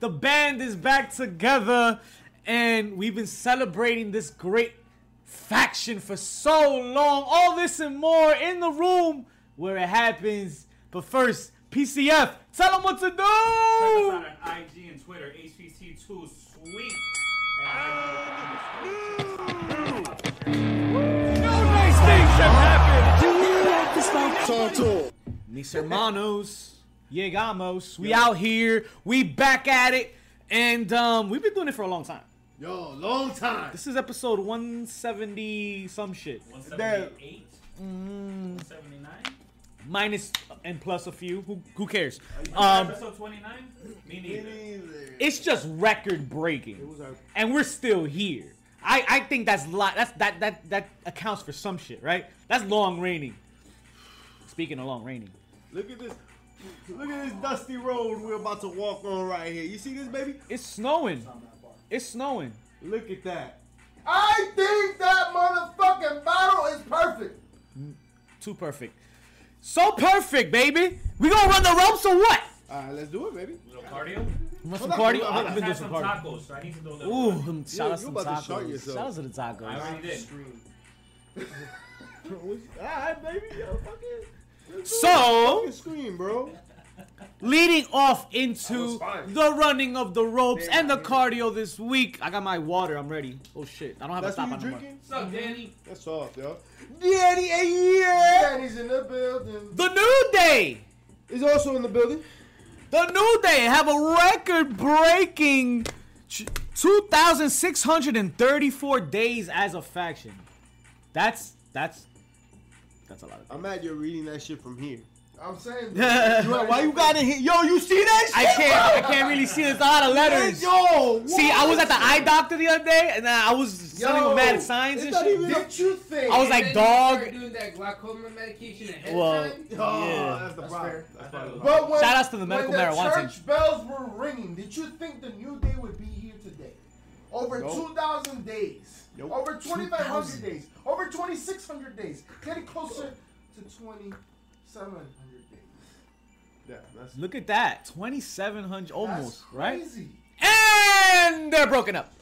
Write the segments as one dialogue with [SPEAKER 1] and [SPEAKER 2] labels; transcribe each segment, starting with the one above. [SPEAKER 1] The band is back together, and we've been celebrating this great faction for so long. All this and more in the room where it happens. But first, PCF, tell them what to do.
[SPEAKER 2] Check us out on IG and Twitter, HPC2 Sweet. And
[SPEAKER 1] Mis hermanos, llegamos. We out here. We back at it. And um, we've been doing it for a long time.
[SPEAKER 3] Yo, long time.
[SPEAKER 1] This is episode 170 some shit.
[SPEAKER 2] 178? 179?
[SPEAKER 1] Minus and plus a few. Who, who cares?
[SPEAKER 2] Um,
[SPEAKER 1] Um,
[SPEAKER 2] episode 29? Me neither.
[SPEAKER 1] it's just record breaking.
[SPEAKER 3] was our-
[SPEAKER 1] And we're still here. I, I think that's lot that's that that that accounts for some shit, right? That's long raining. Speaking of long raining.
[SPEAKER 3] Look at this. Look at this dusty road we're about to walk on right here. You see this, baby?
[SPEAKER 1] It's snowing. It's snowing.
[SPEAKER 3] Look at that.
[SPEAKER 4] I think that motherfucking bottle is perfect.
[SPEAKER 1] Too perfect. So perfect, baby. We gonna run the ropes or what?
[SPEAKER 3] All right, let's do it, baby.
[SPEAKER 2] Little cardio?
[SPEAKER 1] Want some
[SPEAKER 3] Hold up,
[SPEAKER 1] party?
[SPEAKER 3] hold up,
[SPEAKER 1] Oh, I've
[SPEAKER 3] hold up.
[SPEAKER 1] been
[SPEAKER 2] Let's
[SPEAKER 1] doing
[SPEAKER 2] have
[SPEAKER 1] some
[SPEAKER 2] some
[SPEAKER 1] party.
[SPEAKER 2] tacos. I need to deliver.
[SPEAKER 1] Ooh, um, shout out
[SPEAKER 3] you
[SPEAKER 1] some
[SPEAKER 3] about to shot
[SPEAKER 1] tacos.
[SPEAKER 3] yourself.
[SPEAKER 1] Shout out to the
[SPEAKER 2] I
[SPEAKER 1] tacos.
[SPEAKER 2] already did.
[SPEAKER 3] All right, baby. Yo, fucking. let's do it.
[SPEAKER 1] So,
[SPEAKER 3] Fucking scream, bro.
[SPEAKER 1] leading off
[SPEAKER 4] I was
[SPEAKER 1] into
[SPEAKER 4] fine.
[SPEAKER 1] the running of the ropes
[SPEAKER 4] Yeah,
[SPEAKER 1] and the
[SPEAKER 4] yeah.
[SPEAKER 1] cardio this week. I got my water. I'm ready. Oh shit! I don't have
[SPEAKER 3] That's
[SPEAKER 1] a
[SPEAKER 3] what
[SPEAKER 1] top
[SPEAKER 3] you
[SPEAKER 1] on no more.
[SPEAKER 3] drinking?
[SPEAKER 2] What's up, Danny?
[SPEAKER 3] That's soft, yo.
[SPEAKER 4] Daddy, yeah. Daddy's in the building.
[SPEAKER 1] The new day.
[SPEAKER 3] It's also in the building.
[SPEAKER 1] The New Day have a record breaking 2,634 days as a faction. That's that's that's a lot of
[SPEAKER 3] I'm mad you're reading that shit from here.
[SPEAKER 4] I'm saying.
[SPEAKER 3] Why, why you got it here? Yo, you see that
[SPEAKER 1] I
[SPEAKER 3] shit?
[SPEAKER 1] can't I can't really see there's a lot of letters.
[SPEAKER 3] Yo, what?
[SPEAKER 1] See, I was at the eye doctor the other day and I was sending
[SPEAKER 3] Yo,
[SPEAKER 1] him mad signs
[SPEAKER 3] it's
[SPEAKER 1] and
[SPEAKER 3] not
[SPEAKER 1] shit.
[SPEAKER 3] even-
[SPEAKER 4] Did you think?
[SPEAKER 1] I was like, dog.
[SPEAKER 5] doing that glaucoma medication ahead
[SPEAKER 1] Well,
[SPEAKER 5] of time.
[SPEAKER 3] Oh,
[SPEAKER 1] Yeah.
[SPEAKER 3] that's the
[SPEAKER 4] That's
[SPEAKER 3] problem.
[SPEAKER 4] fair.
[SPEAKER 3] That's probably the problem.
[SPEAKER 4] But when,
[SPEAKER 1] Shout outs to the medical
[SPEAKER 4] when the
[SPEAKER 1] marijuana team.
[SPEAKER 4] church bells were ringing, did you think the new day would be here today? Over
[SPEAKER 3] Nope.
[SPEAKER 4] 2,000 days.
[SPEAKER 3] Nope.
[SPEAKER 4] Over 2,500
[SPEAKER 1] 2,000.
[SPEAKER 4] days. Over 2,600 days. Getting closer to 2,700 days.
[SPEAKER 3] Yeah, that's-
[SPEAKER 1] Look at that. 2,700 almost,
[SPEAKER 4] That's
[SPEAKER 1] right?
[SPEAKER 4] crazy.
[SPEAKER 1] And they're broken up.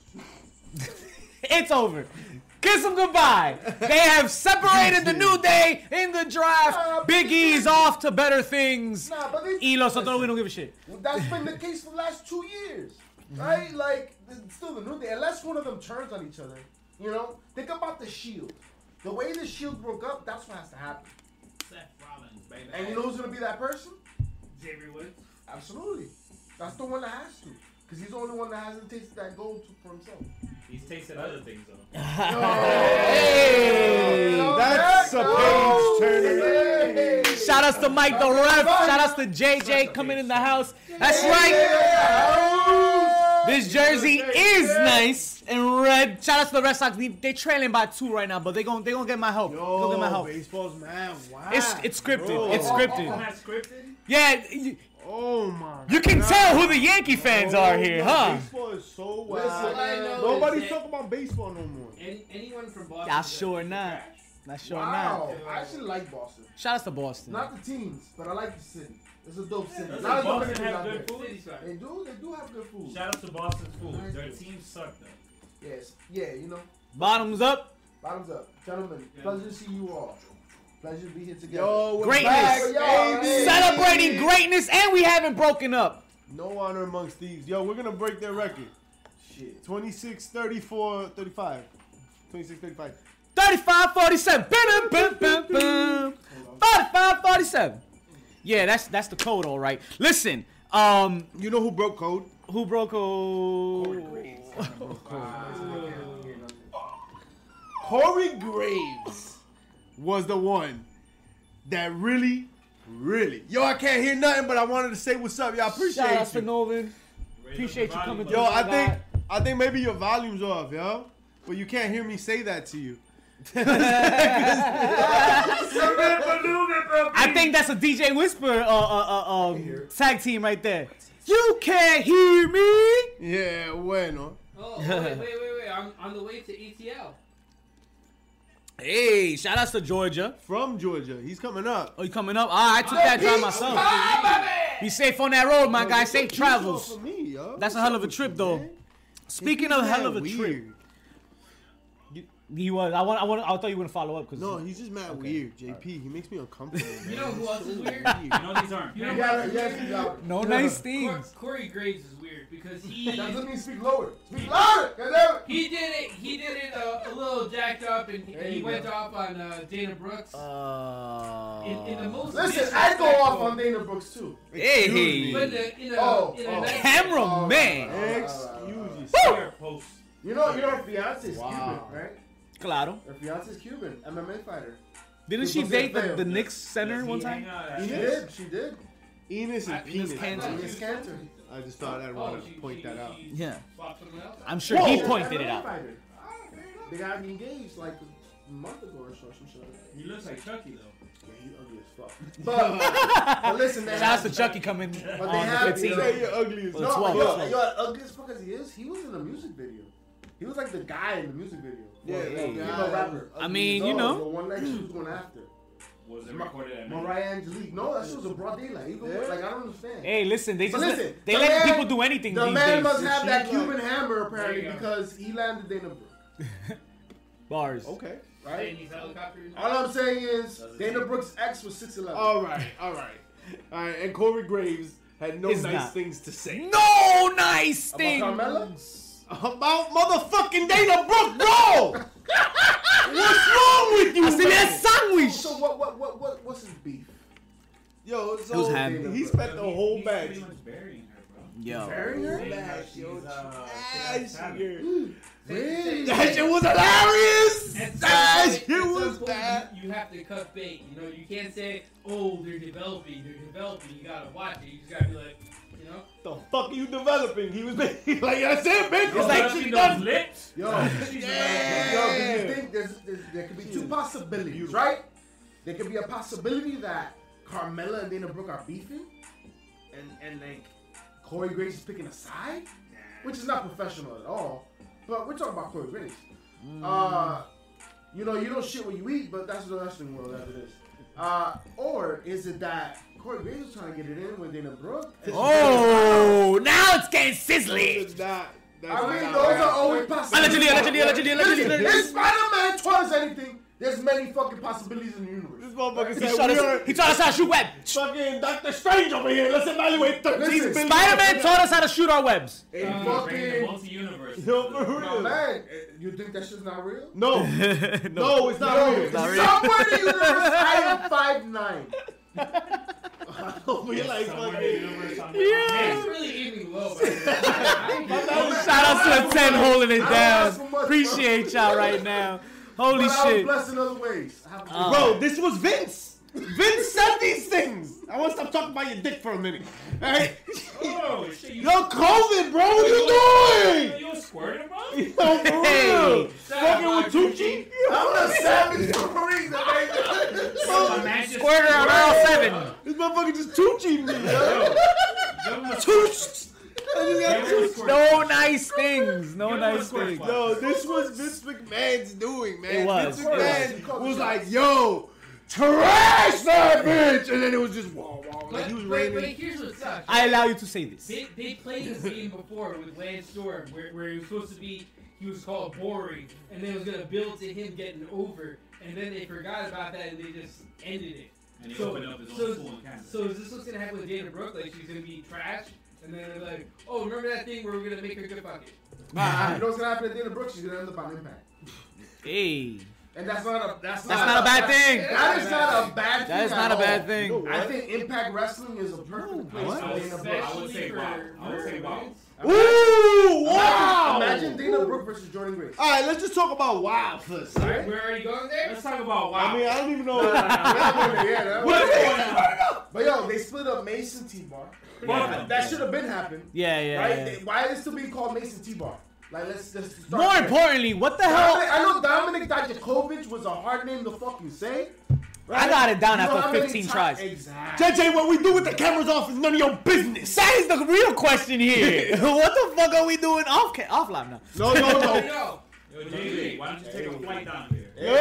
[SPEAKER 1] it's over. Kiss them goodbye. They have separated the new day in the draft. Big E's off to better things.
[SPEAKER 4] Nah, but they,
[SPEAKER 1] Y los otros, we don't give a shit.
[SPEAKER 4] Well, that's been the case for the last two years, right? Like, it's still the new day. Unless one of them turns on each other, you know. Think about the Shield. The way the Shield broke up, that's what has to happen.
[SPEAKER 2] Seth Rollins, baby.
[SPEAKER 4] And you know who's gonna be that person?
[SPEAKER 2] Xavier Woods.
[SPEAKER 4] Absolutely. That's the one that has to, because he's the only one that hasn't tasted that gold to- for himself.
[SPEAKER 2] He's tasted other things, though.
[SPEAKER 1] Hey!
[SPEAKER 3] that's a page turner.
[SPEAKER 4] Hey!
[SPEAKER 1] Shout outs to Mike the ref. Shout outs to JJ coming in the house. That's right. This jersey is nice and red. Shout outs to the Red Sox. They- They trailing by two right now, but they gon' they gonna get my help. They gonna get my help.
[SPEAKER 3] baseball's mad. Wow.
[SPEAKER 1] It's it's scripted.
[SPEAKER 3] Bro.
[SPEAKER 1] It's
[SPEAKER 2] Isn't
[SPEAKER 1] scripted.
[SPEAKER 2] that scripted?
[SPEAKER 1] Yeah, you,
[SPEAKER 3] Oh my.
[SPEAKER 1] you can
[SPEAKER 3] God.
[SPEAKER 1] tell who the Yankee fans are here,
[SPEAKER 3] no,
[SPEAKER 1] huh?
[SPEAKER 3] Baseball is so
[SPEAKER 4] Listen,
[SPEAKER 5] All
[SPEAKER 3] wild.
[SPEAKER 5] I know is
[SPEAKER 3] Nobody's
[SPEAKER 5] that
[SPEAKER 3] talking about baseball no more.
[SPEAKER 5] any- anyone from Boston.
[SPEAKER 1] Y'all
[SPEAKER 5] that-
[SPEAKER 1] sure not. Not sure
[SPEAKER 4] Wow,
[SPEAKER 1] not.
[SPEAKER 4] I actually like Boston.
[SPEAKER 1] Shout outs to Boston.
[SPEAKER 4] Not the teams, but I like the city. It's a dope city.
[SPEAKER 2] Doesn't
[SPEAKER 4] Not as many
[SPEAKER 2] Boston
[SPEAKER 4] people out
[SPEAKER 2] have
[SPEAKER 4] there.
[SPEAKER 2] good food?
[SPEAKER 4] They do. They do have good food.
[SPEAKER 2] Shout out to Boston's food. Their team sucked, though.
[SPEAKER 4] Yes. Yeah. You know.
[SPEAKER 1] Bottoms up.
[SPEAKER 4] Bottoms up, gentlemen. Pleasure to see you all. Pleasure to be here together.
[SPEAKER 3] Yo, we're
[SPEAKER 1] Greatness.
[SPEAKER 3] back, baby.
[SPEAKER 1] Celebrating greatness, and we haven't broken up.
[SPEAKER 3] No honor amongst thieves. Yo, we're gonna break their record.
[SPEAKER 4] Shit.
[SPEAKER 3] 26, 34, 35. 26, 35.
[SPEAKER 1] 35 47. Bam, bam, bam, bam. 45 47. Yeah, that's that's the code, all right. Listen, um,
[SPEAKER 3] You know who broke code?
[SPEAKER 1] who broke
[SPEAKER 2] Corey
[SPEAKER 1] code?
[SPEAKER 2] Graves.
[SPEAKER 3] Corey Graves was the one that really, really. Yo, I can't hear nothing, but I wanted to say what's up. Y'all appreciate
[SPEAKER 1] Shout outs
[SPEAKER 3] you.
[SPEAKER 1] to Novin.
[SPEAKER 2] Raise
[SPEAKER 1] Appreciate
[SPEAKER 2] up
[SPEAKER 1] you
[SPEAKER 2] the volume,
[SPEAKER 1] coming
[SPEAKER 3] Yo,
[SPEAKER 1] through.
[SPEAKER 3] I think I think maybe your volume's off, yo. But you can't hear me say that to you.
[SPEAKER 1] I think that's a DJ Whisper uh, uh, uh, um, tag team right there. You can't hear me.
[SPEAKER 3] Yeah, bueno.
[SPEAKER 5] E Oh, oh, wait, wait, wait, wait. I'm on the way to ETL.
[SPEAKER 1] Hey, shout outs to Georgia.
[SPEAKER 3] From Georgia. He's coming up.
[SPEAKER 1] Oh, you coming up? Ah, I took that drive myself. Be safe on that road, my guy. Safe
[SPEAKER 3] Usual
[SPEAKER 1] travels.
[SPEAKER 3] For me, yo.
[SPEAKER 1] That's a
[SPEAKER 3] What's
[SPEAKER 1] hell
[SPEAKER 3] up
[SPEAKER 1] of a
[SPEAKER 3] with
[SPEAKER 1] trip,
[SPEAKER 3] you,
[SPEAKER 1] though.
[SPEAKER 3] man?
[SPEAKER 1] Speaking
[SPEAKER 3] He's
[SPEAKER 1] of hell
[SPEAKER 3] mad
[SPEAKER 1] of a trip,
[SPEAKER 3] weird.
[SPEAKER 1] he was. I want. I want. I thought you wouldn't follow up because
[SPEAKER 3] No, he's just mad weird, JP. He makes me uncomfortable.
[SPEAKER 5] You
[SPEAKER 3] man.
[SPEAKER 5] know who else is weird?
[SPEAKER 2] No, these aren't.
[SPEAKER 5] You know
[SPEAKER 4] You
[SPEAKER 5] who else
[SPEAKER 4] gotta,
[SPEAKER 5] is
[SPEAKER 4] you gotta speak
[SPEAKER 5] weird?
[SPEAKER 4] louder.
[SPEAKER 1] no
[SPEAKER 4] Yeah.
[SPEAKER 1] nice
[SPEAKER 5] Cor-
[SPEAKER 1] things.
[SPEAKER 5] Corey Graves is weird because he
[SPEAKER 4] That doesn't mean speak lower. Speak louder. Goddamn it.
[SPEAKER 5] he did it. He did it a, a little jacked up, and
[SPEAKER 4] There
[SPEAKER 5] he
[SPEAKER 4] you
[SPEAKER 5] went
[SPEAKER 4] go.
[SPEAKER 5] off on uh, Dana Brooks.
[SPEAKER 1] Uh,
[SPEAKER 5] in, in the most
[SPEAKER 4] Listen, I go off on Dana Brooks too.
[SPEAKER 1] Hey,
[SPEAKER 3] Excuse
[SPEAKER 5] But in
[SPEAKER 3] me.
[SPEAKER 5] a, in a,
[SPEAKER 4] Oh,
[SPEAKER 5] in a
[SPEAKER 4] oh.
[SPEAKER 5] nice-
[SPEAKER 1] Camera
[SPEAKER 4] Oh,
[SPEAKER 1] man.
[SPEAKER 4] all right, all right, all right, all right.
[SPEAKER 3] Excuse
[SPEAKER 1] Woo!
[SPEAKER 2] Fire post.
[SPEAKER 4] You know, you know, her fiance is
[SPEAKER 3] Wow.
[SPEAKER 4] Cuban, right?
[SPEAKER 1] Claro.
[SPEAKER 4] Her fiance is Cuban, MMA fighter.
[SPEAKER 1] Didn't she
[SPEAKER 4] Because
[SPEAKER 1] date
[SPEAKER 4] they're
[SPEAKER 1] the,
[SPEAKER 4] fair.
[SPEAKER 1] the Knicks center
[SPEAKER 2] Does he
[SPEAKER 1] one
[SPEAKER 2] hang
[SPEAKER 1] time?
[SPEAKER 2] out
[SPEAKER 4] She
[SPEAKER 2] at-
[SPEAKER 4] did, she did.
[SPEAKER 3] Enos
[SPEAKER 5] I-
[SPEAKER 3] and penis.
[SPEAKER 5] Miss
[SPEAKER 1] Cantor.
[SPEAKER 5] Cantor.
[SPEAKER 4] Miss Cantor.
[SPEAKER 3] I just thought I'd want
[SPEAKER 5] she-
[SPEAKER 3] to point
[SPEAKER 5] she-
[SPEAKER 3] that out.
[SPEAKER 5] she
[SPEAKER 1] Yeah.
[SPEAKER 5] swapped someone else out.
[SPEAKER 1] I'm sure he
[SPEAKER 4] She's
[SPEAKER 1] pointed
[SPEAKER 4] an
[SPEAKER 1] it
[SPEAKER 4] MMA
[SPEAKER 1] out.
[SPEAKER 4] fighter. They got engaged like a month ago or so, some shit like that.
[SPEAKER 2] He looks like Chucky though.
[SPEAKER 4] Yeah, he ugly as fuck. But, but listen, man.
[SPEAKER 1] Shout out to Chucky coming
[SPEAKER 4] But
[SPEAKER 1] on
[SPEAKER 4] they
[SPEAKER 1] the
[SPEAKER 4] have,
[SPEAKER 1] 15th.
[SPEAKER 4] you
[SPEAKER 3] You
[SPEAKER 4] know,
[SPEAKER 3] say you're ugly as
[SPEAKER 1] Well, it's
[SPEAKER 4] No,
[SPEAKER 3] fuck.
[SPEAKER 1] one,
[SPEAKER 4] but
[SPEAKER 1] it's
[SPEAKER 4] yo,
[SPEAKER 1] one.
[SPEAKER 4] yo, ugly as fuck as he is, he was in the music video. He was like the guy in the music video.
[SPEAKER 3] Yeah,
[SPEAKER 4] Like,
[SPEAKER 3] yeah,
[SPEAKER 4] like,
[SPEAKER 3] yeah.
[SPEAKER 4] female rapper.
[SPEAKER 1] I mean, you
[SPEAKER 4] No,
[SPEAKER 1] know.
[SPEAKER 4] The one that she was going after.
[SPEAKER 2] Was it recorded at night?
[SPEAKER 4] Mariah Angelique. No, that shit was a broad daylight. You go,
[SPEAKER 3] Yeah.
[SPEAKER 4] Like, I don't understand.
[SPEAKER 1] Hey, listen, they
[SPEAKER 4] But
[SPEAKER 1] just let-
[SPEAKER 4] listen,
[SPEAKER 1] they
[SPEAKER 4] the
[SPEAKER 1] let
[SPEAKER 4] man-
[SPEAKER 1] people do anything
[SPEAKER 4] The
[SPEAKER 1] these
[SPEAKER 4] man
[SPEAKER 1] days.
[SPEAKER 4] must
[SPEAKER 3] Is
[SPEAKER 4] have
[SPEAKER 3] she
[SPEAKER 4] that
[SPEAKER 3] like-
[SPEAKER 4] Cuban hammer apparently
[SPEAKER 5] There you go.
[SPEAKER 4] because he landed Dana Brooke,
[SPEAKER 1] Bars.
[SPEAKER 3] Okay.
[SPEAKER 4] right?
[SPEAKER 5] And he's helicoptered.
[SPEAKER 4] All I'm saying is
[SPEAKER 2] Doesn't
[SPEAKER 4] Dana
[SPEAKER 2] say.
[SPEAKER 4] Brooke's ex was 6'11.
[SPEAKER 1] Oh,
[SPEAKER 3] All right. All right. All right. And Corey Graves had no
[SPEAKER 1] It's
[SPEAKER 3] nice
[SPEAKER 1] not.
[SPEAKER 3] things to say
[SPEAKER 1] No nice
[SPEAKER 4] About
[SPEAKER 1] thing.
[SPEAKER 4] Carmella?
[SPEAKER 3] about motherfucking Dana Brooke, bro. What's wrong with you,
[SPEAKER 1] I said
[SPEAKER 3] man?
[SPEAKER 1] that sandwich.
[SPEAKER 4] So what, what, what, what, what's his beef?
[SPEAKER 3] Yo, so
[SPEAKER 1] Who's happy?
[SPEAKER 3] he spent the
[SPEAKER 2] He-
[SPEAKER 3] whole
[SPEAKER 2] he's
[SPEAKER 3] bag.
[SPEAKER 2] pretty much burying her, bro.
[SPEAKER 1] Yo.
[SPEAKER 4] Burying her?
[SPEAKER 2] Saying how
[SPEAKER 3] Bash, yo,
[SPEAKER 2] she's, uh,
[SPEAKER 3] trash,
[SPEAKER 2] she's having-
[SPEAKER 3] nigga.
[SPEAKER 4] Really?
[SPEAKER 3] That shit was hilarious.
[SPEAKER 5] At
[SPEAKER 3] That
[SPEAKER 5] some point-
[SPEAKER 3] shit
[SPEAKER 5] at some
[SPEAKER 3] was
[SPEAKER 5] point,
[SPEAKER 3] bad.
[SPEAKER 5] You, you have to cut bait. You know, you can't say, "Oh, they're developing. They're developing." You gotta watch it. You just gotta be like, you know.
[SPEAKER 3] The fuck are you developing? He was making like that's it, bitch. It's
[SPEAKER 2] Yo,
[SPEAKER 3] like
[SPEAKER 2] Chucky
[SPEAKER 3] she
[SPEAKER 2] knows
[SPEAKER 3] done.
[SPEAKER 2] lips.
[SPEAKER 4] Yo.
[SPEAKER 2] She's
[SPEAKER 4] Yo,
[SPEAKER 3] Yeah.
[SPEAKER 2] like,
[SPEAKER 4] do you think there's, there's, there could be two possibilities,
[SPEAKER 3] Beautiful.
[SPEAKER 4] right? There could be a possibility that Carmella and Dana Brooke are beefing, and and like Corey Graves is picking a side, which is not professional at all. But we're talking about Corey Graves.
[SPEAKER 3] Mm.
[SPEAKER 4] Uh, you know, you don't shit what you eat, but that's the wrestling world as it is. Uh, or is it that Corey Graves is trying to get it in with Dana Brooke? and she's
[SPEAKER 1] Oh, now it's getting sizzly.
[SPEAKER 3] It's not. That's
[SPEAKER 4] I mean,
[SPEAKER 3] not
[SPEAKER 4] those
[SPEAKER 3] right.
[SPEAKER 4] are always possible.
[SPEAKER 1] Allegedly, allegedly, allegedly, allegedly.
[SPEAKER 4] Listen, If Spider-Man taught us anything, there's many fucking possibilities in the
[SPEAKER 3] This
[SPEAKER 4] universe.
[SPEAKER 3] motherfucker
[SPEAKER 1] He
[SPEAKER 3] said
[SPEAKER 1] taught
[SPEAKER 3] we
[SPEAKER 1] us.
[SPEAKER 3] are
[SPEAKER 1] He taught us how to shoot web.
[SPEAKER 3] fucking Doctor Strange over here. Let's evaluate 13
[SPEAKER 4] Listen,
[SPEAKER 3] billion-
[SPEAKER 1] Spider-Man taught us how to shoot our webs.
[SPEAKER 3] Hey,
[SPEAKER 5] Uh,
[SPEAKER 3] fuck.
[SPEAKER 2] bringing the
[SPEAKER 4] fucking-
[SPEAKER 2] multi-universe.
[SPEAKER 3] Yo, for real.
[SPEAKER 4] Oh, man, you think that shit's not real?
[SPEAKER 3] No, no, it's not real.
[SPEAKER 1] not real.
[SPEAKER 4] somewhere in the universe, I am five nine.
[SPEAKER 3] I don't realize
[SPEAKER 2] Somewhere in the
[SPEAKER 3] fucking.
[SPEAKER 2] universe, I'm like,
[SPEAKER 1] Yeah.
[SPEAKER 5] It's really eating low. By the way.
[SPEAKER 1] Shout out to a 10 holding it
[SPEAKER 4] I don't ask for
[SPEAKER 1] down.
[SPEAKER 4] much, bro.
[SPEAKER 1] Appreciate y'all right now. Holy
[SPEAKER 4] But I was
[SPEAKER 1] shit.
[SPEAKER 4] blessed in other ways. I have-
[SPEAKER 1] Uh,
[SPEAKER 3] Bro, this was Vince. Vince said these things. I want to stop talking about your dick for a minute. All right.
[SPEAKER 2] Oh, shit, you-
[SPEAKER 3] Yo, COVID, bro, what you doing?
[SPEAKER 2] You a squirter, bro?
[SPEAKER 3] Yo, for real.
[SPEAKER 1] Hey.
[SPEAKER 3] Fucking with Tucci?
[SPEAKER 4] I'm a savage for a reason, man.
[SPEAKER 2] Imagine-
[SPEAKER 1] Squirter on all seven.
[SPEAKER 3] This motherfucker just Tucci me. yo.
[SPEAKER 2] Yo, give him a-
[SPEAKER 3] Tucci. I just got
[SPEAKER 2] give him a
[SPEAKER 3] Tucci.
[SPEAKER 2] squirt.
[SPEAKER 1] No nice things. No
[SPEAKER 2] Give him a
[SPEAKER 1] nice
[SPEAKER 2] squirt
[SPEAKER 1] things.
[SPEAKER 2] bottle.
[SPEAKER 3] Yo, this was Vince McMahon's doing, man.
[SPEAKER 1] It was,
[SPEAKER 3] Vince
[SPEAKER 1] it was.
[SPEAKER 3] McMahon was, like, yo, trash that bitch, and then it was just wah wah. Like
[SPEAKER 5] But,
[SPEAKER 3] he was
[SPEAKER 5] but, but
[SPEAKER 3] raining.
[SPEAKER 5] here's what sucks.
[SPEAKER 1] I allow you to say this.
[SPEAKER 5] They, they played this game before with Lance Storm, where, where he was supposed to be, he was called boring, and then it was going to build to him getting over, and then they forgot about that and they just ended it.
[SPEAKER 2] And he
[SPEAKER 5] So-
[SPEAKER 2] opened up his own
[SPEAKER 5] so-
[SPEAKER 2] school in Canada.
[SPEAKER 5] So is this what's going to happen with Dana Brooke? Like, she's going to be trash, and then they're like, oh, remember that thing where we're going to make her good bucket?
[SPEAKER 1] Ah,
[SPEAKER 4] Nah, you know what's gonna happen to Dana Brooks? She's gonna end up on Impact,
[SPEAKER 1] Hey,
[SPEAKER 4] and that's not a that's,
[SPEAKER 1] that's not a bad thing.
[SPEAKER 4] That is not a bad thing.
[SPEAKER 1] That is not a
[SPEAKER 4] at
[SPEAKER 1] bad
[SPEAKER 4] all.
[SPEAKER 1] thing.
[SPEAKER 4] I think Impact Wrestling is a perfect place
[SPEAKER 3] what?
[SPEAKER 4] for Dana
[SPEAKER 2] Especially-
[SPEAKER 4] Brooks.
[SPEAKER 2] I would say
[SPEAKER 5] for
[SPEAKER 2] wow. I would
[SPEAKER 5] her
[SPEAKER 2] say wow.
[SPEAKER 5] wins.
[SPEAKER 3] Ooh, wow!
[SPEAKER 4] Imagine Dana Brooke versus Jordan Grace.
[SPEAKER 3] All right, let's just talk about wow for a second.
[SPEAKER 5] We're already going there?
[SPEAKER 2] Let's talk about wow.
[SPEAKER 3] I mean, I don't even know.
[SPEAKER 4] Yeah, that
[SPEAKER 3] What
[SPEAKER 4] was-
[SPEAKER 3] is it?
[SPEAKER 4] But yo, they split up Mason T Bar.
[SPEAKER 2] Yeah.
[SPEAKER 4] That should have been happened,
[SPEAKER 1] Yeah, yeah.
[SPEAKER 4] right?
[SPEAKER 1] yeah.
[SPEAKER 4] They- Why is it still being called Mason T Bar? Like, let's let's start.
[SPEAKER 1] More
[SPEAKER 4] there.
[SPEAKER 1] importantly, what the hell?
[SPEAKER 4] Dominic, I know Dominic Dijakovic was a hard name to fucking say.
[SPEAKER 1] I got it down
[SPEAKER 4] You know
[SPEAKER 1] after
[SPEAKER 4] how many
[SPEAKER 1] 15
[SPEAKER 4] times-
[SPEAKER 1] tries.
[SPEAKER 4] Exactly.
[SPEAKER 3] JJ, what we do with the cameras off is none of your business.
[SPEAKER 1] That is the real question here. what the fuck are we doing off ca- offline now?
[SPEAKER 3] No, no,
[SPEAKER 5] Oh,
[SPEAKER 3] no.
[SPEAKER 5] no.
[SPEAKER 2] Yo, JJ, why don't you take a flight down here?
[SPEAKER 3] Yo!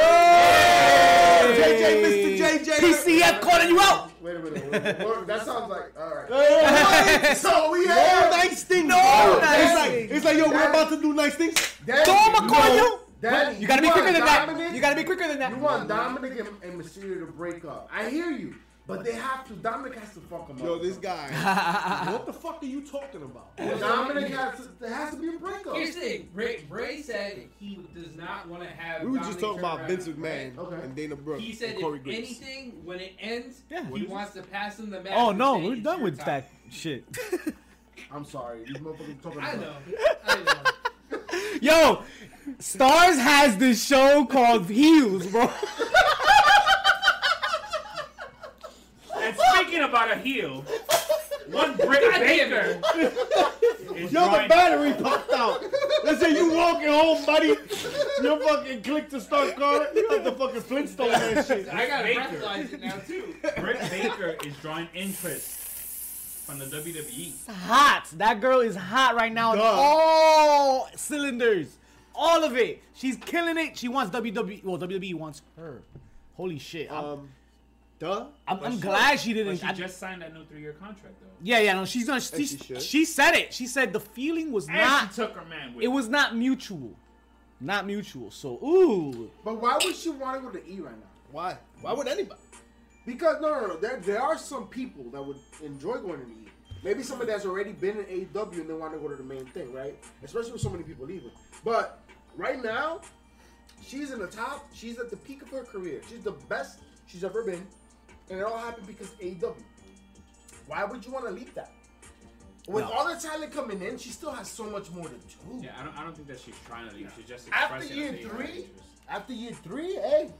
[SPEAKER 3] yeah,
[SPEAKER 1] PCF calling you out.
[SPEAKER 4] Wait a minute. Wait a minute. Well, that sounds like all right.
[SPEAKER 3] yeah.
[SPEAKER 4] So we
[SPEAKER 3] All
[SPEAKER 4] have
[SPEAKER 3] nice things.
[SPEAKER 1] No,
[SPEAKER 3] bro.
[SPEAKER 1] nice
[SPEAKER 3] it's like
[SPEAKER 1] things.
[SPEAKER 3] it's like yo, we're
[SPEAKER 4] That-
[SPEAKER 3] about to do nice things.
[SPEAKER 4] Daddy,
[SPEAKER 1] So I'ma call you.
[SPEAKER 4] Daddy,
[SPEAKER 1] You gotta be
[SPEAKER 4] want
[SPEAKER 1] quicker than that.
[SPEAKER 4] Dominic-
[SPEAKER 1] You gotta be quicker than that.
[SPEAKER 4] You want Dominic and, and Mysterio to break up. I hear you, but they have to. Dominic has to fuck them
[SPEAKER 3] Yo,
[SPEAKER 4] up.
[SPEAKER 3] this guy. what the fuck are you talking about?
[SPEAKER 4] Dominic has to. There has to be a breakup.
[SPEAKER 5] Here's the thing. Bray, Bray said he does not want to have.
[SPEAKER 3] We were
[SPEAKER 5] Dominic
[SPEAKER 3] just talking
[SPEAKER 5] turn
[SPEAKER 3] about
[SPEAKER 5] around
[SPEAKER 3] Vince
[SPEAKER 5] and Bray.
[SPEAKER 3] McMahon
[SPEAKER 4] Okay.
[SPEAKER 3] and Dana Brooke
[SPEAKER 5] He said
[SPEAKER 3] and
[SPEAKER 5] if
[SPEAKER 3] Corey Graves.
[SPEAKER 5] anything, when it ends,
[SPEAKER 1] Yeah. What
[SPEAKER 5] he
[SPEAKER 1] is
[SPEAKER 5] wants to pass him the match.
[SPEAKER 1] Oh
[SPEAKER 5] and
[SPEAKER 1] no,
[SPEAKER 5] say
[SPEAKER 1] we're
[SPEAKER 5] it's
[SPEAKER 1] done
[SPEAKER 5] your
[SPEAKER 1] with
[SPEAKER 5] time.
[SPEAKER 1] that shit.
[SPEAKER 4] I'm sorry, these motherfuckers talking.
[SPEAKER 5] I
[SPEAKER 4] about-
[SPEAKER 5] know. I know.
[SPEAKER 1] Yo, Stars has this show called Heels, bro.
[SPEAKER 2] And speaking about a heel, one Britt Baker
[SPEAKER 3] Yo, the
[SPEAKER 2] is drawing-
[SPEAKER 3] battery popped out. Let's say you walking home, buddy. You fucking click the start car. You have to fucking Flintstone that shit.
[SPEAKER 5] I gotta
[SPEAKER 2] Baker.
[SPEAKER 5] breathalyze it now too.
[SPEAKER 2] Britt Baker is drawing interest from the E. WWE.
[SPEAKER 1] hot. That girl is hot right now on
[SPEAKER 3] Duh.
[SPEAKER 1] all cylinders. All of it. She's killing it. She wants WWE. Well, WWE wants her. Holy shit. I'm,
[SPEAKER 3] Um, duh.
[SPEAKER 1] I'm,
[SPEAKER 3] But
[SPEAKER 1] I'm
[SPEAKER 3] she-
[SPEAKER 1] glad she
[SPEAKER 2] But
[SPEAKER 1] didn't.
[SPEAKER 2] she
[SPEAKER 1] I-
[SPEAKER 2] just signed that new three-year contract, though.
[SPEAKER 1] yeah, yeah, no, she's gonna. She,
[SPEAKER 3] she should.
[SPEAKER 1] she said it. She said the feeling was
[SPEAKER 2] And
[SPEAKER 1] not.
[SPEAKER 2] she took her man with
[SPEAKER 1] It was not mutual. Not mutual. So, ooh.
[SPEAKER 4] But why would she want to go to E right now?
[SPEAKER 3] Why? Why would anybody?
[SPEAKER 4] Because no, no, no. There, there are some people that would enjoy going to the E. Maybe somebody that's already been in AEW and they want to go to the main thing, right? Especially with so many people leaving. But right now, she's in the top. She's at the peak of her career. She's the best she's ever been, and it all happened because of
[SPEAKER 3] E
[SPEAKER 4] AEW. Why would you want to leave that? With
[SPEAKER 1] No.
[SPEAKER 4] all the talent coming in, she still has so much more to do.
[SPEAKER 2] Yeah, I don't, I don't think that she's trying to leave. She's just
[SPEAKER 4] After
[SPEAKER 2] expressing that
[SPEAKER 4] year
[SPEAKER 2] they have
[SPEAKER 4] three,
[SPEAKER 2] interest.
[SPEAKER 4] after year three, hey.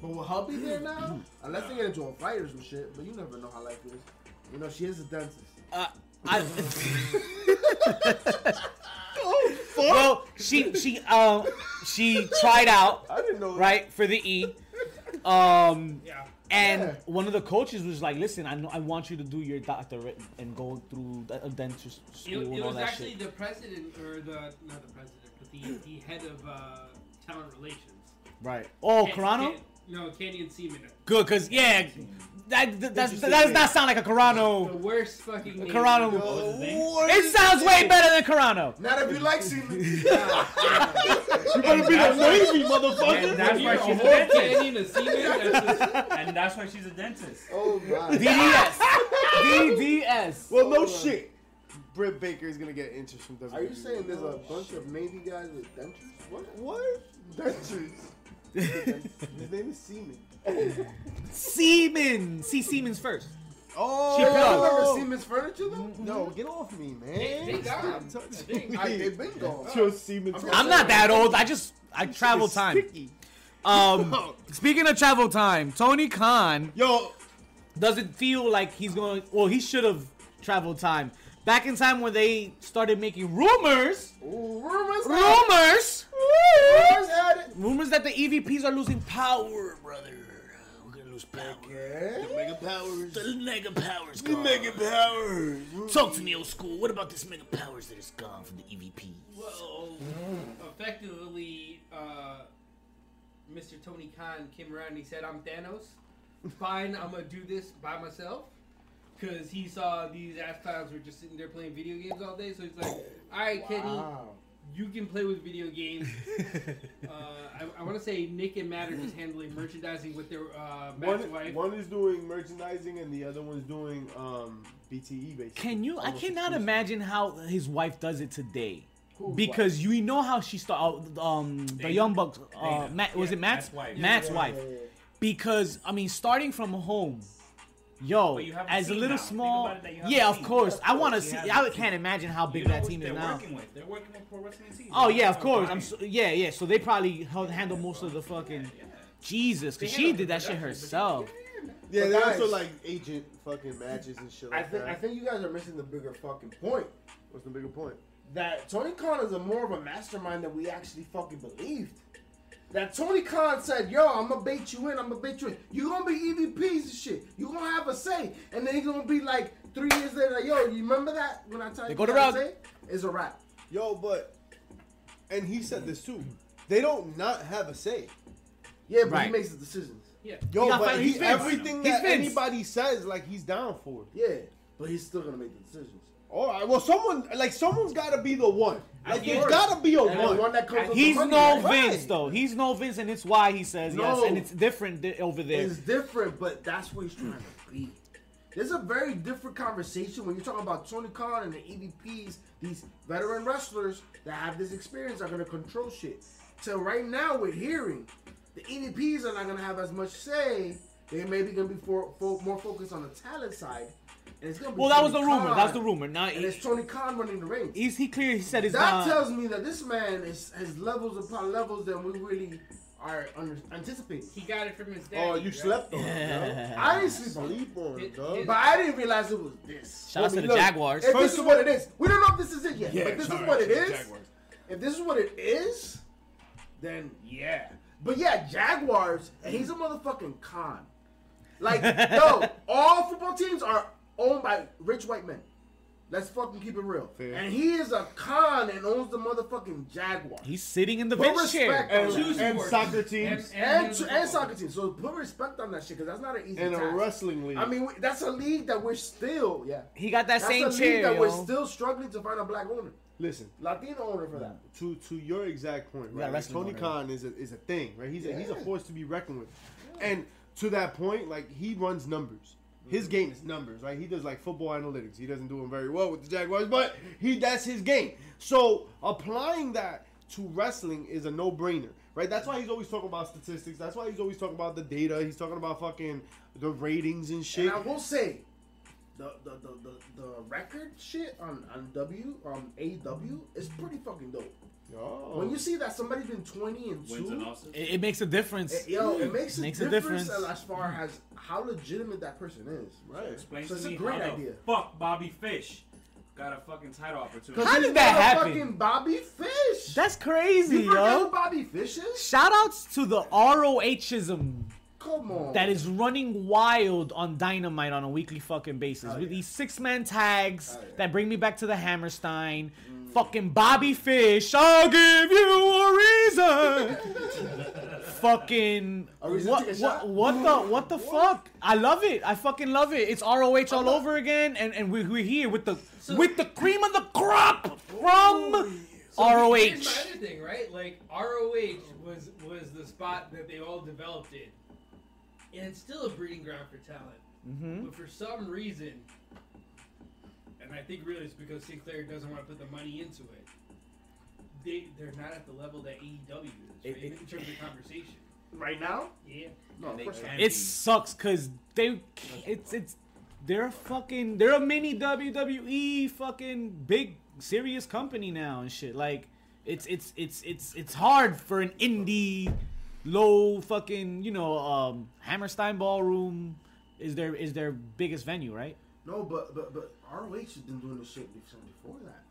[SPEAKER 4] But will her be there now? Unless they get into a fight or some shit, but you never know how life is. You know, she is a dentist.
[SPEAKER 1] Uh, I. Well, she she um she tried out
[SPEAKER 3] I didn't know.
[SPEAKER 1] right for the E, um,
[SPEAKER 5] Yeah.
[SPEAKER 1] and
[SPEAKER 4] Yeah.
[SPEAKER 1] one of the coaches was like, "Listen, I know I want you to do your doctorate and go through the- a dentist
[SPEAKER 5] It,
[SPEAKER 1] school
[SPEAKER 5] it
[SPEAKER 1] and all
[SPEAKER 5] was
[SPEAKER 1] that
[SPEAKER 5] actually
[SPEAKER 1] shit."
[SPEAKER 5] the president, or the not the president, but the, the head of uh, talent relations.
[SPEAKER 1] right? Oh,
[SPEAKER 5] Can-
[SPEAKER 1] Carano.
[SPEAKER 5] Can- No, Canyon Seaman.
[SPEAKER 1] Good, cause yeah, that that, that's, that does not sound like a
[SPEAKER 5] The
[SPEAKER 1] Carano.
[SPEAKER 5] worst fucking name.
[SPEAKER 1] Carano.
[SPEAKER 3] Yo,
[SPEAKER 2] was his name?
[SPEAKER 3] what
[SPEAKER 1] It
[SPEAKER 3] is
[SPEAKER 1] sounds
[SPEAKER 3] this?
[SPEAKER 1] way better than Carano.
[SPEAKER 4] Not if you like Seaman.
[SPEAKER 3] You better be the
[SPEAKER 2] That's why-
[SPEAKER 3] Navy, motherfucker.
[SPEAKER 2] And that's
[SPEAKER 5] You
[SPEAKER 2] why
[SPEAKER 5] know,
[SPEAKER 2] she's a
[SPEAKER 5] whole
[SPEAKER 2] dentist.
[SPEAKER 5] Canyon of Seaman. That's just,
[SPEAKER 2] And that's why she's a dentist.
[SPEAKER 4] oh god.
[SPEAKER 1] DDS, DDS.
[SPEAKER 3] Well, no shit. Britt Baker is gonna get interest from E. WWE.
[SPEAKER 4] Are you saying there's a bunch of Navy guys with dentures? What?
[SPEAKER 3] what?
[SPEAKER 4] Dentures.
[SPEAKER 3] His name is Seaman.
[SPEAKER 1] Siemens, see Siemens first.
[SPEAKER 3] Oh,
[SPEAKER 1] She
[SPEAKER 4] Y'all remember
[SPEAKER 1] plugged.
[SPEAKER 4] Seaman's furniture though?
[SPEAKER 3] No, get off me, man.
[SPEAKER 5] They- they gone.
[SPEAKER 3] Stop touching
[SPEAKER 5] I think-
[SPEAKER 3] me.
[SPEAKER 4] I, they've been gone.
[SPEAKER 3] Joe Seaman.
[SPEAKER 4] I'm
[SPEAKER 1] I'm not that old. I just I travel
[SPEAKER 3] It's
[SPEAKER 1] time.
[SPEAKER 3] sticky.
[SPEAKER 1] Um, speaking of travel time, Tony Khan
[SPEAKER 3] Yo,
[SPEAKER 1] doesn't feel like he's going. Well, he should have traveled time back in time when they started making rumors,
[SPEAKER 4] Ooh, rumors. had it.
[SPEAKER 1] rumors,
[SPEAKER 4] Rumors had it.
[SPEAKER 1] rumors that the EVPs are losing power, brother. We're gonna lose power.
[SPEAKER 4] Yeah.
[SPEAKER 3] mega powers.
[SPEAKER 1] The mega powers
[SPEAKER 3] The
[SPEAKER 1] gone.
[SPEAKER 3] mega powers.
[SPEAKER 1] Talk to me, old school. What about this mega powers that is gone from the EVP?
[SPEAKER 5] well, effectively, uh, Mr. Tony Khan came around and he said, I'm Thanos. Fine, I'm going to do this by myself. Because he saw these ass clowns were just sitting there playing video games all day. So he's like, all right, Kenny,
[SPEAKER 4] Wow.
[SPEAKER 5] you can play with video games. uh, I, I want to say Nick and Matt are just handling merchandising with their uh, Matt's
[SPEAKER 3] One,
[SPEAKER 5] wife.
[SPEAKER 3] one is doing merchandising and the other one's doing um, BTE basically.
[SPEAKER 1] Can you? I
[SPEAKER 3] Almost
[SPEAKER 1] cannot
[SPEAKER 3] exclusive.
[SPEAKER 1] imagine how his wife does it today.
[SPEAKER 4] Who's
[SPEAKER 1] Because you know how she started. Um, the
[SPEAKER 2] Dana.
[SPEAKER 1] Young Bucks. Uh,
[SPEAKER 2] Dana.
[SPEAKER 1] Matt, was
[SPEAKER 2] Yeah,
[SPEAKER 1] it Matt's?
[SPEAKER 2] Matt's wife.
[SPEAKER 1] Matt's
[SPEAKER 4] Yeah,
[SPEAKER 1] wife.
[SPEAKER 4] yeah, yeah, yeah.
[SPEAKER 1] Because I mean, starting from home, yo,
[SPEAKER 2] But you haven't
[SPEAKER 1] as a
[SPEAKER 2] seen
[SPEAKER 1] little
[SPEAKER 2] now. Think
[SPEAKER 1] small.
[SPEAKER 2] about it that you haven't
[SPEAKER 1] Yeah, of
[SPEAKER 2] seen.
[SPEAKER 1] course.
[SPEAKER 2] Yeah,
[SPEAKER 1] I
[SPEAKER 2] of
[SPEAKER 1] want to
[SPEAKER 2] course,
[SPEAKER 1] see.
[SPEAKER 2] you
[SPEAKER 1] I
[SPEAKER 2] haven't
[SPEAKER 1] can't imagine how big
[SPEAKER 2] You know
[SPEAKER 1] that
[SPEAKER 2] what
[SPEAKER 1] team is
[SPEAKER 2] they're
[SPEAKER 1] now.
[SPEAKER 2] Working with. They're working with pro wrestling teams.
[SPEAKER 1] Oh
[SPEAKER 2] They're
[SPEAKER 1] yeah, of
[SPEAKER 2] not
[SPEAKER 1] course. I'm
[SPEAKER 2] buying.
[SPEAKER 1] so, yeah, yeah. So they probably held, handle most of the fucking
[SPEAKER 2] Yeah.
[SPEAKER 1] Jesus, cause
[SPEAKER 2] They
[SPEAKER 1] she
[SPEAKER 2] handle
[SPEAKER 1] did that shit
[SPEAKER 2] production, but they-
[SPEAKER 1] herself.
[SPEAKER 3] Yeah,
[SPEAKER 4] But
[SPEAKER 3] they
[SPEAKER 4] guys-
[SPEAKER 3] also like agent fucking matches and shit.
[SPEAKER 4] I
[SPEAKER 3] Like
[SPEAKER 4] think
[SPEAKER 3] that.
[SPEAKER 4] I think you guys are missing the bigger fucking point.
[SPEAKER 3] What's the bigger point?
[SPEAKER 4] That Tony Khan is a more of a mastermind than we actually fucking believed. That Tony Khan said, "Yo, I'm gonna bait you in. I'm gonna bait you in. You gonna be EVPs and shit. You gonna have a say." And then he's gonna be like three years later, like, "Yo, you remember that when I
[SPEAKER 1] They
[SPEAKER 4] tried
[SPEAKER 1] go to
[SPEAKER 4] you had a
[SPEAKER 1] route.
[SPEAKER 4] say? It's a wrap."
[SPEAKER 3] Yo, but and he said this too. They don't not have a say.
[SPEAKER 4] Yeah, but he
[SPEAKER 1] Right.
[SPEAKER 4] makes the decisions.
[SPEAKER 5] Yeah.
[SPEAKER 3] Yo,
[SPEAKER 1] He got
[SPEAKER 3] but
[SPEAKER 1] fin-
[SPEAKER 3] he,
[SPEAKER 1] he's Vince.
[SPEAKER 3] everything
[SPEAKER 1] He's
[SPEAKER 3] that
[SPEAKER 1] Vince.
[SPEAKER 3] anybody says, like he's down for. it.
[SPEAKER 4] Yeah, but he's still gonna make the decisions.
[SPEAKER 3] All right. Well, someone like someone's got to be the one.
[SPEAKER 2] I
[SPEAKER 3] Like
[SPEAKER 2] get
[SPEAKER 3] there's
[SPEAKER 2] it.
[SPEAKER 3] got to be a
[SPEAKER 4] And the one
[SPEAKER 3] one.
[SPEAKER 4] that comes with
[SPEAKER 1] He's
[SPEAKER 4] the money,
[SPEAKER 1] no
[SPEAKER 4] right?
[SPEAKER 1] Vince though. He's no Vince, and it's why he says yes,
[SPEAKER 4] No.
[SPEAKER 1] and it's different th- over there.
[SPEAKER 4] It's different, but that's what he's trying to be. There's a very different conversation when you're talking about Tony Khan and the EVPs, these veteran wrestlers that have this experience are going to control shit. So right now we're hearing the EVPs are not going to have as much say. They may be going to be for, for, more focused on the talent side. And it's going to be
[SPEAKER 1] well, that was the
[SPEAKER 4] Tony
[SPEAKER 1] rumor.
[SPEAKER 4] Khan,
[SPEAKER 1] That's the rumor. Now,
[SPEAKER 4] And it's
[SPEAKER 1] is
[SPEAKER 4] Tony Khan running the ring.
[SPEAKER 1] he clear? He said it's not.
[SPEAKER 4] That tells me that this man is has levels upon levels that we really are under, anticipating.
[SPEAKER 5] He got it from his dad.
[SPEAKER 3] Oh, you slept on it,
[SPEAKER 1] Yeah.
[SPEAKER 4] I didn't sleep
[SPEAKER 3] bro.
[SPEAKER 4] on
[SPEAKER 3] Sleep on it,
[SPEAKER 5] It-
[SPEAKER 3] dog.
[SPEAKER 5] it-
[SPEAKER 4] But I didn't realize it was this.
[SPEAKER 1] Shout out to the
[SPEAKER 3] Look,
[SPEAKER 1] Jaguars.
[SPEAKER 4] If
[SPEAKER 3] First
[SPEAKER 4] this is
[SPEAKER 3] of
[SPEAKER 4] what
[SPEAKER 3] all-
[SPEAKER 4] it is, we don't know if this is it yet.
[SPEAKER 3] Yeah,
[SPEAKER 4] but this
[SPEAKER 3] sorry,
[SPEAKER 4] is what it
[SPEAKER 3] sorry,
[SPEAKER 4] is.
[SPEAKER 3] Jaguars.
[SPEAKER 4] If this is what it is, then yeah. But yeah, Jaguars. And he's a motherfucking con. Like yo, all football teams are owned by rich white men. Let's fucking keep it real.
[SPEAKER 3] Fair.
[SPEAKER 4] And he is a con and owns the motherfucking Jaguar.
[SPEAKER 1] He's sitting in the
[SPEAKER 4] But
[SPEAKER 1] Vince chair.
[SPEAKER 4] respect-
[SPEAKER 3] And,
[SPEAKER 5] Two
[SPEAKER 3] and
[SPEAKER 5] sports.
[SPEAKER 3] soccer teams
[SPEAKER 4] and,
[SPEAKER 5] the
[SPEAKER 4] and
[SPEAKER 5] football.
[SPEAKER 4] soccer team. So put respect on that shit because that's not an easy.
[SPEAKER 3] and a
[SPEAKER 4] task.
[SPEAKER 3] wrestling league.
[SPEAKER 4] I mean, we- that's a league that we're still yeah.
[SPEAKER 1] He got that
[SPEAKER 4] That's a
[SPEAKER 1] same
[SPEAKER 4] league
[SPEAKER 1] chair.
[SPEAKER 4] that we're
[SPEAKER 1] yo.
[SPEAKER 4] still struggling to find a black owner,
[SPEAKER 3] listen.
[SPEAKER 4] Latino owner for that.
[SPEAKER 3] To to your exact point,
[SPEAKER 1] Yeah,
[SPEAKER 3] right? like,
[SPEAKER 1] wrestling on
[SPEAKER 3] Tony
[SPEAKER 1] it.
[SPEAKER 3] Khan is a is a thing, right? He's a, he's a
[SPEAKER 4] Yeah.
[SPEAKER 3] force to be reckoned with, and to that point, like he runs numbers. His
[SPEAKER 4] Mm-hmm.
[SPEAKER 3] game is numbers, right? He does like football analytics. He doesn't do them very well with the Jaguars, but he that's his game. So applying that to wrestling is a no brainer, right? That's why he's always talking about statistics. That's why he's always talking about the data. He's talking about fucking the ratings and shit.
[SPEAKER 4] And I will say, the the, the, the, the record shit on, on W on AW is pretty fucking dope.
[SPEAKER 3] Yo.
[SPEAKER 4] When you see that somebody's been twenty and
[SPEAKER 2] Oh. Wins and
[SPEAKER 4] two,
[SPEAKER 2] losses.
[SPEAKER 1] It, it makes a difference.
[SPEAKER 4] it, yo, it makes a
[SPEAKER 1] Makes a
[SPEAKER 4] difference,
[SPEAKER 1] difference.
[SPEAKER 4] as far as how legitimate that person is.
[SPEAKER 3] right?
[SPEAKER 2] Explain
[SPEAKER 4] So
[SPEAKER 2] to
[SPEAKER 4] it's a
[SPEAKER 2] me
[SPEAKER 4] great
[SPEAKER 2] how
[SPEAKER 4] idea.
[SPEAKER 2] the fuck Bobby Fish got a fucking title opportunity.
[SPEAKER 1] How
[SPEAKER 4] He's
[SPEAKER 1] did that
[SPEAKER 4] not a
[SPEAKER 1] happen?
[SPEAKER 4] Fucking Bobby Fish.
[SPEAKER 1] That's crazy,
[SPEAKER 4] you forget who
[SPEAKER 1] yo.
[SPEAKER 4] Bobby Fish is?
[SPEAKER 1] Shout outs to the ROHism
[SPEAKER 4] Come on.
[SPEAKER 1] that is running wild on Dynamite on a weekly fucking basis
[SPEAKER 4] Oh,
[SPEAKER 1] with
[SPEAKER 4] yeah.
[SPEAKER 1] these six man tags
[SPEAKER 4] Oh, yeah. Mm.
[SPEAKER 1] that bring me back to the Hammerstein. Fucking Bobby Fish, I'll give you a reason. fucking
[SPEAKER 4] A reason
[SPEAKER 1] what,
[SPEAKER 4] to take
[SPEAKER 1] what,
[SPEAKER 4] a shot?
[SPEAKER 1] what the what the fuck? I love it. I fucking love it. It's ROH all over again, and and we're, we're here with the with the cream of the crop from
[SPEAKER 5] So
[SPEAKER 1] ROH.
[SPEAKER 5] Here's my other thing, right? Like ROH was was the spot that they all developed in, and it's still a breeding ground for talent.
[SPEAKER 4] Hmm?
[SPEAKER 1] Mhm.
[SPEAKER 5] But for some reason, and I think really it's because Sinclair doesn't want to put the money into it. They they're not at the level that AEW is
[SPEAKER 1] It-
[SPEAKER 5] right, in terms of conversation.
[SPEAKER 4] right now.
[SPEAKER 5] Yeah.
[SPEAKER 4] No, of
[SPEAKER 2] They
[SPEAKER 4] course not.
[SPEAKER 2] can
[SPEAKER 1] It
[SPEAKER 2] be.
[SPEAKER 1] sucks because they, it's it's, they're fucking they're a mini WWE fucking big serious company now and shit. Like it's it's it's it's it's hard for an indie, low fucking you know um Hammerstein Ballroom is their is their biggest venue right?
[SPEAKER 4] No, but but but ROH has been doing this shit since before that.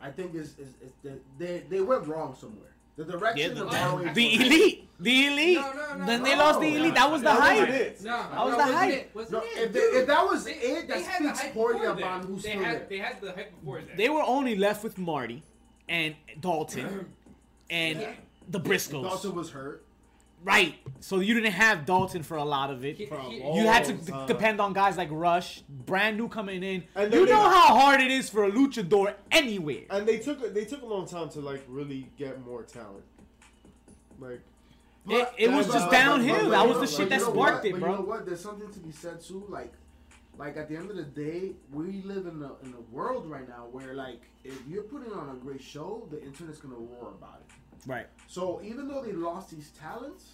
[SPEAKER 4] I think it's, it's, it's the, they they went wrong somewhere. The direction
[SPEAKER 1] the,
[SPEAKER 4] of
[SPEAKER 5] Oh,
[SPEAKER 4] ROH.
[SPEAKER 1] the
[SPEAKER 4] was-
[SPEAKER 1] elite, the elite.
[SPEAKER 5] No, no, no,
[SPEAKER 1] then they
[SPEAKER 5] no.
[SPEAKER 1] lost the elite. That was the
[SPEAKER 3] That
[SPEAKER 1] hype.
[SPEAKER 3] was it.
[SPEAKER 5] No, that
[SPEAKER 1] was the
[SPEAKER 5] wasn't
[SPEAKER 1] hype.
[SPEAKER 5] It, wasn't
[SPEAKER 4] No,
[SPEAKER 5] it,
[SPEAKER 4] if, they,
[SPEAKER 5] dude.
[SPEAKER 4] if that was
[SPEAKER 5] They-
[SPEAKER 4] it, that
[SPEAKER 5] they had the
[SPEAKER 4] speaks
[SPEAKER 5] hype
[SPEAKER 4] poorly
[SPEAKER 5] before
[SPEAKER 4] about
[SPEAKER 5] then.
[SPEAKER 4] who's
[SPEAKER 5] they
[SPEAKER 4] still
[SPEAKER 5] had,
[SPEAKER 4] there.
[SPEAKER 5] They had the hype before that.
[SPEAKER 1] They were only left with Marty, and Dalton, and
[SPEAKER 5] Yeah.
[SPEAKER 1] the Briscoes.
[SPEAKER 4] Dawson was hurt.
[SPEAKER 1] Right. So you didn't have Dalton for a lot of it.
[SPEAKER 5] He-
[SPEAKER 3] From
[SPEAKER 5] he-
[SPEAKER 3] all-
[SPEAKER 1] You had to
[SPEAKER 3] Oh,
[SPEAKER 1] d-
[SPEAKER 3] time.
[SPEAKER 1] depend on guys like Rush, brand new coming in.
[SPEAKER 3] And then
[SPEAKER 1] you
[SPEAKER 3] they-
[SPEAKER 1] know how hard it is for a luchador anywhere.
[SPEAKER 3] and they took they took a long time to like really get more talent. Like
[SPEAKER 1] It, it was
[SPEAKER 3] But-
[SPEAKER 1] just
[SPEAKER 3] but- but-
[SPEAKER 1] downhill.
[SPEAKER 3] but-
[SPEAKER 1] That
[SPEAKER 3] but-
[SPEAKER 1] was the
[SPEAKER 3] but-
[SPEAKER 1] shit
[SPEAKER 3] but
[SPEAKER 1] that
[SPEAKER 3] you know
[SPEAKER 1] sparked
[SPEAKER 3] what?
[SPEAKER 1] it,
[SPEAKER 4] but You know
[SPEAKER 1] bro.
[SPEAKER 4] what? There's something to be said too. Like, like at the end of the day, we live in a in a world right now where like if you're putting on a great show, the internet's gonna roar about it.
[SPEAKER 1] Right.
[SPEAKER 4] So even though they lost these talents,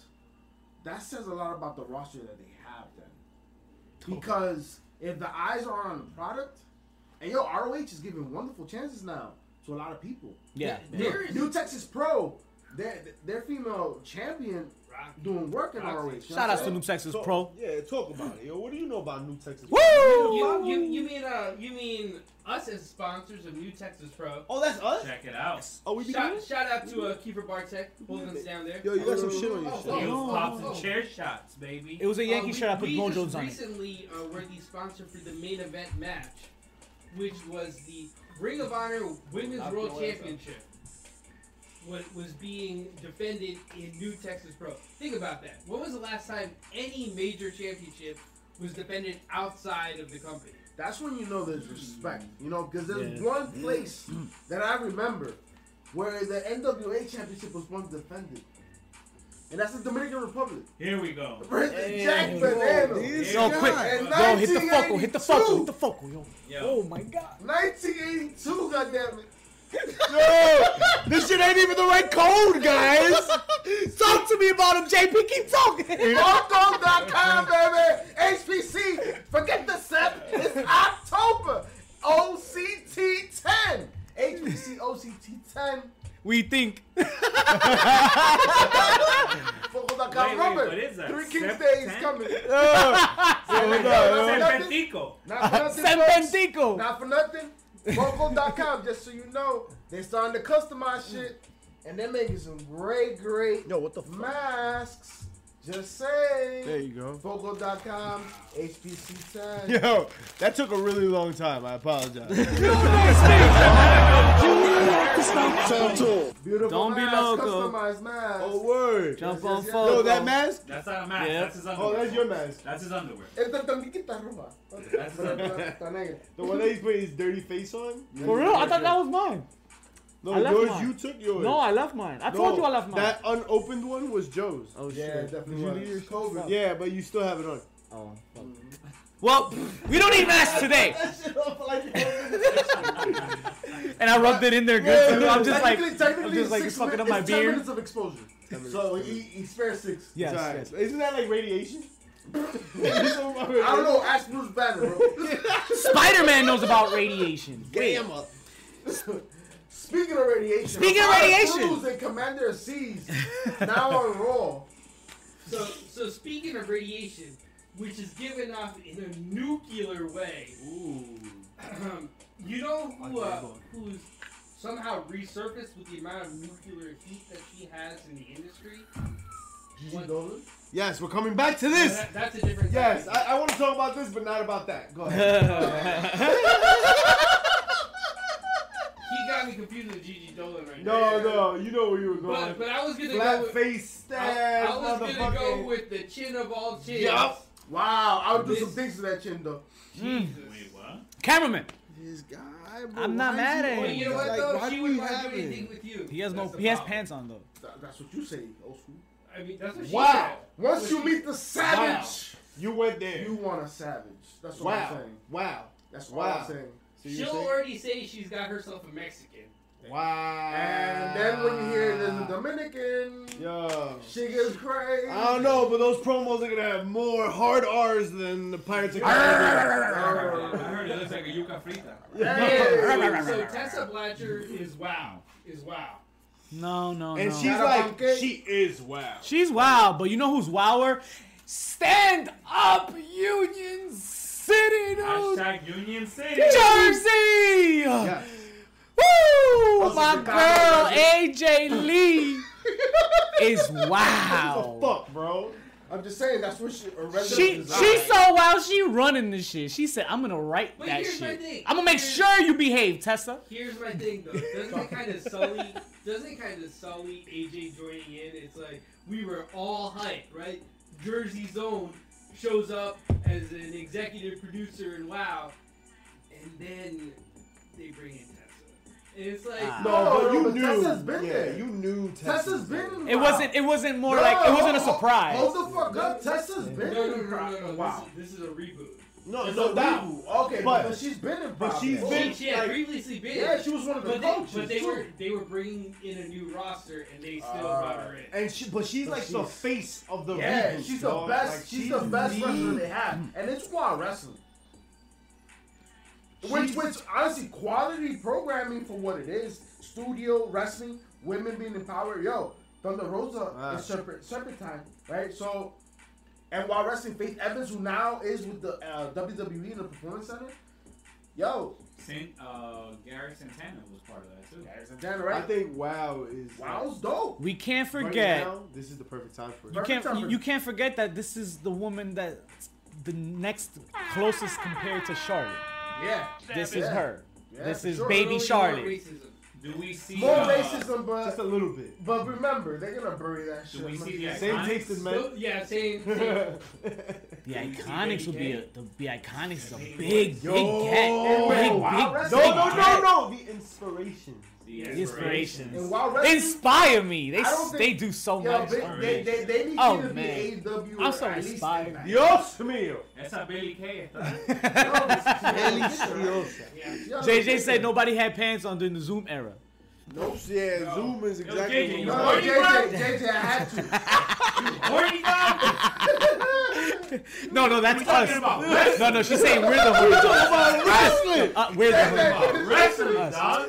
[SPEAKER 4] that says a lot about the roster that they have then. Because if the eyes are on the product, and yo, ROH is giving wonderful chances now to a lot of people.
[SPEAKER 1] Yeah.
[SPEAKER 5] There
[SPEAKER 4] Look,
[SPEAKER 5] is-
[SPEAKER 4] New Texas Pro, their their female champion
[SPEAKER 5] Rocky.
[SPEAKER 4] doing work in
[SPEAKER 5] Roxy.
[SPEAKER 4] ROH. you know
[SPEAKER 1] Shout
[SPEAKER 4] what I'm
[SPEAKER 1] out to
[SPEAKER 4] saying?
[SPEAKER 1] New Texas
[SPEAKER 3] talk-
[SPEAKER 1] Pro.
[SPEAKER 3] Yeah, talk about it. Yo, what do you know about New Texas?
[SPEAKER 1] Woo!
[SPEAKER 3] Oh,
[SPEAKER 5] You, you, you mean uh you mean us as sponsors of New Texas Pro?
[SPEAKER 3] Oh, that's us.
[SPEAKER 2] Check it out.
[SPEAKER 3] Oh, we be doing
[SPEAKER 5] Shout,
[SPEAKER 3] it?
[SPEAKER 5] shout out to uh,
[SPEAKER 1] Mm-hmm.
[SPEAKER 5] Kiefer Bartek holding us down there.
[SPEAKER 3] Yo, you got some shit on your
[SPEAKER 5] Oh,
[SPEAKER 3] shit.
[SPEAKER 2] He
[SPEAKER 5] oh.
[SPEAKER 2] was popping
[SPEAKER 5] oh.
[SPEAKER 2] chair shots, baby.
[SPEAKER 1] It was a Yankee
[SPEAKER 5] Uh, we-
[SPEAKER 1] shirt I put
[SPEAKER 5] we
[SPEAKER 1] Mo
[SPEAKER 5] just
[SPEAKER 1] Jones on it.
[SPEAKER 5] recently uh, were the sponsor for the main event match, which was the Ring of Honor Women's World Championship. what was being defended in New Texas Pro. Think about that. When was the last time any major championship was defended outside of the company?
[SPEAKER 4] That's when you know there's respect, you know, because there's
[SPEAKER 1] Yeah.
[SPEAKER 4] one place that I remember where the NWA championship was once defended, and that's the Dominican Republic.
[SPEAKER 2] Here we go.
[SPEAKER 4] Versus
[SPEAKER 1] Hey,
[SPEAKER 4] Jack
[SPEAKER 1] whoa,
[SPEAKER 4] Bonanno.
[SPEAKER 1] these-
[SPEAKER 2] Yo,
[SPEAKER 4] God,
[SPEAKER 2] quick,
[SPEAKER 4] in
[SPEAKER 1] Yo, hit the focal, hit the focal, hit the
[SPEAKER 4] 1982.
[SPEAKER 1] focal, yo.
[SPEAKER 2] Yo.
[SPEAKER 1] Oh my god.
[SPEAKER 4] 1982, goddammit.
[SPEAKER 3] Yo, this shit ain't even the right code, guys.
[SPEAKER 1] Talk to me about him, JP. Keep talking.
[SPEAKER 4] Welcome.com, baby. HPC. Forget the SEP. It's October. OCT 10. HPC OCT 10.
[SPEAKER 1] we think.
[SPEAKER 4] Focal.com.
[SPEAKER 2] Wait, wait,
[SPEAKER 4] Remember,
[SPEAKER 2] what is that?
[SPEAKER 4] Three Kings
[SPEAKER 2] Sep
[SPEAKER 4] Day is
[SPEAKER 2] 10?
[SPEAKER 4] coming.
[SPEAKER 2] San Francisco.
[SPEAKER 4] nothing. Not for nothing.
[SPEAKER 1] San
[SPEAKER 4] folks.
[SPEAKER 1] Bendico.
[SPEAKER 4] Not for nothing. Focal.com, just so you know, they starting to customize shit. And they're making some great, great
[SPEAKER 3] Yo, what the
[SPEAKER 4] masks. Just saying.
[SPEAKER 3] There you go.
[SPEAKER 4] Focal.com, HPC 10.
[SPEAKER 3] Yo, that took a really long time. I apologize.
[SPEAKER 4] Beautiful
[SPEAKER 1] Don't be
[SPEAKER 4] mask,
[SPEAKER 1] local.
[SPEAKER 4] customized mask.
[SPEAKER 3] oh word.
[SPEAKER 1] Jump
[SPEAKER 4] Yes,
[SPEAKER 1] on
[SPEAKER 4] yes, yes.
[SPEAKER 1] focal.
[SPEAKER 3] Yo, that mask.
[SPEAKER 2] That's not a mask.
[SPEAKER 1] Yeah.
[SPEAKER 2] That's his underwear.
[SPEAKER 3] Oh, that's your mask.
[SPEAKER 2] That's his underwear.
[SPEAKER 4] Esta tanguita roja.
[SPEAKER 2] That's a-
[SPEAKER 4] Esta negra.
[SPEAKER 3] The one that he's putting his dirty face on.
[SPEAKER 1] For real? I thought that was mine. I
[SPEAKER 3] No,
[SPEAKER 1] left
[SPEAKER 3] yours.
[SPEAKER 1] mine.
[SPEAKER 3] You took yours.
[SPEAKER 1] No, I left mine. I
[SPEAKER 3] No,
[SPEAKER 1] told you I left mine.
[SPEAKER 3] That unopened one was Joe's.
[SPEAKER 1] oh
[SPEAKER 4] Yeah,
[SPEAKER 1] shit.
[SPEAKER 4] definitely.
[SPEAKER 3] Did you
[SPEAKER 4] was.
[SPEAKER 3] leave yours?
[SPEAKER 4] COVID.
[SPEAKER 3] Yeah, but you still have it on.
[SPEAKER 1] Oh. fuck. Well, we don't need masks today.
[SPEAKER 4] That shit off like
[SPEAKER 1] And I rubbed it in there good. too. I'm just like,
[SPEAKER 4] technically, technically
[SPEAKER 1] I'm just like,
[SPEAKER 4] six
[SPEAKER 1] it's fucking up
[SPEAKER 4] min-
[SPEAKER 1] my
[SPEAKER 4] it's 10
[SPEAKER 1] beard.
[SPEAKER 4] minutes of exposure.
[SPEAKER 3] minutes.
[SPEAKER 4] So he, he spares six.
[SPEAKER 1] Yes,
[SPEAKER 3] It's all right.
[SPEAKER 1] yes.
[SPEAKER 3] Isn't that like radiation?
[SPEAKER 4] I don't know. Ask Bruce Banner, bro.
[SPEAKER 1] Spider-Man knows about radiation. Wait.
[SPEAKER 3] Damn up.
[SPEAKER 4] Speaking of radiation.
[SPEAKER 1] Speaking of
[SPEAKER 4] Apollo
[SPEAKER 1] radiation.
[SPEAKER 4] Crews and Commander C's now on Raw.
[SPEAKER 5] So, so speaking of radiation, which is given off in a nuclear way,
[SPEAKER 2] Ooh.
[SPEAKER 5] you know who uh, who's somehow resurfaced with the amount of nuclear heat that she has in the industry? What-
[SPEAKER 4] Dolan?
[SPEAKER 3] Yes, we're coming back to this.
[SPEAKER 5] That- that's a different.
[SPEAKER 3] Yes,
[SPEAKER 5] topic.
[SPEAKER 3] I, I want to talk about this, but not about that. Go ahead.
[SPEAKER 1] Yo,
[SPEAKER 5] he got me confused with Gigi Dolan right now.
[SPEAKER 3] No, no, you know where you were going.
[SPEAKER 5] But, but I was gonna go
[SPEAKER 3] Flat
[SPEAKER 5] with
[SPEAKER 3] face
[SPEAKER 5] I,
[SPEAKER 3] stab,
[SPEAKER 5] I was gonna go
[SPEAKER 3] motherfucker.
[SPEAKER 5] with the chin of all chins.
[SPEAKER 3] Yup.
[SPEAKER 4] Wow, I would do
[SPEAKER 5] This-
[SPEAKER 4] some things to that chin, though.
[SPEAKER 5] Jesus.
[SPEAKER 3] Mm.
[SPEAKER 2] Wait, what?
[SPEAKER 1] Cameraman.
[SPEAKER 3] This guy, bro,
[SPEAKER 1] I'm not
[SPEAKER 3] why
[SPEAKER 1] mad
[SPEAKER 3] is
[SPEAKER 1] at
[SPEAKER 3] he
[SPEAKER 5] Well,
[SPEAKER 1] him.
[SPEAKER 3] on
[SPEAKER 5] you know
[SPEAKER 3] this?
[SPEAKER 5] what
[SPEAKER 3] Like,
[SPEAKER 5] though?
[SPEAKER 3] why
[SPEAKER 5] she
[SPEAKER 3] do
[SPEAKER 5] wouldn't
[SPEAKER 3] we
[SPEAKER 5] want to
[SPEAKER 3] have
[SPEAKER 5] do anything
[SPEAKER 3] it?
[SPEAKER 5] with you.
[SPEAKER 1] He has no.
[SPEAKER 5] That's the
[SPEAKER 1] He has
[SPEAKER 5] problem.
[SPEAKER 1] pants on though.
[SPEAKER 4] That- That's what you say, old school.
[SPEAKER 5] I mean, that's what she
[SPEAKER 3] Wow.
[SPEAKER 5] said.
[SPEAKER 4] Once
[SPEAKER 5] What
[SPEAKER 4] you
[SPEAKER 5] she-
[SPEAKER 4] meet the savage,
[SPEAKER 3] You went there.
[SPEAKER 4] you want a savage. That's what I'm
[SPEAKER 3] Wow,
[SPEAKER 4] saying.
[SPEAKER 3] wow.
[SPEAKER 4] That's what
[SPEAKER 3] Wow.
[SPEAKER 4] I'm saying.
[SPEAKER 3] So you're
[SPEAKER 5] She'll
[SPEAKER 3] saying-
[SPEAKER 5] already say she's got herself a Mexican.
[SPEAKER 3] Wow.
[SPEAKER 4] And then when you hear there's a Dominican,
[SPEAKER 3] Yo.
[SPEAKER 4] she gets crazy.
[SPEAKER 3] I don't know, but those promos are gonna have more hard R's than the Pirates of
[SPEAKER 2] I
[SPEAKER 4] Arr.
[SPEAKER 3] Caribbean.
[SPEAKER 2] heard it looks like a yuca frita.
[SPEAKER 5] Yeah, so,
[SPEAKER 4] Hey.
[SPEAKER 5] so Tessa Blatcher is wow. Is wow.
[SPEAKER 1] No, no,
[SPEAKER 3] And
[SPEAKER 1] no.
[SPEAKER 3] she's
[SPEAKER 4] Not a
[SPEAKER 3] like,
[SPEAKER 4] pumpkin.
[SPEAKER 3] she is wow.
[SPEAKER 1] She's wild, but you know who's wilder? Stand up, Union City, dude.
[SPEAKER 2] Hashtag Union City.
[SPEAKER 1] Jersey.
[SPEAKER 3] Yeah.
[SPEAKER 1] Woo!
[SPEAKER 4] Also
[SPEAKER 1] My
[SPEAKER 4] Chicago
[SPEAKER 1] girl
[SPEAKER 4] legend.
[SPEAKER 1] AJ Lee is
[SPEAKER 3] What the
[SPEAKER 1] wow.
[SPEAKER 3] fuck, bro?
[SPEAKER 4] I'm just saying that's what she. or rather
[SPEAKER 1] She
[SPEAKER 4] design.
[SPEAKER 1] she so wild. She running this shit. She said, "I'm gonna write
[SPEAKER 5] But
[SPEAKER 1] that
[SPEAKER 5] here's my
[SPEAKER 1] shit.
[SPEAKER 5] thing.
[SPEAKER 1] I'm gonna make
[SPEAKER 5] Here's-
[SPEAKER 1] sure you behave, Tessa."
[SPEAKER 5] Here's my thing though. Doesn't it kind of sully? Doesn't it kind of sully AJ joining in? It's like we were all hyped, right? Jersey Zone shows up as an executive producer and wow, and then they bring in Tessa, and it's like
[SPEAKER 1] Ah.
[SPEAKER 3] No,
[SPEAKER 4] No,
[SPEAKER 3] but
[SPEAKER 4] no,
[SPEAKER 3] you
[SPEAKER 4] but
[SPEAKER 3] knew.
[SPEAKER 4] Tessa's been
[SPEAKER 3] yeah,
[SPEAKER 4] there.
[SPEAKER 3] you knew
[SPEAKER 4] Tessa's
[SPEAKER 3] there.
[SPEAKER 4] been.
[SPEAKER 1] It
[SPEAKER 4] wow.
[SPEAKER 1] wasn't. It wasn't more
[SPEAKER 4] No,
[SPEAKER 1] like. It wasn't a
[SPEAKER 4] hold-
[SPEAKER 1] surprise.
[SPEAKER 4] Hold the fuck up. Tessa's been.
[SPEAKER 5] no, no, no,
[SPEAKER 4] in
[SPEAKER 5] no,
[SPEAKER 4] pro-
[SPEAKER 5] no, no.
[SPEAKER 4] Wow.
[SPEAKER 5] This, is, this is a reboot.
[SPEAKER 3] No,
[SPEAKER 4] It's
[SPEAKER 3] no
[SPEAKER 4] a
[SPEAKER 3] doubt.
[SPEAKER 4] reboot. Okay,
[SPEAKER 3] But-
[SPEAKER 4] but, she's been in.
[SPEAKER 3] but she's
[SPEAKER 4] Providence.
[SPEAKER 3] been-
[SPEAKER 5] She, she had
[SPEAKER 3] like-
[SPEAKER 5] previously been,
[SPEAKER 4] Yeah, she was one of the
[SPEAKER 5] but they,
[SPEAKER 4] coaches.
[SPEAKER 5] but they
[SPEAKER 4] too.
[SPEAKER 5] were they were bringing in a new roster, and they still
[SPEAKER 4] Ah.
[SPEAKER 5] brought her in.
[SPEAKER 3] And she, but she's
[SPEAKER 4] But
[SPEAKER 3] like the
[SPEAKER 4] she's-
[SPEAKER 3] face of the
[SPEAKER 4] Yeah,
[SPEAKER 3] reboot,
[SPEAKER 4] she's the
[SPEAKER 3] dog.
[SPEAKER 4] best.
[SPEAKER 3] Like,
[SPEAKER 4] she's, the best wrestler they have, and it's quad wrestling. Which,
[SPEAKER 3] She's-
[SPEAKER 4] which honestly, quality programming for what it is, studio wrestling, women being empowered. Yo, Thunder Rosa
[SPEAKER 3] Ah.
[SPEAKER 4] is separate, separate time, right? So, and while wrestling, Faith Evans, who now is with the uh, WWE in the Performance Center, yo,
[SPEAKER 2] Sin, uh, Gary Santana was part of that too.
[SPEAKER 4] there's a Dan,
[SPEAKER 3] I
[SPEAKER 4] right?
[SPEAKER 3] think wow is.
[SPEAKER 4] Wow's dope.
[SPEAKER 1] We can't
[SPEAKER 3] Right
[SPEAKER 1] forget.
[SPEAKER 3] now, this is the perfect time for it.
[SPEAKER 1] you
[SPEAKER 4] Perfect
[SPEAKER 1] can't. You,
[SPEAKER 4] effort.
[SPEAKER 1] you can't forget that this is the woman that the next closest compared to Charlotte.
[SPEAKER 4] Yeah,
[SPEAKER 1] This is
[SPEAKER 4] Yeah.
[SPEAKER 1] her.
[SPEAKER 4] Yeah,
[SPEAKER 1] this
[SPEAKER 4] for
[SPEAKER 1] is
[SPEAKER 4] sure.
[SPEAKER 1] baby
[SPEAKER 5] Early on
[SPEAKER 1] Charlotte.
[SPEAKER 5] racism.
[SPEAKER 2] Do we see
[SPEAKER 4] More
[SPEAKER 2] uh,
[SPEAKER 4] racism,
[SPEAKER 3] Just a
[SPEAKER 4] but
[SPEAKER 3] little bit.
[SPEAKER 4] but remember they're gonna bury that shit.
[SPEAKER 2] Do we see the
[SPEAKER 4] Look,
[SPEAKER 3] Same
[SPEAKER 2] Iconics?
[SPEAKER 3] takes as men.
[SPEAKER 5] So, yeah, same. same.
[SPEAKER 3] Those
[SPEAKER 1] The
[SPEAKER 2] Can we see
[SPEAKER 1] Iconics would be a
[SPEAKER 2] Baby
[SPEAKER 1] the, the Iconics is a
[SPEAKER 2] Yo.
[SPEAKER 1] big big
[SPEAKER 3] Yo.
[SPEAKER 1] cat. Big
[SPEAKER 4] Wow,
[SPEAKER 1] big
[SPEAKER 4] that's-
[SPEAKER 1] big
[SPEAKER 4] No,
[SPEAKER 3] no,
[SPEAKER 1] cat.
[SPEAKER 3] no, no. The inspiration.
[SPEAKER 2] The
[SPEAKER 1] The
[SPEAKER 4] And
[SPEAKER 1] Inspirations.
[SPEAKER 4] while wrestling,
[SPEAKER 1] Inspire me. They
[SPEAKER 4] I don't
[SPEAKER 1] s-
[SPEAKER 4] think-
[SPEAKER 1] they do so
[SPEAKER 4] yo,
[SPEAKER 1] much. for me.
[SPEAKER 4] they, they, they, they need
[SPEAKER 1] Oh,
[SPEAKER 4] you to
[SPEAKER 1] man.
[SPEAKER 4] be AEW.
[SPEAKER 1] I'm so
[SPEAKER 4] or at least
[SPEAKER 1] inspired.
[SPEAKER 4] Impact.
[SPEAKER 3] Dios mío.
[SPEAKER 2] That's how Billy Kay.
[SPEAKER 4] Oh, Yo,
[SPEAKER 1] JJ said nobody had pants on during the Zoom era.
[SPEAKER 3] Nope. Yeah,
[SPEAKER 2] No.
[SPEAKER 3] Zoom is
[SPEAKER 2] Yo,
[SPEAKER 3] exactly.
[SPEAKER 2] JJ,
[SPEAKER 3] what
[SPEAKER 2] you
[SPEAKER 4] No,
[SPEAKER 3] we
[SPEAKER 2] know
[SPEAKER 3] want.
[SPEAKER 2] what?
[SPEAKER 4] JJ, JJ, I had to.
[SPEAKER 2] Horny dog.
[SPEAKER 1] No, no, that's
[SPEAKER 2] We talking
[SPEAKER 1] us.
[SPEAKER 2] about wrestling.
[SPEAKER 1] No, no, she's saying we're the horny dogs.
[SPEAKER 3] About wrestling.
[SPEAKER 1] Uh, we're the horny dogs.
[SPEAKER 2] About Wrestling,
[SPEAKER 1] Us.
[SPEAKER 2] dog.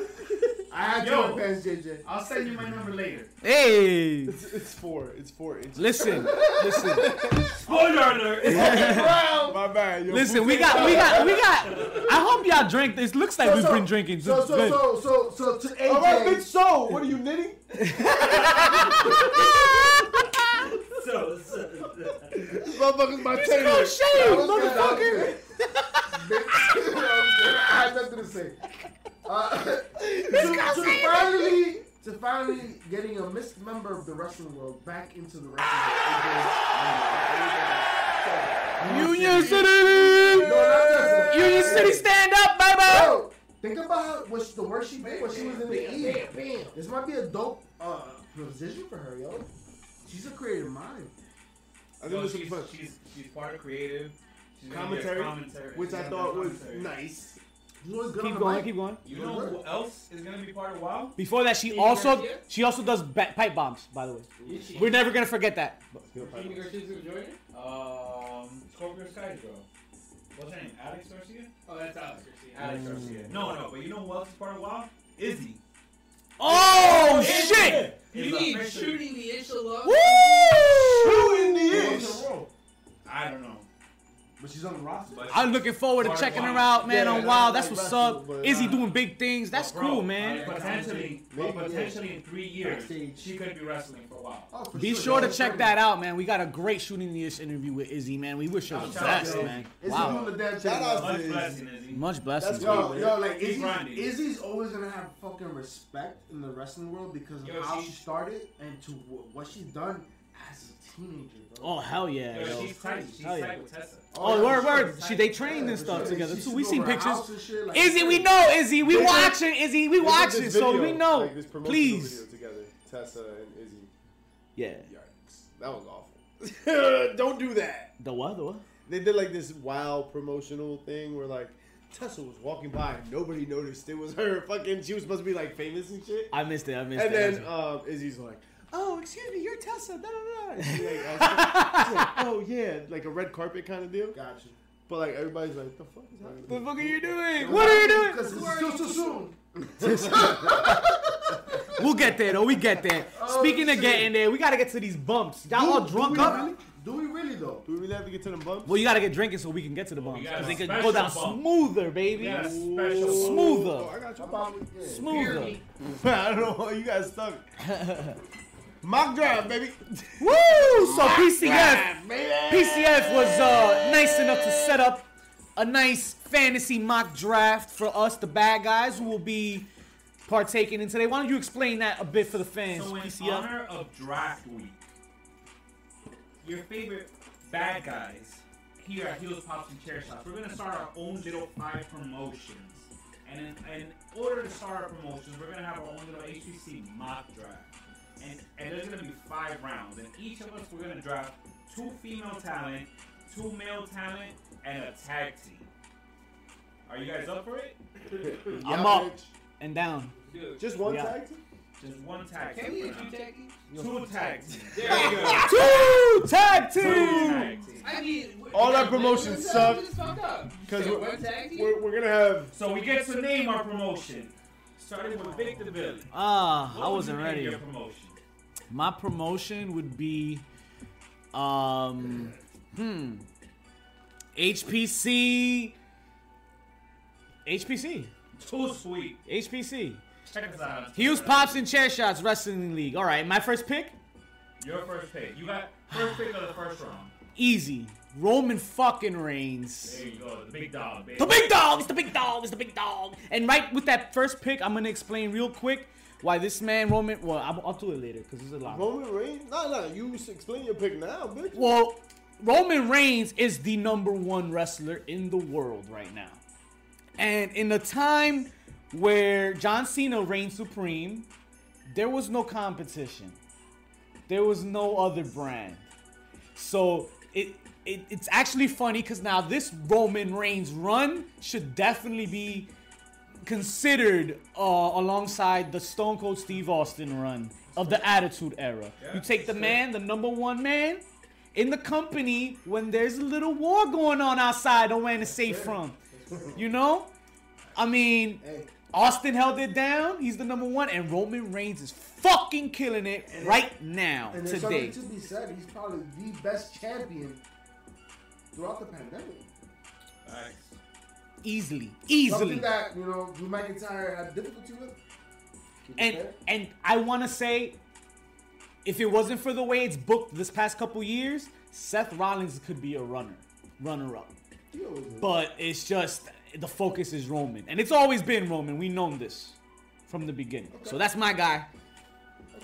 [SPEAKER 4] I had to
[SPEAKER 2] Yo.
[SPEAKER 4] advance JJ.
[SPEAKER 2] I'll send you my number later.
[SPEAKER 1] Hey,
[SPEAKER 3] It's, it's four. It's four inches.
[SPEAKER 1] listen, listen,
[SPEAKER 2] Spoiler alert.
[SPEAKER 3] My bad. Yo,
[SPEAKER 1] listen. We got, we got, we got. I hope y'all drink. This looks like
[SPEAKER 4] So,
[SPEAKER 1] we've
[SPEAKER 4] so-
[SPEAKER 1] been drinking.
[SPEAKER 4] So so
[SPEAKER 1] Good.
[SPEAKER 4] so so so to AJ.
[SPEAKER 3] All right, big so. What are you knitting?
[SPEAKER 2] so, so,
[SPEAKER 3] Motherfuckers, my
[SPEAKER 1] No
[SPEAKER 3] tailor.
[SPEAKER 1] shade,
[SPEAKER 4] That was good, that was
[SPEAKER 1] motherfucker.
[SPEAKER 4] good. Bitch, that was good. I had nothing to say. Uh, to, to finally, to finally getting a missed member of the wrestling world back into the wrestling world.
[SPEAKER 1] Union City.
[SPEAKER 4] No, not this one.
[SPEAKER 1] Union City, stand up, baby.
[SPEAKER 4] Yo, think about what she, the work she made when she was in the E. This might be a dope uh, position for her, yo. She's a creative mind.
[SPEAKER 3] I think
[SPEAKER 2] Yo,
[SPEAKER 3] this
[SPEAKER 2] she's,
[SPEAKER 3] is fun.
[SPEAKER 2] she's, she's part of creative. She's gonna be a
[SPEAKER 3] Commentary,
[SPEAKER 2] commentary.
[SPEAKER 3] which
[SPEAKER 2] She's
[SPEAKER 3] I
[SPEAKER 2] gonna
[SPEAKER 3] thought
[SPEAKER 2] be a
[SPEAKER 3] was
[SPEAKER 2] commentary.
[SPEAKER 3] nice.
[SPEAKER 4] She's always good
[SPEAKER 1] Keep
[SPEAKER 4] on
[SPEAKER 1] going,
[SPEAKER 4] the
[SPEAKER 1] keep
[SPEAKER 4] mic.
[SPEAKER 1] going.
[SPEAKER 2] You know who else is gonna be part of WoW?
[SPEAKER 1] Before that, she
[SPEAKER 5] Amy
[SPEAKER 1] also
[SPEAKER 5] Garcia?
[SPEAKER 1] she also does ba- pipe bombs. By the way, we're never gonna forget that.
[SPEAKER 5] Jimmy Garcia's gonna join it?
[SPEAKER 2] Um, Scorpio Sky Girl. What's her name? Alex Garcia.
[SPEAKER 5] Oh, that's Alex Garcia.
[SPEAKER 2] Alex Garcia. No, no, but you know who else is part of WoW? Izzy.
[SPEAKER 1] Oh shit!
[SPEAKER 5] You need shooting the echelon.
[SPEAKER 1] Woo!
[SPEAKER 3] Who in the
[SPEAKER 4] Who
[SPEAKER 3] ish?
[SPEAKER 4] was her role?
[SPEAKER 2] I don't know.
[SPEAKER 4] But she's on the roster.
[SPEAKER 2] But
[SPEAKER 1] I'm looking forward to checking her out, man.
[SPEAKER 3] Yeah,
[SPEAKER 1] On
[SPEAKER 3] yeah,
[SPEAKER 1] Wild,
[SPEAKER 3] yeah,
[SPEAKER 1] that's what's
[SPEAKER 3] yeah,
[SPEAKER 1] up.
[SPEAKER 3] but,
[SPEAKER 1] Izzy
[SPEAKER 2] uh,
[SPEAKER 1] doing big things. That's
[SPEAKER 2] But bro,
[SPEAKER 1] cool, man.
[SPEAKER 2] uh, potentially,
[SPEAKER 3] Maybe,
[SPEAKER 2] but potentially in three years,
[SPEAKER 4] Backstage.
[SPEAKER 2] she could be wrestling for a while.
[SPEAKER 4] Oh, for
[SPEAKER 1] Be sure to check that out, man. We got a great shooting the ish interview with Izzy, man. We wish her
[SPEAKER 2] I'm
[SPEAKER 1] the
[SPEAKER 2] telling
[SPEAKER 1] best,
[SPEAKER 2] you.
[SPEAKER 1] man.
[SPEAKER 4] Izzy
[SPEAKER 1] Wow,
[SPEAKER 4] doing the damn
[SPEAKER 3] Shout
[SPEAKER 4] thing,
[SPEAKER 3] out
[SPEAKER 4] yo.
[SPEAKER 2] Much
[SPEAKER 3] Izzy.
[SPEAKER 2] blessing, Izzy.
[SPEAKER 1] much blessings.
[SPEAKER 3] That's
[SPEAKER 1] man.
[SPEAKER 4] Yo,
[SPEAKER 3] man.
[SPEAKER 4] yo, like
[SPEAKER 2] Keep
[SPEAKER 4] Izzy's,
[SPEAKER 2] grinding.
[SPEAKER 4] Izzy's always gonna have fucking respect in the wrestling world because of
[SPEAKER 5] Yo,
[SPEAKER 4] how
[SPEAKER 5] she-
[SPEAKER 4] she started and to wh- what she's done as a teenager, bro.
[SPEAKER 1] Oh hell yeah,
[SPEAKER 2] Yo,
[SPEAKER 1] yo.
[SPEAKER 2] she's tight. She's
[SPEAKER 1] Hell yeah.
[SPEAKER 2] tight with Tessa.
[SPEAKER 1] Oh,
[SPEAKER 4] yeah,
[SPEAKER 1] word,
[SPEAKER 4] for
[SPEAKER 1] word.
[SPEAKER 4] sure.
[SPEAKER 1] She they trained
[SPEAKER 4] Yeah,
[SPEAKER 1] and
[SPEAKER 4] for
[SPEAKER 1] stuff
[SPEAKER 4] sure.
[SPEAKER 1] together.
[SPEAKER 4] She
[SPEAKER 1] too. we
[SPEAKER 4] slew
[SPEAKER 1] seen
[SPEAKER 4] over her
[SPEAKER 1] pictures.
[SPEAKER 4] house and shit, like-
[SPEAKER 1] Izzy, we know. Izzy, we
[SPEAKER 3] They did-
[SPEAKER 1] watching. Izzy, we
[SPEAKER 3] They did this
[SPEAKER 1] watching. So
[SPEAKER 3] video,
[SPEAKER 1] we know.
[SPEAKER 3] like, this promotional
[SPEAKER 1] Please.
[SPEAKER 3] video together, Tessa and Izzy.
[SPEAKER 1] Yeah.
[SPEAKER 3] Yikes, that was awful. Don't do that.
[SPEAKER 1] The what? The what?
[SPEAKER 3] They did like this wild promotional thing where like Tessa was walking by, and nobody noticed it was her. Fucking, she was supposed to be like famous and shit.
[SPEAKER 1] I missed it. I missed
[SPEAKER 3] And
[SPEAKER 1] it.
[SPEAKER 3] then um, Izzy's like, "Oh, excuse me, you're Tessa." Da, da, da. And she, like, asks- she's like, oh yeah, like a red carpet kind of deal.
[SPEAKER 4] Gotcha.
[SPEAKER 3] But like everybody's like, "The fuck is happening?"
[SPEAKER 1] what the fuck are you doing? What are you
[SPEAKER 4] Because
[SPEAKER 1] doing?
[SPEAKER 4] it's still too soon.
[SPEAKER 1] We'll get there though. We get there.
[SPEAKER 4] Oh,
[SPEAKER 1] Speaking of
[SPEAKER 4] shit.
[SPEAKER 1] getting there, we gotta get to these bumps. Y'all all
[SPEAKER 4] Do-
[SPEAKER 1] drunk
[SPEAKER 4] do we
[SPEAKER 1] up.
[SPEAKER 4] Really? Do we really though?
[SPEAKER 3] Do we really have to get to them bumps?
[SPEAKER 1] Well, you gotta get drinking so we can get to the bumps.
[SPEAKER 2] got a
[SPEAKER 1] Cause they could go
[SPEAKER 2] special
[SPEAKER 1] down
[SPEAKER 2] bump.
[SPEAKER 1] smoother, baby.
[SPEAKER 2] We got a
[SPEAKER 1] Ooh.
[SPEAKER 2] special bump.
[SPEAKER 3] Oh, I
[SPEAKER 1] Smoother.
[SPEAKER 3] got
[SPEAKER 4] How
[SPEAKER 3] your
[SPEAKER 4] about
[SPEAKER 3] bump.
[SPEAKER 4] we yeah.
[SPEAKER 1] Smoother.
[SPEAKER 3] I don't know why you got stuck. Mock drive, baby.
[SPEAKER 1] Woo! So PCF.
[SPEAKER 3] Drive, baby.
[SPEAKER 1] PCF was uh, nice enough to set up a nice fantasy mock draft for us, the bad guys, who will be partaking in today. Why don't you explain that a bit for the fans,
[SPEAKER 2] So in
[SPEAKER 1] PCF?
[SPEAKER 2] honor of draft week, your favorite bad guys here at Heels, Pops, and Chair Shots, we're gonna start our own little five promotions. And in, in order to start our promotions, we're gonna have our own little HBC mock draft. And, and there's gonna be five rounds, and each of us we're gonna draft two female talent, two male talent, and a tag team. Are you guys up for it?
[SPEAKER 1] I'm
[SPEAKER 3] Yeah,
[SPEAKER 1] up
[SPEAKER 3] bitch.
[SPEAKER 1] and down.
[SPEAKER 5] Dude,
[SPEAKER 3] Just one
[SPEAKER 1] Yeah.
[SPEAKER 3] tag? team?
[SPEAKER 2] Just one tag
[SPEAKER 5] can we
[SPEAKER 2] team.
[SPEAKER 5] get
[SPEAKER 2] for
[SPEAKER 5] two
[SPEAKER 2] now. Two tag
[SPEAKER 5] tag teams?
[SPEAKER 2] teams.
[SPEAKER 5] There we go.
[SPEAKER 1] Two tag
[SPEAKER 2] Two
[SPEAKER 1] team.
[SPEAKER 2] tag teams.
[SPEAKER 5] I mean, we-
[SPEAKER 3] All
[SPEAKER 5] we
[SPEAKER 3] our
[SPEAKER 5] got-
[SPEAKER 3] promotions
[SPEAKER 5] we got-
[SPEAKER 3] suck.
[SPEAKER 5] we just fucked up. You
[SPEAKER 3] Because
[SPEAKER 5] said
[SPEAKER 3] we're-
[SPEAKER 5] one tag team?
[SPEAKER 3] We're, we're gonna have.
[SPEAKER 2] So we get to name our promotion. Starting with Big the Villain.
[SPEAKER 1] Ah,
[SPEAKER 2] What
[SPEAKER 1] I
[SPEAKER 2] would
[SPEAKER 1] wasn't
[SPEAKER 2] you name
[SPEAKER 1] ready.
[SPEAKER 2] Your promotion.
[SPEAKER 1] My promotion would be, um, hmm, HPC. HPC.
[SPEAKER 2] Too sweet.
[SPEAKER 1] HPC.
[SPEAKER 2] Check us out. on
[SPEAKER 1] Hughes
[SPEAKER 2] Twitter.
[SPEAKER 1] Pops and Chair Shots Wrestling League. All right, my first pick,
[SPEAKER 2] Your first pick. You got first pick of the first round.
[SPEAKER 1] easy. Roman fucking Reigns.
[SPEAKER 2] There you go, the big dog, baby.
[SPEAKER 1] The big dog is the big dog is the big dog. And right with that first pick, I'm gonna explain real quick why this man Roman. Well, I'll, I'll do it later because it's a lot.
[SPEAKER 3] Roman Reigns? Nah, nah. You s- explain your pick now, bitch.
[SPEAKER 1] Well, Roman Reigns is the number one wrestler in the world right now. And in a time where John Cena reigned supreme, there was no competition. There was no other brand. So it, it it's actually funny because now this Roman Reigns run should definitely be considered uh, alongside the Stone Cold Steve Austin run of the Attitude Era. you take the man, the number one man in the company when there's a little war going on outside, don't want to safe from. You know? I mean, Austin held it down. He's the number one, and Roman Reigns is fucking killing it right now,
[SPEAKER 4] And there's
[SPEAKER 1] today.
[SPEAKER 4] something to be said. He's probably the best champion throughout the pandemic.
[SPEAKER 2] Facts.
[SPEAKER 1] Easily,
[SPEAKER 4] Something
[SPEAKER 1] easily.
[SPEAKER 4] that you know Drew McIntyre had difficulty with. Keep it
[SPEAKER 1] and
[SPEAKER 4] fair.
[SPEAKER 1] and I want to say, if it wasn't for the way it's booked this past couple years, Seth Rollins could be a runner, runner up.
[SPEAKER 4] He always is.
[SPEAKER 1] But it's just the focus is Roman, and it's always been Roman. We known this from the beginning. So that's my guy,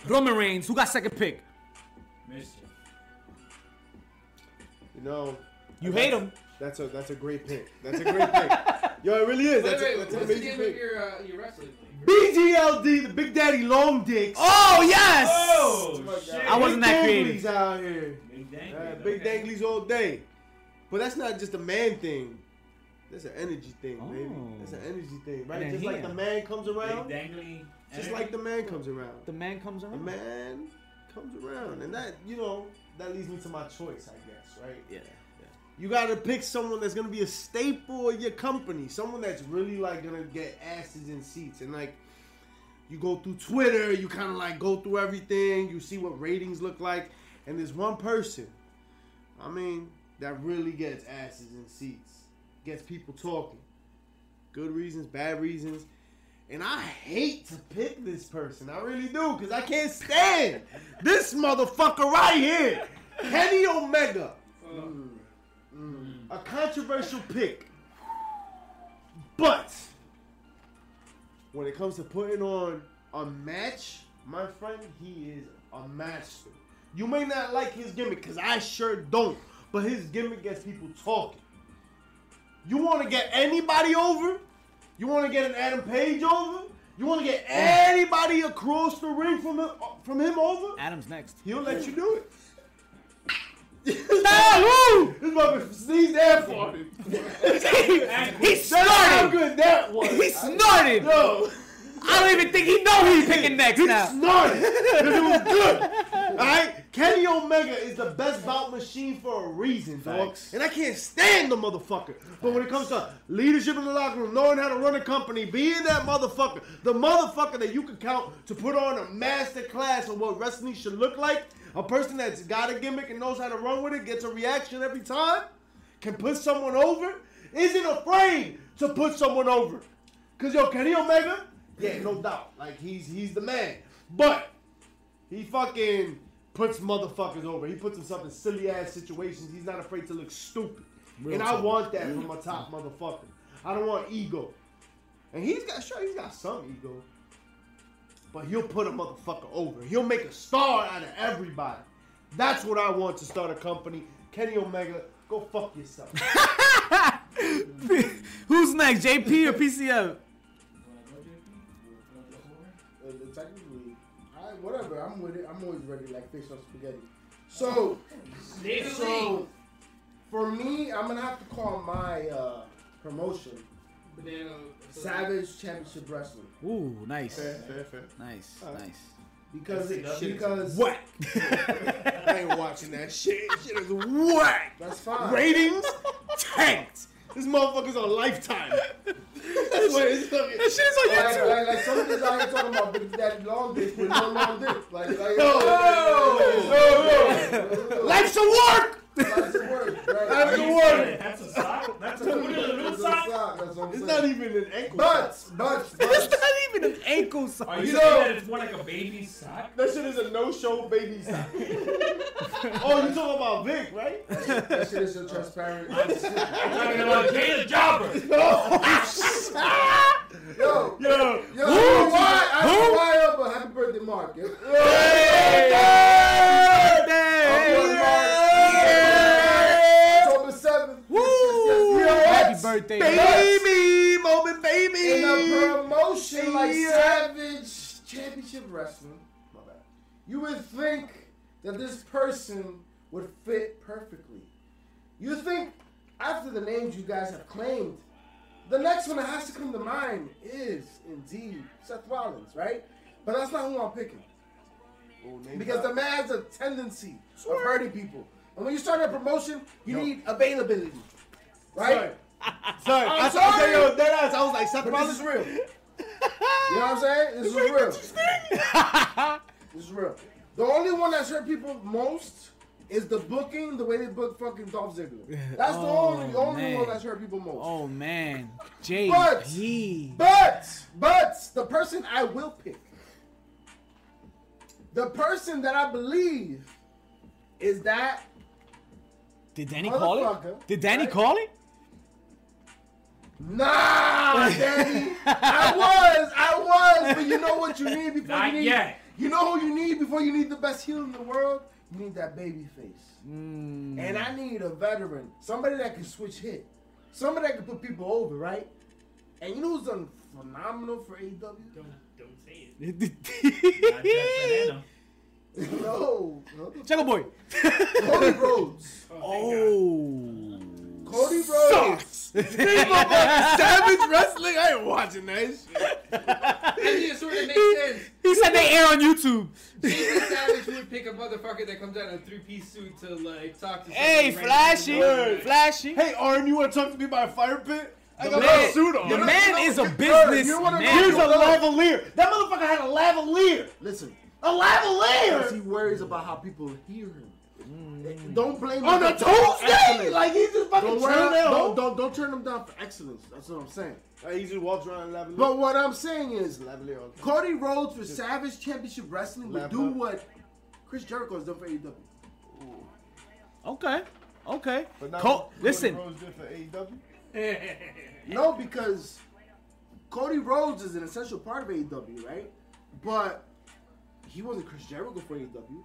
[SPEAKER 1] Roman Reigns. Who got second pick?
[SPEAKER 2] Mister.
[SPEAKER 3] You know.
[SPEAKER 1] You
[SPEAKER 3] that's-
[SPEAKER 1] hate him.
[SPEAKER 3] That's a that's a great pick. That's a great pick. Yo, it really is.
[SPEAKER 5] Wait,
[SPEAKER 3] That's,
[SPEAKER 5] wait,
[SPEAKER 3] a, that's an
[SPEAKER 5] what's the
[SPEAKER 3] amazing
[SPEAKER 5] name of
[SPEAKER 3] pick.
[SPEAKER 5] your, uh, your wrestling league?
[SPEAKER 3] BGLD, the Big Daddy Long Dicks.
[SPEAKER 1] Oh yes!
[SPEAKER 2] Oh, shit.
[SPEAKER 1] I wasn't that
[SPEAKER 3] Big
[SPEAKER 1] creative.
[SPEAKER 3] Danglies out here.
[SPEAKER 2] Big
[SPEAKER 3] Yeah,
[SPEAKER 2] danglies.
[SPEAKER 3] Big
[SPEAKER 2] okay.
[SPEAKER 3] danglies all day. But that's not just a man thing. That's an energy thing, baby.
[SPEAKER 1] Oh.
[SPEAKER 3] That's an energy thing, right?
[SPEAKER 1] And
[SPEAKER 3] Just like
[SPEAKER 1] here.
[SPEAKER 3] the man comes around.
[SPEAKER 2] Big dangly. eh?
[SPEAKER 3] Just
[SPEAKER 2] energy.
[SPEAKER 3] like the man comes around.
[SPEAKER 1] The man comes
[SPEAKER 3] The
[SPEAKER 1] around.
[SPEAKER 3] man comes around. And that, you know, that leads me to my choice, I guess, right?
[SPEAKER 1] Yeah.
[SPEAKER 3] You gotta pick someone that's gonna be a staple of your company, someone that's really like gonna get asses in seats, and like you go through Twitter, you kind of like go through everything, you see what ratings look like, and there's one person, I mean, that really gets asses in seats, gets people talking, good reasons, bad reasons, and I hate to pick this person, I really do, cause I can't stand this motherfucker right here, Kenny Omega a controversial pick. But when it comes to putting on a match, my friend, he is a master. You may not like his gimmick, because I sure don't, but his gimmick gets people talking. You want to get anybody over? You want to get an Adam Page over? You want to get anybody across the ring from him, uh, from him over?
[SPEAKER 1] Adam's next.
[SPEAKER 3] He'll let you do it. Nah, this motherfucker sneezed and farted.
[SPEAKER 1] he
[SPEAKER 3] That's how
[SPEAKER 1] snorted.
[SPEAKER 3] good that was.
[SPEAKER 1] He snorted.
[SPEAKER 3] Yo,
[SPEAKER 1] I don't even think he know who he's picking next
[SPEAKER 3] he
[SPEAKER 1] now.
[SPEAKER 3] snorted. 'Cause it was good. All right, Kenny Omega is the best bout machine for a reason, dog.
[SPEAKER 1] Facts.
[SPEAKER 3] And I can't stand the motherfucker. But when it comes to leadership in the locker room, knowing how to run a company, being that motherfucker, the motherfucker that you can count to put on a master class of what wrestling should look like, a person that's got a gimmick and knows how to run with it, gets a reaction every time, can put someone over, isn't afraid to put someone over. Cause yo, Kenny Omega, yeah, no doubt. Like he's he's the man. But he fucking puts motherfuckers over. He puts himself in silly ass situations. He's not afraid to look stupid. and I want that from a top motherfucker. I don't want ego. And he's got sure he's got some ego. But he'll put a motherfucker over. He'll make a star out of everybody. That's what I want to start a company. Kenny Omega, go fuck yourself.
[SPEAKER 1] Who's next, JP or PCM?
[SPEAKER 4] Uh, technically, I, whatever. I'm with it. I'm always ready, like fish on spaghetti. So,
[SPEAKER 5] Name the league.
[SPEAKER 4] so for me, I'm gonna have to call my uh, promotion
[SPEAKER 5] Banana.
[SPEAKER 4] Savage Championship Wrestling
[SPEAKER 1] Ooh, nice,
[SPEAKER 3] fair, fair.
[SPEAKER 1] nice, nice.
[SPEAKER 4] because it,
[SPEAKER 2] FCW.
[SPEAKER 4] because
[SPEAKER 3] Whack. I ain't watching that shit. Shit is whack.
[SPEAKER 4] that's fine.
[SPEAKER 3] Ratings tanked. This motherfucker's on lifetime. That's what it's looking.
[SPEAKER 1] That shit is on
[SPEAKER 4] Like,
[SPEAKER 1] YouTube.
[SPEAKER 4] like, like some of these out here talking about big daddy long dick with no long dick. Like, like
[SPEAKER 3] Yo, yo, yo.
[SPEAKER 4] yo.
[SPEAKER 3] Life's a work.
[SPEAKER 4] That's the word. Right?
[SPEAKER 3] That's
[SPEAKER 2] Are
[SPEAKER 3] the
[SPEAKER 2] you
[SPEAKER 3] word.
[SPEAKER 2] saying That's a side. sock. That's a foot of the new
[SPEAKER 4] It's a
[SPEAKER 2] sock.
[SPEAKER 4] sock, That's what I'm
[SPEAKER 3] It's
[SPEAKER 4] saying.
[SPEAKER 3] not even an ankle.
[SPEAKER 4] But, but, but.
[SPEAKER 1] It's not even an ankle
[SPEAKER 2] Are
[SPEAKER 1] sock.
[SPEAKER 2] you
[SPEAKER 3] You
[SPEAKER 2] saying
[SPEAKER 3] know-
[SPEAKER 2] that it's more like a baby sock?
[SPEAKER 3] that shit is a no-show baby sock. oh, you talking about Vic, right?
[SPEAKER 4] that shit is so transparent.
[SPEAKER 2] I'm talking about Jada Jobber.
[SPEAKER 4] yo, yo,
[SPEAKER 1] Yo,
[SPEAKER 4] yo, who, why? I don't know why, yo, but happy birthday, Mark. Yo. October 7th. Woo!
[SPEAKER 1] Happy birthday, Lux.
[SPEAKER 3] moment,
[SPEAKER 4] In a
[SPEAKER 3] baby.
[SPEAKER 4] promotion like
[SPEAKER 3] Yeah.
[SPEAKER 4] Savage Championship Wrestling, my bad. You would think that this person would fit perfectly. You think after the names you guys have claimed, the next one that has to come to mind is indeed Seth Rollins, right? But that's not who I'm picking. Because the man has a tendency of hurting people. And when you start a promotion, you need availability. Right?
[SPEAKER 3] Sorry. Sorry,
[SPEAKER 4] I'm
[SPEAKER 3] I thought
[SPEAKER 4] sorry.
[SPEAKER 3] okay, yo, dead ass. I was like, Seth
[SPEAKER 4] But
[SPEAKER 3] Rollins.
[SPEAKER 4] this is real. you know what I'm saying? This is real. this is real. The only one that's hurt people most is the booking, the way they book fucking Dolph Ziggler. That's the
[SPEAKER 1] Oh,
[SPEAKER 4] only, only
[SPEAKER 1] man.
[SPEAKER 4] one that's hurt people most.
[SPEAKER 1] Oh man,
[SPEAKER 4] But-
[SPEAKER 1] JP.
[SPEAKER 4] But, but, the person I will pick, the person that I believe is that
[SPEAKER 1] Did Danny call it?
[SPEAKER 4] Motherfucker.
[SPEAKER 1] Did Danny
[SPEAKER 4] Right.
[SPEAKER 1] call it?
[SPEAKER 4] Nah, Danny. I was, I was, but you know what you need before
[SPEAKER 2] Not
[SPEAKER 4] you need.
[SPEAKER 2] yet.
[SPEAKER 4] You know who you need before you need the best heel in the world. You need that baby face,
[SPEAKER 1] Mm.
[SPEAKER 4] and I need a veteran, somebody that can switch hit, somebody that can put people over, right? And you know who's done phenomenal for AEW?
[SPEAKER 2] Don't, don't say it. Not Jeff
[SPEAKER 1] Chuckle
[SPEAKER 2] Banana.
[SPEAKER 4] No,
[SPEAKER 1] boy.
[SPEAKER 4] Cody Rhodes.
[SPEAKER 1] oh.
[SPEAKER 4] Cody Rhodes.
[SPEAKER 3] Savage wrestling. I ain't watching that shit.
[SPEAKER 5] It just sort of makes sense.
[SPEAKER 1] He said they air on YouTube.
[SPEAKER 5] Jason Savage would pick a motherfucker that comes out in a three-piece suit to like talk to.
[SPEAKER 1] Hey,
[SPEAKER 5] somebody
[SPEAKER 1] flashy,
[SPEAKER 5] randomly.
[SPEAKER 1] flashy.
[SPEAKER 3] Hey, Arn, you want to talk to me about a fire pit? I got
[SPEAKER 1] man-
[SPEAKER 3] my suit on.
[SPEAKER 1] the
[SPEAKER 3] You
[SPEAKER 1] man
[SPEAKER 3] know-
[SPEAKER 1] is a
[SPEAKER 3] Sir,
[SPEAKER 1] business
[SPEAKER 3] you wanna know-
[SPEAKER 1] man.
[SPEAKER 3] Here's a lavalier. That motherfucker had a lavalier.
[SPEAKER 4] Listen,
[SPEAKER 3] A
[SPEAKER 4] because he
[SPEAKER 3] lavalier
[SPEAKER 4] worries about how people hear him. Eh, Don't blame
[SPEAKER 3] on
[SPEAKER 4] him
[SPEAKER 3] a
[SPEAKER 4] for- for
[SPEAKER 3] Tuesday.
[SPEAKER 4] excellence.
[SPEAKER 3] Like he just fucking
[SPEAKER 4] Don't,
[SPEAKER 3] chill
[SPEAKER 4] worry, don't,
[SPEAKER 3] out.
[SPEAKER 4] don't don't turn them down for excellence. That's what I'm saying.
[SPEAKER 3] Like, he just walks around and lavalier.
[SPEAKER 4] But what I'm saying is,
[SPEAKER 3] lavalier. Okay.
[SPEAKER 4] Cody Rhodes for Savage Championship Wrestling would
[SPEAKER 3] Laugh
[SPEAKER 4] do
[SPEAKER 3] up.
[SPEAKER 4] what Chris Jericho has done for E AEW.
[SPEAKER 1] Okay, okay.
[SPEAKER 3] But now,
[SPEAKER 1] Col-
[SPEAKER 3] Cody
[SPEAKER 1] listen,
[SPEAKER 3] Rhodes did for E AEW.
[SPEAKER 4] No, because Cody Rhodes is an essential part of AEW, right? But he wasn't Chris Jericho for AEW.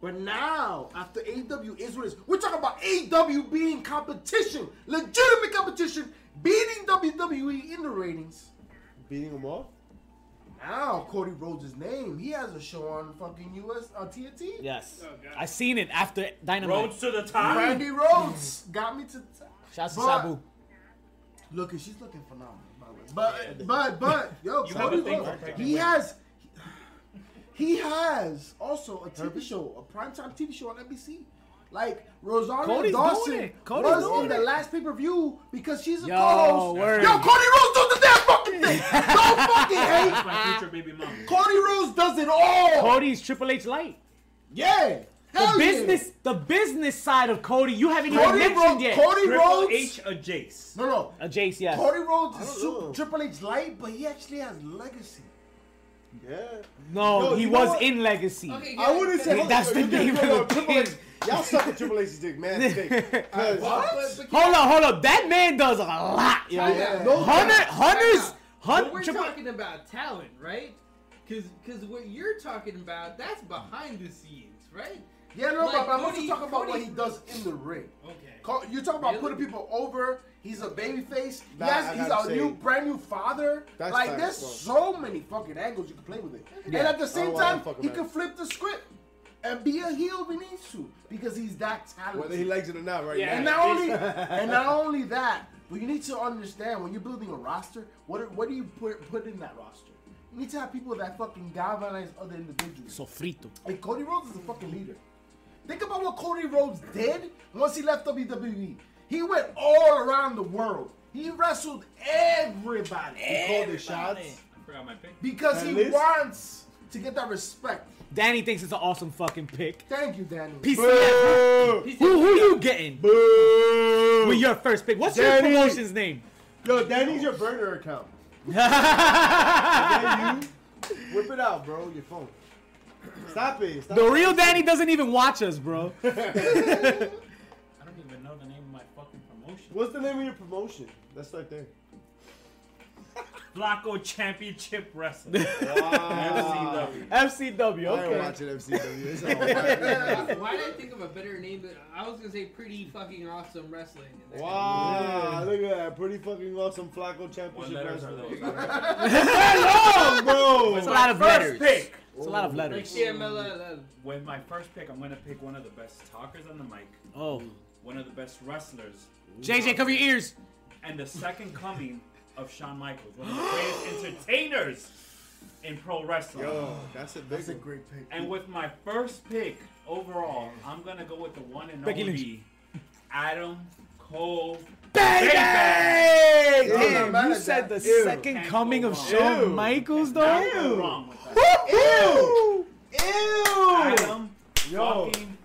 [SPEAKER 4] But now, after AEW is what it is, we're talking about AEW being competition, legitimate competition, beating WWE in the ratings.
[SPEAKER 3] Beating him off.
[SPEAKER 4] Now, Cody Rhodes' name, he has a show on fucking uh, US on TNT.
[SPEAKER 1] yes,
[SPEAKER 2] Oh, God.
[SPEAKER 1] I seen it after Dynamite.
[SPEAKER 2] Roads to the top.
[SPEAKER 4] Randy Rhodes got me to. T-
[SPEAKER 1] Shouts to
[SPEAKER 4] But-
[SPEAKER 1] Sabu.
[SPEAKER 4] Look, she's looking phenomenal, by the way. But, but, but, yo,
[SPEAKER 2] You
[SPEAKER 4] Cody
[SPEAKER 2] have a thing
[SPEAKER 4] Rhodes,
[SPEAKER 2] for pregnant
[SPEAKER 4] he
[SPEAKER 2] women.
[SPEAKER 4] has, he has also a TV show, a primetime TV show on NBC. Like Rosario
[SPEAKER 1] Cody's doing
[SPEAKER 4] Dawson
[SPEAKER 1] it. Cody's
[SPEAKER 4] was
[SPEAKER 1] doing
[SPEAKER 4] in the
[SPEAKER 1] it.
[SPEAKER 4] last pay per view because she's a
[SPEAKER 1] Yo,
[SPEAKER 4] co-host.
[SPEAKER 1] word.
[SPEAKER 4] Yo, Cody Rhodes does the damn fucking thing. Don't fucking
[SPEAKER 2] That's
[SPEAKER 4] hate.
[SPEAKER 2] my future baby mama.
[SPEAKER 4] Cody Rhodes does it all.
[SPEAKER 1] Cody's Triple H light.
[SPEAKER 4] Yeah.
[SPEAKER 1] The
[SPEAKER 4] Hell yeah.
[SPEAKER 1] business, the business side of Cody, you haven't even
[SPEAKER 4] Cody
[SPEAKER 1] mentioned
[SPEAKER 4] Rhodes.
[SPEAKER 1] yet.
[SPEAKER 4] Cody
[SPEAKER 2] Triple
[SPEAKER 4] Rhodes.
[SPEAKER 2] H a Jace.
[SPEAKER 4] No, no.
[SPEAKER 1] Uh, Jace, yes.
[SPEAKER 4] Cody Rhodes is
[SPEAKER 3] I don't know.
[SPEAKER 4] super, Triple H light, but he actually has legacy.
[SPEAKER 3] Yeah.
[SPEAKER 1] no,
[SPEAKER 3] Yo,
[SPEAKER 1] he
[SPEAKER 3] you know
[SPEAKER 1] was
[SPEAKER 3] what?
[SPEAKER 1] in Legacy.
[SPEAKER 5] Okay,
[SPEAKER 3] I wouldn't say
[SPEAKER 1] That's the
[SPEAKER 3] you can't
[SPEAKER 1] name
[SPEAKER 3] go
[SPEAKER 1] of
[SPEAKER 3] down
[SPEAKER 1] the
[SPEAKER 3] Triple
[SPEAKER 1] thing.
[SPEAKER 3] H. Y'all suck at Triple H's dick, man. It's fake. 'Cause-
[SPEAKER 5] But, but
[SPEAKER 1] Hold up, hold up. That man does a lot, yo.
[SPEAKER 4] Yeah.
[SPEAKER 1] No, Hunter, Hunter's,
[SPEAKER 5] Time out. But
[SPEAKER 1] Hunter,
[SPEAKER 5] we're
[SPEAKER 1] Triple
[SPEAKER 5] talking about talent, right? Because what you're talking about, that's behind the scenes, right?
[SPEAKER 4] Yeah, no,
[SPEAKER 5] Like,
[SPEAKER 4] but I'm
[SPEAKER 5] Cody-
[SPEAKER 4] also talking about what
[SPEAKER 5] Cody-
[SPEAKER 4] he does in the ring.
[SPEAKER 5] Okay.
[SPEAKER 4] Co- You're talking about
[SPEAKER 5] Really?
[SPEAKER 4] putting people over. He's a baby face.
[SPEAKER 3] Nah, I
[SPEAKER 4] yes, he's
[SPEAKER 3] gotta
[SPEAKER 4] a
[SPEAKER 3] say-
[SPEAKER 4] new, brand new father.
[SPEAKER 3] That's
[SPEAKER 4] like,
[SPEAKER 3] facts,
[SPEAKER 4] there's so many fucking angles you can play with it. And at the same
[SPEAKER 3] don't wanna
[SPEAKER 4] time,
[SPEAKER 3] fuck with
[SPEAKER 4] he
[SPEAKER 3] that.
[SPEAKER 4] can flip the script and be a heel if he needs to because he's that
[SPEAKER 3] Whether he
[SPEAKER 4] talented.
[SPEAKER 3] likes it or not, right
[SPEAKER 2] Yeah.
[SPEAKER 4] and
[SPEAKER 3] now.
[SPEAKER 4] not only, and not only that, but you need to understand when you're building a roster, what are, what do you put put in that roster? You need to have people that fucking galvanize other individuals.
[SPEAKER 1] Sofrito.
[SPEAKER 4] And Cody Rhodes is a fucking leader. Think about what Cody Rhodes did once he left WWE. He went all around the world. He wrestled everybody
[SPEAKER 3] He called the shots.
[SPEAKER 2] I forgot my pick.
[SPEAKER 4] because
[SPEAKER 3] That
[SPEAKER 4] he
[SPEAKER 3] list?
[SPEAKER 4] wants to get that respect.
[SPEAKER 1] Danny thinks it's an awesome fucking pick.
[SPEAKER 6] Thank you, Danny.
[SPEAKER 1] Piece of ass.
[SPEAKER 3] Boo!
[SPEAKER 1] Who, who you getting
[SPEAKER 3] Boo!
[SPEAKER 1] with your first pick? What's
[SPEAKER 3] Danny.
[SPEAKER 1] your promotion's name?
[SPEAKER 3] Yo, Danny's your burner account.
[SPEAKER 1] the
[SPEAKER 3] Hey, you, whip it out, bro. Your phone. Stop it. Stop it.
[SPEAKER 1] real Danny doesn't even watch us, bro.
[SPEAKER 2] I don't even know the name of my fucking promotion.
[SPEAKER 3] What's the name of your promotion? Let's start there.
[SPEAKER 2] Flacco Championship Wrestling.
[SPEAKER 3] Wow.
[SPEAKER 2] FCW.
[SPEAKER 1] FCW.
[SPEAKER 3] I ain't
[SPEAKER 1] Okay.
[SPEAKER 3] watching FCW. It's all right.
[SPEAKER 5] Why did I think of a better name? Than, I was gonna say pretty fucking awesome wrestling. and that-
[SPEAKER 3] Wow, look at that. Pretty fucking awesome Flacco
[SPEAKER 2] What
[SPEAKER 3] Championship
[SPEAKER 2] letters are
[SPEAKER 3] Wrestling.
[SPEAKER 2] those? That's
[SPEAKER 3] Long,
[SPEAKER 1] It's a
[SPEAKER 3] bro.
[SPEAKER 1] lot of letters.
[SPEAKER 2] Pick.
[SPEAKER 1] It's a lot of
[SPEAKER 5] Like
[SPEAKER 1] letters.
[SPEAKER 5] Shamela.
[SPEAKER 2] With my first pick, I'm gonna pick one of the best talkers on the mic,
[SPEAKER 1] Oh.
[SPEAKER 2] one of the best wrestlers,
[SPEAKER 1] JJ, cover your ears.
[SPEAKER 2] and the second coming of Shawn Michaels, one of the greatest entertainers in pro wrestling.
[SPEAKER 3] Yo, that's a big
[SPEAKER 6] That's a
[SPEAKER 3] one.
[SPEAKER 6] great pick.
[SPEAKER 2] And with my first pick overall, I'm gonna go with the one and
[SPEAKER 1] Becky
[SPEAKER 2] only Adam Cole.
[SPEAKER 1] Baby!
[SPEAKER 6] Damn,
[SPEAKER 1] Damn,
[SPEAKER 6] man,
[SPEAKER 1] you said the
[SPEAKER 6] that-
[SPEAKER 1] second
[SPEAKER 2] Can't
[SPEAKER 1] coming
[SPEAKER 2] go
[SPEAKER 1] of
[SPEAKER 2] wrong.
[SPEAKER 1] Shawn
[SPEAKER 3] Ew.
[SPEAKER 1] Michaels,
[SPEAKER 2] Nothing
[SPEAKER 1] though?
[SPEAKER 2] wrong with that.
[SPEAKER 3] Ew! Ew!
[SPEAKER 2] Adam
[SPEAKER 3] Yo.
[SPEAKER 2] fucking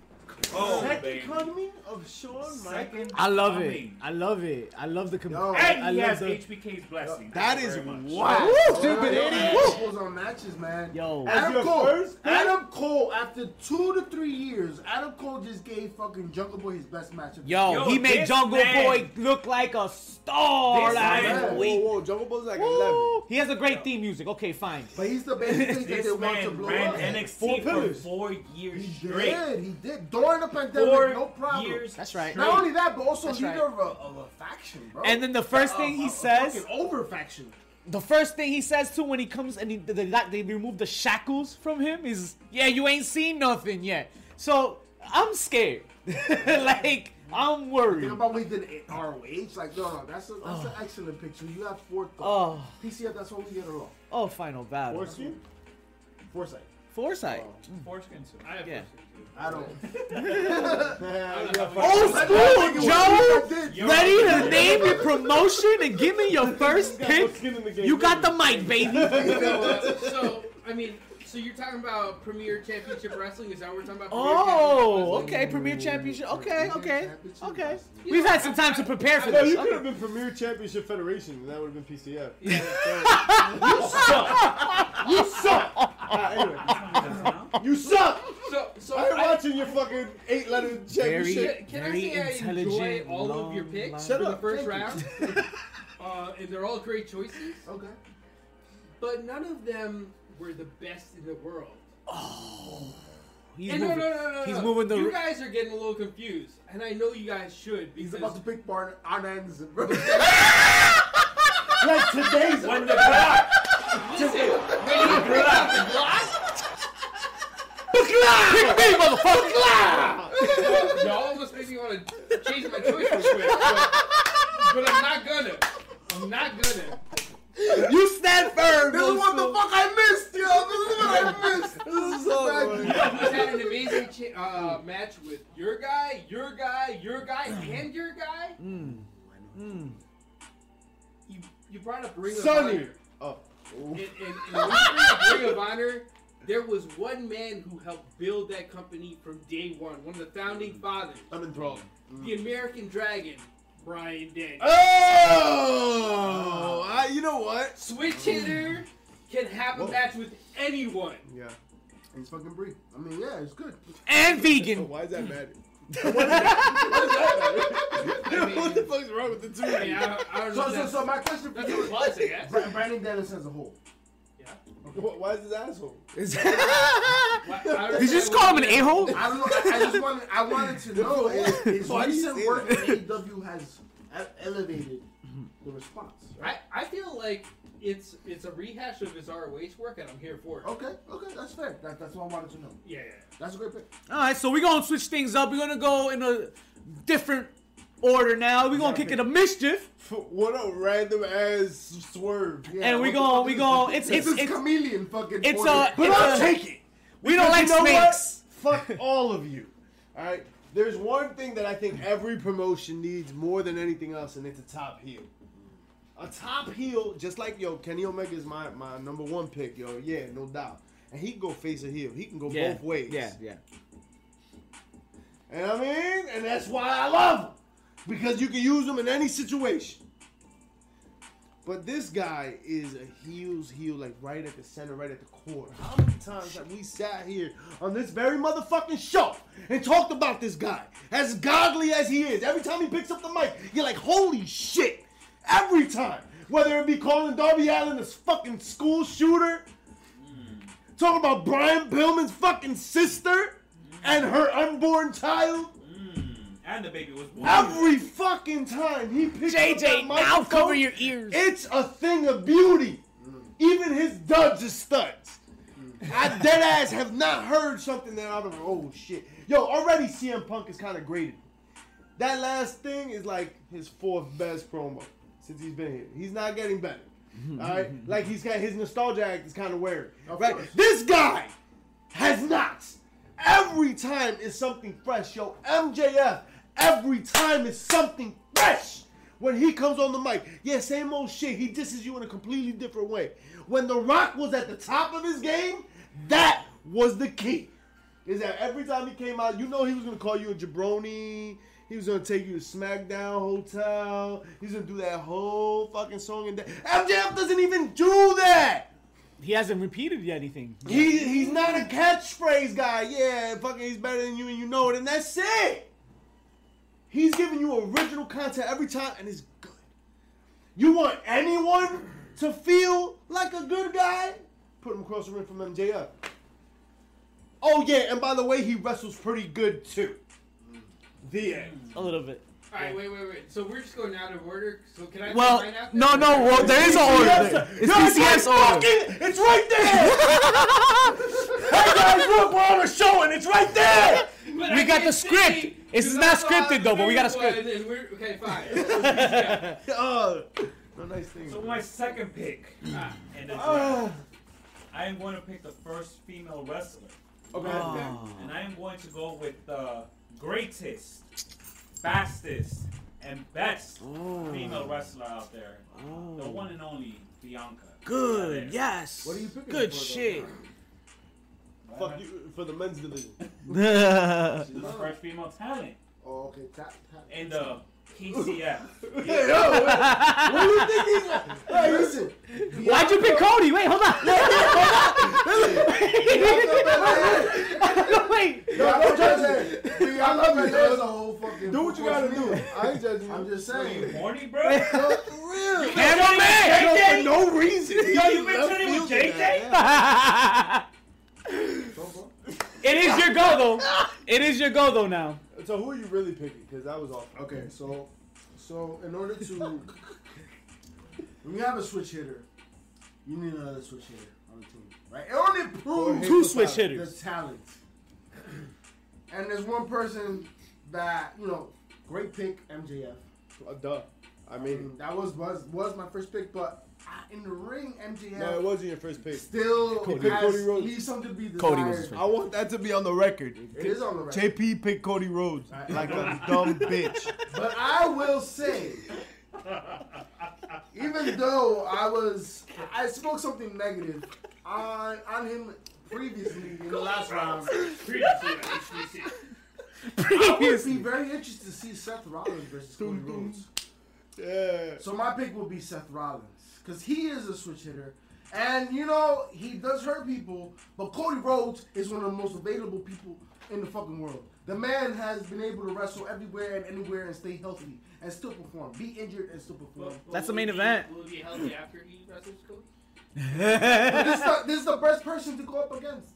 [SPEAKER 2] Cole,
[SPEAKER 1] Oh,
[SPEAKER 3] Second
[SPEAKER 2] baby.
[SPEAKER 3] coming of Shawn Michaels.
[SPEAKER 2] Second
[SPEAKER 1] I love it.
[SPEAKER 2] coming.
[SPEAKER 1] I love it. I love the
[SPEAKER 6] Yo.
[SPEAKER 1] comparison. I
[SPEAKER 2] And he
[SPEAKER 1] love
[SPEAKER 2] has
[SPEAKER 1] the.
[SPEAKER 2] HBK's blessing.
[SPEAKER 3] That
[SPEAKER 2] Thank you
[SPEAKER 3] is
[SPEAKER 2] very much.
[SPEAKER 3] wow.
[SPEAKER 6] Wow,
[SPEAKER 3] Stupid
[SPEAKER 6] yo,
[SPEAKER 3] idiot.
[SPEAKER 6] Couples on matches, man.
[SPEAKER 1] Yo.
[SPEAKER 3] As
[SPEAKER 6] Adam
[SPEAKER 3] your
[SPEAKER 6] Cole.
[SPEAKER 3] first pick?
[SPEAKER 6] Adam Cole. After two to three years, Adam Cole just gave fucking Jungle Boy his best match. of-
[SPEAKER 1] Yo,
[SPEAKER 2] Yo,
[SPEAKER 1] he made
[SPEAKER 2] this
[SPEAKER 1] Jungle
[SPEAKER 2] man-
[SPEAKER 1] Boy look like a star
[SPEAKER 2] This
[SPEAKER 1] last
[SPEAKER 6] man-
[SPEAKER 3] Whoa,
[SPEAKER 1] week.
[SPEAKER 3] whoa, Jungle Boy's like
[SPEAKER 1] Woo! He has a great theme music. Okay, fine.
[SPEAKER 6] But he's the baby face that they
[SPEAKER 2] This
[SPEAKER 6] want to
[SPEAKER 2] man
[SPEAKER 6] blow
[SPEAKER 2] ran
[SPEAKER 6] up.
[SPEAKER 2] NXT
[SPEAKER 3] Four
[SPEAKER 2] for
[SPEAKER 3] pillars.
[SPEAKER 2] four years
[SPEAKER 6] He
[SPEAKER 2] straight.
[SPEAKER 6] did. He did. During the pandemic,
[SPEAKER 2] Four
[SPEAKER 6] no problem.
[SPEAKER 2] years
[SPEAKER 1] That's right.
[SPEAKER 2] straight.
[SPEAKER 6] Not only that, but also
[SPEAKER 1] That's
[SPEAKER 6] leader of,
[SPEAKER 1] right.
[SPEAKER 6] a, of a faction, bro.
[SPEAKER 1] And then the first thing he says,
[SPEAKER 6] fucking over faction.
[SPEAKER 1] the first thing he says too when he comes and he, they, they, got- they remove the shackles from him is, yeah, you ain't seen nothing yet. So I'm scared. like I'm worried.
[SPEAKER 6] Think about what he did at ROH. Like, no, no, that's a, that's an excellent picture. You have forethought.
[SPEAKER 1] Oh,
[SPEAKER 6] PCF, that's what we get along.
[SPEAKER 1] oh, final battle.
[SPEAKER 3] Foreskin?
[SPEAKER 6] Foresight.
[SPEAKER 1] Foresight.
[SPEAKER 2] Foreskin suit.
[SPEAKER 5] I have
[SPEAKER 1] Yeah.
[SPEAKER 6] I don't.
[SPEAKER 1] Old
[SPEAKER 6] That
[SPEAKER 1] school,
[SPEAKER 6] nigga
[SPEAKER 1] Joe.
[SPEAKER 6] was- I did.
[SPEAKER 2] Yo.
[SPEAKER 1] Ready to name your promotion and give me your first pick?
[SPEAKER 3] in the game.
[SPEAKER 1] You got the mic, baby. uh,
[SPEAKER 5] So, so I mean, so you're talking about Premier Championship Wrestling? Is that what we're talking about? Premier
[SPEAKER 1] Oh,
[SPEAKER 5] Championship Wrestling?
[SPEAKER 1] okay. Premier Championship. Okay, okay,
[SPEAKER 6] Championship
[SPEAKER 1] okay.
[SPEAKER 6] Wrestling.
[SPEAKER 1] We've had some time to prepare for
[SPEAKER 3] No, you
[SPEAKER 1] this.
[SPEAKER 3] could
[SPEAKER 1] Okay.
[SPEAKER 3] have been Premier Championship Federation, and that would have been PCF. you suck. Ah, anyway, you suck.
[SPEAKER 5] So, so
[SPEAKER 3] I ain't
[SPEAKER 5] I-
[SPEAKER 3] watching your fucking eight-letter championship.
[SPEAKER 5] Can I
[SPEAKER 1] Very
[SPEAKER 5] say I enjoy
[SPEAKER 1] intelligent,
[SPEAKER 5] all of your
[SPEAKER 1] long
[SPEAKER 5] picks
[SPEAKER 1] line.
[SPEAKER 5] for
[SPEAKER 3] Shut
[SPEAKER 5] the
[SPEAKER 3] up,
[SPEAKER 5] first round? uh, and they're all great choices,
[SPEAKER 6] Okay.
[SPEAKER 5] but none of them were the best in the world.
[SPEAKER 1] He's
[SPEAKER 5] and no,
[SPEAKER 1] moving.
[SPEAKER 5] no, no, no,
[SPEAKER 1] He's
[SPEAKER 5] no.
[SPEAKER 1] moving the.
[SPEAKER 5] You guys are getting a little confused, and I know you guys should because
[SPEAKER 6] He's about to pick Barn on Anderson, bro.
[SPEAKER 3] Like today's
[SPEAKER 2] When the block.
[SPEAKER 5] listen, when you bring out the glass,
[SPEAKER 1] Pick me, motherfucker!
[SPEAKER 5] y'all almost make me want to change my choice real quick, but, but I'm not gonna. I'm not gonna.
[SPEAKER 1] You stand firm.
[SPEAKER 6] this is what the fuck I missed, yo. This is what I missed. This is
[SPEAKER 3] so
[SPEAKER 6] what I
[SPEAKER 3] good.
[SPEAKER 6] missed.
[SPEAKER 5] He's had an amazing cha- uh, match with your guy, your guy, your guy, and your guy.
[SPEAKER 1] Hmm.
[SPEAKER 5] You you brought up Ring
[SPEAKER 3] Sonny.
[SPEAKER 5] of
[SPEAKER 3] Oh.
[SPEAKER 5] Honor. In, in, in Ring of Honor, there was one man who helped build that company from day one. One of the founding fathers,
[SPEAKER 3] I'm enthralled.
[SPEAKER 5] the American Dragon, Brian Daniels.
[SPEAKER 1] Uh,
[SPEAKER 3] Oh, I, you know what?
[SPEAKER 5] Switch hitter can have a match with anyone.
[SPEAKER 3] Yeah.
[SPEAKER 6] He's fucking Bree. I mean, yeah, it's good.
[SPEAKER 1] And
[SPEAKER 3] So
[SPEAKER 1] vegan.
[SPEAKER 3] why is that matter?
[SPEAKER 5] I mean,
[SPEAKER 3] what the fuck's wrong with the two?
[SPEAKER 5] I,
[SPEAKER 3] of
[SPEAKER 5] mean,
[SPEAKER 3] you?
[SPEAKER 5] I, I don't know.
[SPEAKER 6] So,
[SPEAKER 5] if
[SPEAKER 6] so,
[SPEAKER 5] That's,
[SPEAKER 6] so my question for
[SPEAKER 5] that's
[SPEAKER 6] you
[SPEAKER 5] a eh? plus, I guess.
[SPEAKER 6] is, Brandon Dennis as a whole.
[SPEAKER 3] Wh- Why is this asshole?
[SPEAKER 5] Why- I don't
[SPEAKER 1] Did you just
[SPEAKER 5] know.
[SPEAKER 1] call him an a hole?
[SPEAKER 6] I don't know. I just wanted. I wanted to know if his
[SPEAKER 3] Why do you
[SPEAKER 6] recent
[SPEAKER 3] say
[SPEAKER 6] work
[SPEAKER 3] that?
[SPEAKER 6] in AEW has e- elevated the response. right?
[SPEAKER 5] I, I feel like it's it's a rehash of his ROH work, and I'm here for it.
[SPEAKER 6] Okay, okay, that's fair. That, that's what I wanted to know.
[SPEAKER 5] Yeah, yeah.
[SPEAKER 6] That's a great pick.
[SPEAKER 1] All right, so we're gonna switch things up. We're gonna go in a different order now. We're gonna kick it a mischief,
[SPEAKER 3] F- What a random ass swerve.
[SPEAKER 6] Yeah,
[SPEAKER 1] and we
[SPEAKER 6] what the
[SPEAKER 1] gonna
[SPEAKER 6] fuck
[SPEAKER 1] we
[SPEAKER 6] is
[SPEAKER 1] gonna
[SPEAKER 6] this?
[SPEAKER 1] it's it's
[SPEAKER 6] this is
[SPEAKER 1] it's
[SPEAKER 6] chameleon fucking.
[SPEAKER 1] it's
[SPEAKER 6] order.
[SPEAKER 1] a-
[SPEAKER 6] But
[SPEAKER 1] it's
[SPEAKER 6] I'll
[SPEAKER 1] a-
[SPEAKER 6] take it.
[SPEAKER 1] we don't like
[SPEAKER 3] Because you know what?
[SPEAKER 1] snakes.
[SPEAKER 3] Fuck all of you. All right. There's one thing that I think every promotion needs more than anything else, and it's a top heel. A top heel, just like yo, Kenny Omega is my, my number one pick, yo. Yeah, no doubt. and he can go face or heel. He can go
[SPEAKER 1] Yeah.
[SPEAKER 3] both ways.
[SPEAKER 1] Yeah, yeah.
[SPEAKER 3] And I mean, and that's why I love him because you can use him in any situation. But this guy is a heels heel, like right at the center, right at the core. How many times have we sat here on this very motherfucking show and talked about this guy? As godly as he is, every time he picks up the mic, you're like, holy shit! Every time. Whether it be calling Darby Allen this fucking school shooter, talking about Brian Pillman's fucking sister and her unborn child.
[SPEAKER 2] And the baby was born.
[SPEAKER 3] Every fucking time he picks up that microphone,
[SPEAKER 1] ears.
[SPEAKER 3] It's a thing of beauty. Even his duds are studs. I dead ass have not heard something that I'm like, oh shit. Yo, already CM Punk is kind of graded. That last thing is like his fourth best promo since he's been here. He's not getting better. All right, like he's got his nostalgia act is kind of wearing. right,
[SPEAKER 7] course.
[SPEAKER 3] this guy has not. Every time is something fresh, yo. MJF. Every time is something fresh. When he comes on the mic, yeah, same old shit. He disses you in a completely different way. When The Rock was at the top of his game, that was the key is that every time he came out, you know he was gonna call you a jabroni. He was gonna take you to SmackDown Hotel. He's gonna do that whole fucking song and that. MJF doesn't even do that.
[SPEAKER 1] He hasn't repeated anything.
[SPEAKER 3] He he's not a catchphrase guy. Yeah, fucking he's better than you and you know it, and that's it. He's giving you original content every time, and it's good. You want anyone to feel like a good guy? Put him across the ring from MJF. Oh yeah, and by the way, he wrestles pretty good too. The end.
[SPEAKER 1] A little bit.
[SPEAKER 5] All right, wait, wait, wait. So we're just going out of order. So can I? do
[SPEAKER 8] Well,
[SPEAKER 5] mine after?
[SPEAKER 8] no, no. Well, there is an
[SPEAKER 1] Oh,
[SPEAKER 8] order. There. It's
[SPEAKER 3] No,
[SPEAKER 8] PCS
[SPEAKER 3] right
[SPEAKER 8] order.
[SPEAKER 3] fucking- it's right there. hey guys, look, we're on a show, and it's right there.
[SPEAKER 5] But
[SPEAKER 1] We
[SPEAKER 5] I
[SPEAKER 1] got
[SPEAKER 5] can't
[SPEAKER 1] the script.
[SPEAKER 5] see,
[SPEAKER 1] It's
[SPEAKER 5] 'cause
[SPEAKER 1] not
[SPEAKER 5] I saw
[SPEAKER 1] scripted, though, but we got a
[SPEAKER 5] the
[SPEAKER 1] script.
[SPEAKER 5] one, and we're- Okay, fine.
[SPEAKER 3] Uh, no nice thing.
[SPEAKER 2] So my second pick,
[SPEAKER 6] Mm.
[SPEAKER 2] ah, and it's-
[SPEAKER 3] Ah.
[SPEAKER 2] I am going to pick the first female wrestler,
[SPEAKER 3] Okay. Oh.
[SPEAKER 2] and I am going to go with the greatest, fastest, and best female wrestler out there, the one and only Bianca.
[SPEAKER 1] Good.
[SPEAKER 2] Belair.
[SPEAKER 1] Yes.
[SPEAKER 7] What are you picking
[SPEAKER 1] Good
[SPEAKER 7] for, though?
[SPEAKER 1] shit.
[SPEAKER 3] Fuck you for the men's division.
[SPEAKER 8] Yo,
[SPEAKER 2] She's the first female talent
[SPEAKER 7] Oh, okay. Tap, tap.
[SPEAKER 2] in
[SPEAKER 5] uh,
[SPEAKER 2] the PCF.
[SPEAKER 3] Hey, yo, what, what do you think he's like?
[SPEAKER 7] Hey, listen.
[SPEAKER 1] Why'd you pick Cody? Wait, hold on. Wait.
[SPEAKER 7] No, I don't judge that. We- I love
[SPEAKER 4] Bianca
[SPEAKER 7] you.
[SPEAKER 4] Belair's
[SPEAKER 7] There's
[SPEAKER 4] a
[SPEAKER 7] a
[SPEAKER 4] whole fucking.
[SPEAKER 3] Do what you gotta do.
[SPEAKER 7] I ain't judging.
[SPEAKER 4] I'm
[SPEAKER 7] you.
[SPEAKER 4] just
[SPEAKER 2] Are you
[SPEAKER 4] saying.
[SPEAKER 2] horny, bro?
[SPEAKER 1] Cameraman.
[SPEAKER 3] Yo, for no reason.
[SPEAKER 2] Yo, you been chilling with JJ?
[SPEAKER 1] it is your go though. It is your go though now.
[SPEAKER 3] So who are you really picking? Because that was off.
[SPEAKER 4] Okay, so, so in order to, when you have a switch hitter, you need another switch hitter on the team, right? It only proves
[SPEAKER 1] Two switch
[SPEAKER 4] the
[SPEAKER 1] hitters.
[SPEAKER 4] talent. And there's one person that you know, great pick, MJF.
[SPEAKER 3] Uh, duh. I mean,
[SPEAKER 4] That was was was my first pick, but I- in the ring, MJF
[SPEAKER 3] no, it wasn't your first pick.
[SPEAKER 4] still
[SPEAKER 3] Cody.
[SPEAKER 4] has
[SPEAKER 3] Cody Rhodes.
[SPEAKER 4] leaves something to be desired.
[SPEAKER 8] Cody was his
[SPEAKER 3] I want that to be on the record.
[SPEAKER 4] It is on the record.
[SPEAKER 3] JP picked Cody Rhodes like a dumb bitch.
[SPEAKER 4] But I will say, even though I was, I spoke something negative on on him previously in the last round. I would be very interested to see Seth Rollins versus Cody Rhodes.
[SPEAKER 3] Yeah.
[SPEAKER 4] So my pick will be Seth Rollins because he is a switch hitter, and you know he does hurt people. But Cody Rhodes is one of the most available people in the fucking world. The man has been able to wrestle everywhere and anywhere and stay healthy and still perform, be injured and still perform.
[SPEAKER 1] That's the main
[SPEAKER 5] Will he-
[SPEAKER 1] event.
[SPEAKER 5] Will he be healthy after he wrestles Cody?
[SPEAKER 4] But this, is the, this is the best person to go up against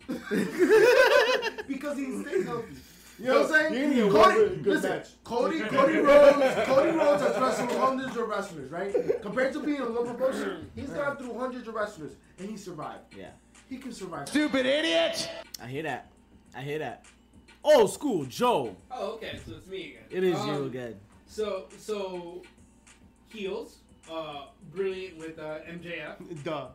[SPEAKER 4] because he stays healthy. You know what I'm
[SPEAKER 3] You
[SPEAKER 4] saying?
[SPEAKER 3] need
[SPEAKER 4] Cody,
[SPEAKER 3] one really good
[SPEAKER 4] listen,
[SPEAKER 3] match.
[SPEAKER 4] Cody, Cody Rhodes, Cody Rhodes has wrestled hundreds of wrestlers, right? Compared to being in one promotion, he's gone through hundreds of wrestlers and he survived.
[SPEAKER 1] Yeah.
[SPEAKER 4] He can survive.
[SPEAKER 3] Stupid idiot.
[SPEAKER 1] I hear that. I hear that. Old school Joe.
[SPEAKER 5] Oh, okay. So it's me again.
[SPEAKER 1] It is you
[SPEAKER 5] Um,
[SPEAKER 1] again.
[SPEAKER 5] So, so heels, uh, brilliant with uh, MJF.
[SPEAKER 3] Duh.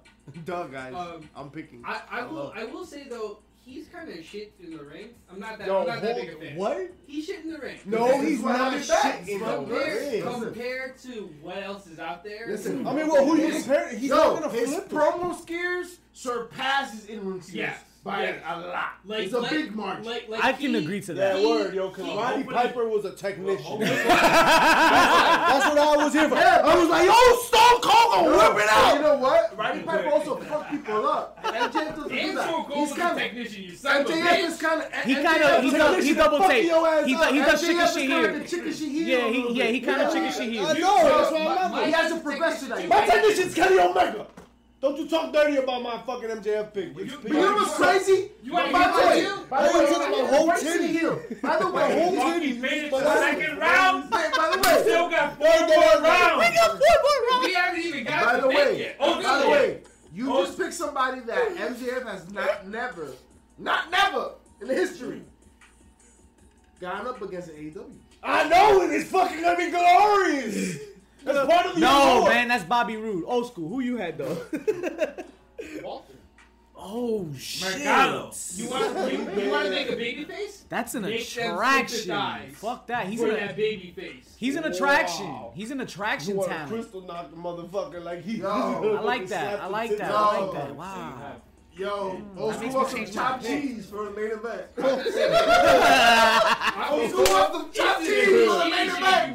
[SPEAKER 3] Duh, guys.
[SPEAKER 5] Um,
[SPEAKER 3] I'm picking.
[SPEAKER 5] I, I will,
[SPEAKER 3] love-
[SPEAKER 5] I will say though, he's kind of shit in the ring. I'm not that,
[SPEAKER 3] Yo,
[SPEAKER 5] I'm not that big a
[SPEAKER 3] hold-
[SPEAKER 5] fan.
[SPEAKER 3] what?
[SPEAKER 5] He's shit in the ring.
[SPEAKER 3] No, he's not shit in the
[SPEAKER 5] Compared,
[SPEAKER 3] ring.
[SPEAKER 5] compared to what else is out there,
[SPEAKER 4] Listen,
[SPEAKER 3] I mean, well, who you comparing? He's
[SPEAKER 4] Yo,
[SPEAKER 3] not gonna
[SPEAKER 4] his
[SPEAKER 3] flip.
[SPEAKER 4] promo scares surpasses in ring skills.
[SPEAKER 5] Yes.
[SPEAKER 4] by
[SPEAKER 5] Yeah.
[SPEAKER 4] a lot.
[SPEAKER 5] Like,
[SPEAKER 4] it's a
[SPEAKER 5] like,
[SPEAKER 4] big margin.
[SPEAKER 5] Like, like
[SPEAKER 1] I can
[SPEAKER 5] he-
[SPEAKER 1] agree to
[SPEAKER 3] Yeah,
[SPEAKER 1] that.
[SPEAKER 3] word, yo, because
[SPEAKER 5] He-
[SPEAKER 3] Roddy
[SPEAKER 2] opening-
[SPEAKER 3] Piper was a technician.
[SPEAKER 2] Well,
[SPEAKER 3] that's, what I was here for. I was like, yo, Stone Cold gonna whip it
[SPEAKER 4] Oh, You
[SPEAKER 3] out.
[SPEAKER 4] know
[SPEAKER 2] Right.
[SPEAKER 4] what? Roddy Piper also fucked people up. And MJF doesn't do
[SPEAKER 5] Damn, Stone
[SPEAKER 4] that.
[SPEAKER 5] Cold
[SPEAKER 4] He's
[SPEAKER 5] was a
[SPEAKER 4] kind of
[SPEAKER 5] technician, you son of a
[SPEAKER 4] MJF
[SPEAKER 5] bitch.
[SPEAKER 4] is kind of
[SPEAKER 1] He kind of he, dou- he double
[SPEAKER 3] Fuck
[SPEAKER 1] take.
[SPEAKER 3] your ass
[SPEAKER 1] He,
[SPEAKER 3] up.
[SPEAKER 1] do- he does chicken shit
[SPEAKER 4] The
[SPEAKER 1] here.
[SPEAKER 4] chicken shit here.
[SPEAKER 1] Yeah,
[SPEAKER 4] a little
[SPEAKER 1] he yeah
[SPEAKER 4] bit.
[SPEAKER 1] he kind of chicken shit
[SPEAKER 3] I
[SPEAKER 1] here.
[SPEAKER 3] know, that's why I'm
[SPEAKER 5] My-
[SPEAKER 3] laughing.
[SPEAKER 4] He
[SPEAKER 5] my
[SPEAKER 4] hasn't progressed to
[SPEAKER 5] technician-
[SPEAKER 3] My
[SPEAKER 4] that
[SPEAKER 3] technician's Kenny Omega. Don't you talk dirty about my fucking MJF pick.
[SPEAKER 2] You-
[SPEAKER 4] But you know what's crazy?
[SPEAKER 5] You wanna
[SPEAKER 4] By
[SPEAKER 5] hear
[SPEAKER 4] the
[SPEAKER 5] my
[SPEAKER 4] way-
[SPEAKER 5] heel?
[SPEAKER 4] By the
[SPEAKER 3] I
[SPEAKER 4] way,
[SPEAKER 3] wanna hear my whole
[SPEAKER 4] Bryson
[SPEAKER 3] titty.
[SPEAKER 4] heel. By the way,
[SPEAKER 3] whole
[SPEAKER 4] by
[SPEAKER 2] Milwaukee
[SPEAKER 3] titty.
[SPEAKER 2] finished
[SPEAKER 3] But
[SPEAKER 2] the
[SPEAKER 3] that's-
[SPEAKER 2] second round.
[SPEAKER 4] the
[SPEAKER 2] We
[SPEAKER 4] way,
[SPEAKER 2] still got four
[SPEAKER 3] There you go,
[SPEAKER 2] more
[SPEAKER 3] Roddy.
[SPEAKER 2] rounds.
[SPEAKER 5] We haven't even got
[SPEAKER 4] by
[SPEAKER 5] to
[SPEAKER 4] the
[SPEAKER 5] that
[SPEAKER 4] way,
[SPEAKER 5] yet. Oh,
[SPEAKER 4] by the
[SPEAKER 5] good.
[SPEAKER 4] way, you
[SPEAKER 2] Oh.
[SPEAKER 4] just picked somebody that MJF has not never, not never in the history gone up against E an AEW.
[SPEAKER 3] I know it is fucking gonna be glorious. That's part of the
[SPEAKER 1] No
[SPEAKER 3] allure.
[SPEAKER 1] man, that's Bobby Roode, old school. Who you had though?
[SPEAKER 5] Walter,
[SPEAKER 1] oh shit.
[SPEAKER 2] Mercado.
[SPEAKER 5] you want you, you want to make a baby face?
[SPEAKER 1] That's an
[SPEAKER 5] Make them split the
[SPEAKER 1] attraction.
[SPEAKER 5] thighs
[SPEAKER 1] Fuck that. He's
[SPEAKER 5] for
[SPEAKER 1] an
[SPEAKER 5] that baby face.
[SPEAKER 1] he's an attraction. He's an attraction
[SPEAKER 3] You want a
[SPEAKER 1] talent.
[SPEAKER 3] crystal knock the motherfucker like he.
[SPEAKER 4] Yo.
[SPEAKER 1] I like that. I like that. I like that.
[SPEAKER 4] No.
[SPEAKER 1] Wow.
[SPEAKER 4] Yo, old
[SPEAKER 1] That makes me
[SPEAKER 4] school wants some
[SPEAKER 1] change my
[SPEAKER 4] chopped
[SPEAKER 1] pick.
[SPEAKER 4] cheese for a main event.
[SPEAKER 5] I
[SPEAKER 4] Old school wants some chopped cheese for a main event.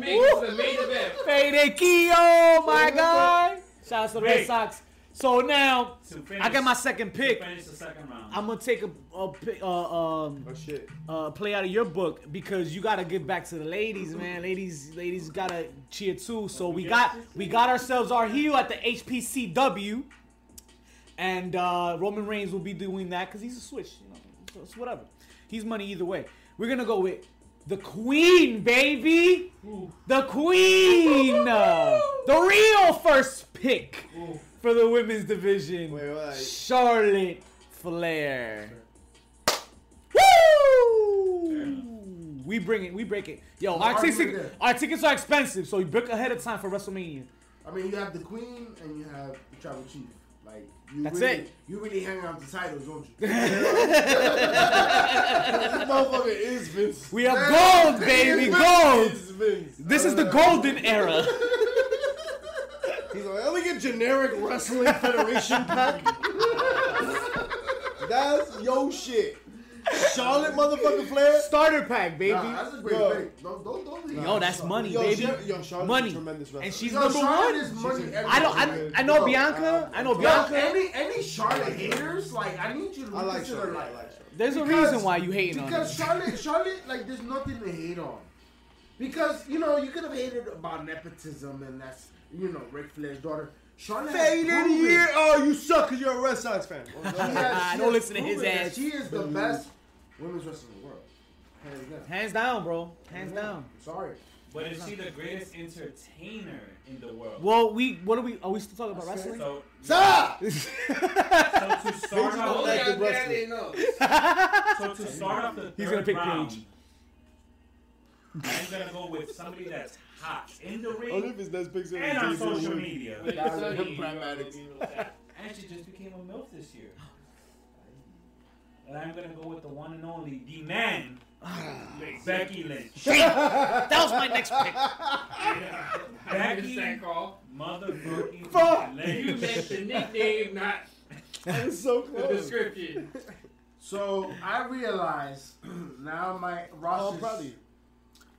[SPEAKER 5] the main event.
[SPEAKER 1] Fede Keogh, my guy. Shout out to the Red
[SPEAKER 2] Wait.
[SPEAKER 1] Sox. So now
[SPEAKER 2] To finish-
[SPEAKER 1] I got my second
[SPEAKER 2] to
[SPEAKER 1] pick.
[SPEAKER 2] Finish the second round.
[SPEAKER 1] I'm gonna take a, a, pi- uh, um,
[SPEAKER 3] Oh shit.
[SPEAKER 1] uh, play out of your book because you gotta give back to the ladies, man. Ladies, ladies gotta cheer too. So we got we got ourselves our heel at the HPCW, and uh, Roman Reigns will be doing that because he's a switch, you know. So it's whatever. He's money either way. We're gonna go with the Queen, baby, the Queen, the real first pick for the women's division.
[SPEAKER 3] Wait, wait.
[SPEAKER 1] Charlotte Flair. Woo! We bring it. We break it. Yo, our
[SPEAKER 4] Hard
[SPEAKER 1] tickets,
[SPEAKER 4] right there.
[SPEAKER 1] our tickets are expensive, so we book ahead of time for WrestleMania.
[SPEAKER 4] I mean, you have the queen and you have the tribal chief. Like you
[SPEAKER 1] That's
[SPEAKER 4] really,
[SPEAKER 1] it.
[SPEAKER 4] You really hang out the titles, don't you?
[SPEAKER 3] This motherfucker is Vince.
[SPEAKER 1] We are gold, baby, gold.
[SPEAKER 3] Is Vince. Uh,
[SPEAKER 1] This is the golden era.
[SPEAKER 3] He's like, let me get generic wrestling federation pack. That's yo shit. Charlotte motherfucking Flair.
[SPEAKER 1] Starter pack, baby.
[SPEAKER 4] Nah, that's a great
[SPEAKER 3] Yo.
[SPEAKER 4] thing. Don't don't don't.
[SPEAKER 1] Yo, that's money,
[SPEAKER 3] yo,
[SPEAKER 1] baby.
[SPEAKER 3] She, yo, Charlotte's
[SPEAKER 1] money,
[SPEAKER 3] a tremendous wrestler.
[SPEAKER 1] and she's
[SPEAKER 4] Yo,
[SPEAKER 1] number
[SPEAKER 4] Charlotte
[SPEAKER 1] one.
[SPEAKER 4] is money.
[SPEAKER 3] She's a-
[SPEAKER 4] everywhere,
[SPEAKER 1] I don't. I,
[SPEAKER 4] man.
[SPEAKER 1] I know
[SPEAKER 4] Yo,
[SPEAKER 1] Bianca. I know
[SPEAKER 4] yo,
[SPEAKER 1] Bianca.
[SPEAKER 4] any any Charlotte haters, like I need you to
[SPEAKER 3] I like
[SPEAKER 4] reconsider,
[SPEAKER 3] Charlotte. I
[SPEAKER 4] like,
[SPEAKER 3] like Charlotte.
[SPEAKER 1] There's a
[SPEAKER 4] because-
[SPEAKER 1] reason why you hating on her.
[SPEAKER 4] Because Charlotte, Charlotte, like there's nothing to hate on. Because you know you could have hated about nepotism and that's you know Ric Flair's daughter. Charlotte has
[SPEAKER 3] Faded
[SPEAKER 4] proven-
[SPEAKER 3] year. Oh, you suck because you're a Red Sox fan. Well, go
[SPEAKER 4] She
[SPEAKER 3] ahead.
[SPEAKER 4] has- she
[SPEAKER 1] Don't
[SPEAKER 4] has
[SPEAKER 1] listen to his
[SPEAKER 4] proven that
[SPEAKER 1] ass.
[SPEAKER 4] She is the best women's wrestler in the world. Hands down.
[SPEAKER 1] Hands down, bro. Hands down.
[SPEAKER 4] I'm sorry.
[SPEAKER 2] But is she the greatest entertainer in the world?
[SPEAKER 1] Well, we. What are we? Are we still talking about wrestling?
[SPEAKER 2] So,
[SPEAKER 3] Stop!
[SPEAKER 2] so to start
[SPEAKER 3] Vince
[SPEAKER 2] off,
[SPEAKER 3] don't like
[SPEAKER 5] Only
[SPEAKER 3] the
[SPEAKER 5] I'm glad
[SPEAKER 3] wrestling.
[SPEAKER 5] they know.
[SPEAKER 2] so to start off the third
[SPEAKER 1] He's gonna pick
[SPEAKER 2] round,
[SPEAKER 1] Paige.
[SPEAKER 2] I'm gonna go with somebody that's hot in the
[SPEAKER 3] I wonder
[SPEAKER 2] ring
[SPEAKER 3] if his next picture
[SPEAKER 2] and on social media.
[SPEAKER 3] Pragmatics.
[SPEAKER 2] And she just became a MILF this year. And I'm gonna go with the one and only, the man, Becky Lynch.
[SPEAKER 1] that was my next pick.
[SPEAKER 5] Becky, that
[SPEAKER 2] Becky
[SPEAKER 5] call.
[SPEAKER 3] Fuck!
[SPEAKER 2] motherfucking
[SPEAKER 5] You
[SPEAKER 2] Lynch.
[SPEAKER 5] meant the nickname, not
[SPEAKER 3] That is so
[SPEAKER 5] the
[SPEAKER 3] close.
[SPEAKER 5] description.
[SPEAKER 4] So I realize now my
[SPEAKER 3] Oh,
[SPEAKER 4] roster,
[SPEAKER 3] probably.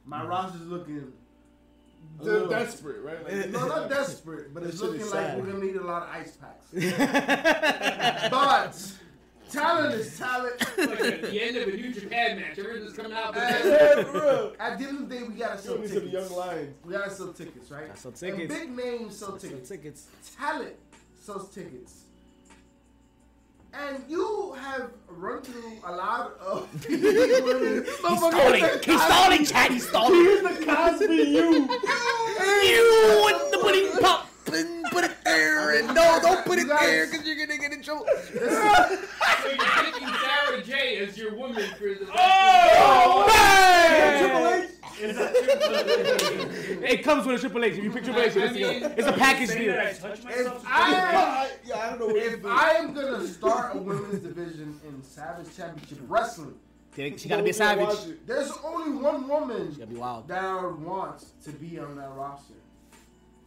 [SPEAKER 4] my roster's looking. a
[SPEAKER 3] They're
[SPEAKER 4] little-
[SPEAKER 3] desperate, right? Like,
[SPEAKER 4] no, not desperate, but
[SPEAKER 3] That
[SPEAKER 4] it's
[SPEAKER 3] shit
[SPEAKER 4] looking
[SPEAKER 3] is
[SPEAKER 4] like
[SPEAKER 3] sad.
[SPEAKER 4] we're gonna need a lot of ice packs. but talent is talent.
[SPEAKER 5] Like at the end of a New Japan match, everyone's coming out. But
[SPEAKER 3] Yeah, for real.
[SPEAKER 4] At the end of the day, we gotta
[SPEAKER 3] Show
[SPEAKER 4] sell
[SPEAKER 3] me some young
[SPEAKER 4] tickets.
[SPEAKER 3] lions.
[SPEAKER 4] We gotta sell tickets, right?
[SPEAKER 1] Gotta sell tickets.
[SPEAKER 4] And big names sell tickets.
[SPEAKER 1] Tickets.
[SPEAKER 4] Talent sells tickets. And you have run through a lot of women.
[SPEAKER 1] He's stalling. He's stalling, Chad. He's stalling.
[SPEAKER 3] Here's the Cosby you.
[SPEAKER 1] you and the pudding pop. And put it there. And no, don't put
[SPEAKER 4] You
[SPEAKER 1] it
[SPEAKER 4] guys-
[SPEAKER 1] there because you're gonna get in trouble.
[SPEAKER 5] you're picking Sarah J as your woman for the.
[SPEAKER 1] Oh! Bang!
[SPEAKER 3] Triple H.
[SPEAKER 2] Is that true?
[SPEAKER 1] It comes with a Triple H. If you pick Triple H, it's,
[SPEAKER 5] I mean-
[SPEAKER 1] it's a package
[SPEAKER 2] Say that I
[SPEAKER 1] deal.
[SPEAKER 2] touch
[SPEAKER 4] If
[SPEAKER 2] myself.
[SPEAKER 4] I
[SPEAKER 3] I, yeah, I don't know where
[SPEAKER 4] if I am gonna start a women's division in Savage Championship Wrestling,
[SPEAKER 1] She gotta be a savage.
[SPEAKER 4] there's only one woman
[SPEAKER 1] Gotta be wild.
[SPEAKER 4] that I would want to be on that roster.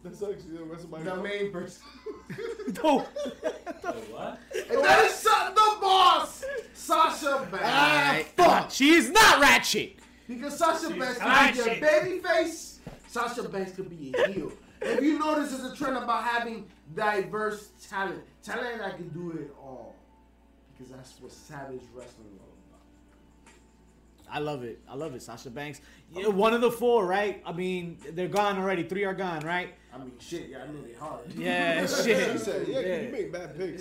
[SPEAKER 3] That's actually the rest of my
[SPEAKER 4] The main person.
[SPEAKER 1] No.
[SPEAKER 2] what?
[SPEAKER 4] And that is Sa- the boss, Sasha Banks.
[SPEAKER 3] Ah,
[SPEAKER 1] Fuck, she is not ratchet.
[SPEAKER 4] Because Sasha Banks
[SPEAKER 1] hot
[SPEAKER 4] could be your
[SPEAKER 1] shit.
[SPEAKER 4] baby face. Sasha Banks could be a heel. if you notice, there's a trend about having diverse talent. Talent that can do it all. Because that's what Savage Wrestling is all about.
[SPEAKER 1] I love it. I love it. Sasha Banks. Yeah, one of the four, right? I mean, they're gone already. Three are gone, right?
[SPEAKER 4] I mean, shit, yeah, I know they hard.
[SPEAKER 1] Yeah,
[SPEAKER 3] He
[SPEAKER 1] shit.
[SPEAKER 3] said, yeah, 'cause
[SPEAKER 1] Yeah.
[SPEAKER 3] you make bad picks.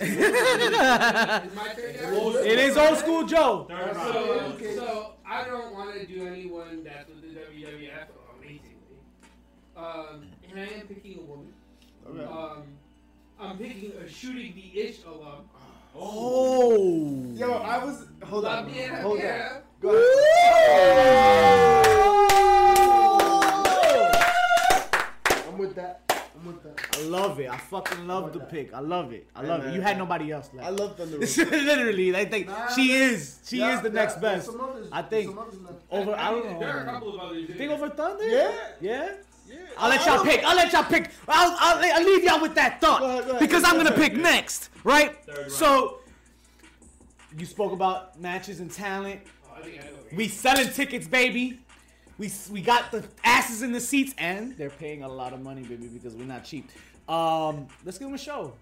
[SPEAKER 5] Is my turn now?
[SPEAKER 1] It is old school Joe.
[SPEAKER 2] Third round.
[SPEAKER 5] So, so I don't want to do anyone that's with the WWF amazingly. Um, and I am picking a woman.
[SPEAKER 3] Okay.
[SPEAKER 5] Um, I'm picking a shooting the ish alum.
[SPEAKER 1] Oh.
[SPEAKER 3] Yo, I was. Hold on.
[SPEAKER 5] Flavia
[SPEAKER 3] Hold on.
[SPEAKER 5] Herrera.
[SPEAKER 3] Go ahead.
[SPEAKER 4] I'm with that. I'm with that.
[SPEAKER 1] I love it. I fucking love the pick. I love it. I love it. You had nobody else
[SPEAKER 3] I
[SPEAKER 1] left.
[SPEAKER 3] love Thunder Rosa.
[SPEAKER 1] Literally, I think she is. She
[SPEAKER 4] Yeah,
[SPEAKER 1] is the
[SPEAKER 4] yeah,
[SPEAKER 1] next
[SPEAKER 4] there's
[SPEAKER 1] best.
[SPEAKER 4] some others-
[SPEAKER 1] I
[SPEAKER 4] there's
[SPEAKER 1] think- Oh,
[SPEAKER 4] some others left.
[SPEAKER 1] Over, I don't
[SPEAKER 2] There are a
[SPEAKER 1] know.
[SPEAKER 2] couple of others.
[SPEAKER 1] Think over Thunder?
[SPEAKER 3] Yeah.
[SPEAKER 1] Yeah. I'll let y'all pick. I'll let y'all pick. I'll, I'll, I'll leave y'all with that thought
[SPEAKER 3] Go ahead, go ahead.
[SPEAKER 1] because I'm gonna pick next, right?
[SPEAKER 2] Third round.
[SPEAKER 1] So you spoke about matches and talent.
[SPEAKER 5] Oh, I think I know. where
[SPEAKER 1] We selling tickets, baby. We we got the asses in the seats, and they're paying a lot of money, baby, because we're not cheap. Um, let's give them a show.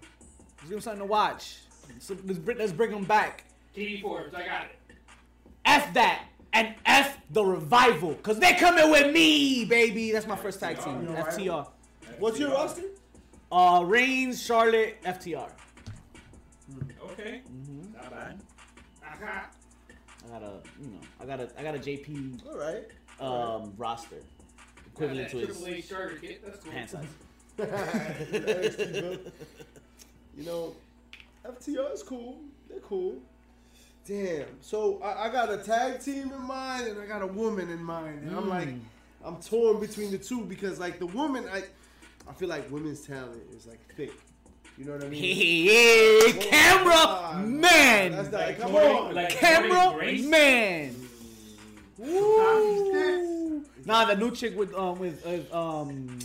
[SPEAKER 1] Let's give them something to watch. So let's, br- let's bring them back.
[SPEAKER 5] Katie Forbes, I got it.
[SPEAKER 1] F that and F the revival, cause they're coming with me, baby. That's my first tag team, FTR.
[SPEAKER 3] What's your roster?
[SPEAKER 1] Uh, Reigns, Charlotte, FTR.
[SPEAKER 2] Okay. Not bad.
[SPEAKER 5] Aha.
[SPEAKER 1] I got a, you know, I got a, I got a JP
[SPEAKER 3] All right.
[SPEAKER 1] um, roster equivalent to
[SPEAKER 5] Got that
[SPEAKER 1] his
[SPEAKER 5] Triple H starter kit. That's cool.
[SPEAKER 1] pant size.
[SPEAKER 3] NXT book. you know, FTR is cool. They're cool. Damn. So I, I got a tag team in mind and I got a woman in mind, and
[SPEAKER 2] Mm.
[SPEAKER 3] I'm like, I'm torn between the two because like the woman, I, I feel like women's talent is like thick. You know what I mean?
[SPEAKER 1] Hey,
[SPEAKER 3] Ah,
[SPEAKER 1] camera
[SPEAKER 3] That's
[SPEAKER 1] man,
[SPEAKER 3] not, come
[SPEAKER 2] Corey-
[SPEAKER 3] on.
[SPEAKER 2] like Corey
[SPEAKER 1] camera
[SPEAKER 2] Grace?
[SPEAKER 1] man. Ooh. Nah, the new chick with um with uh, um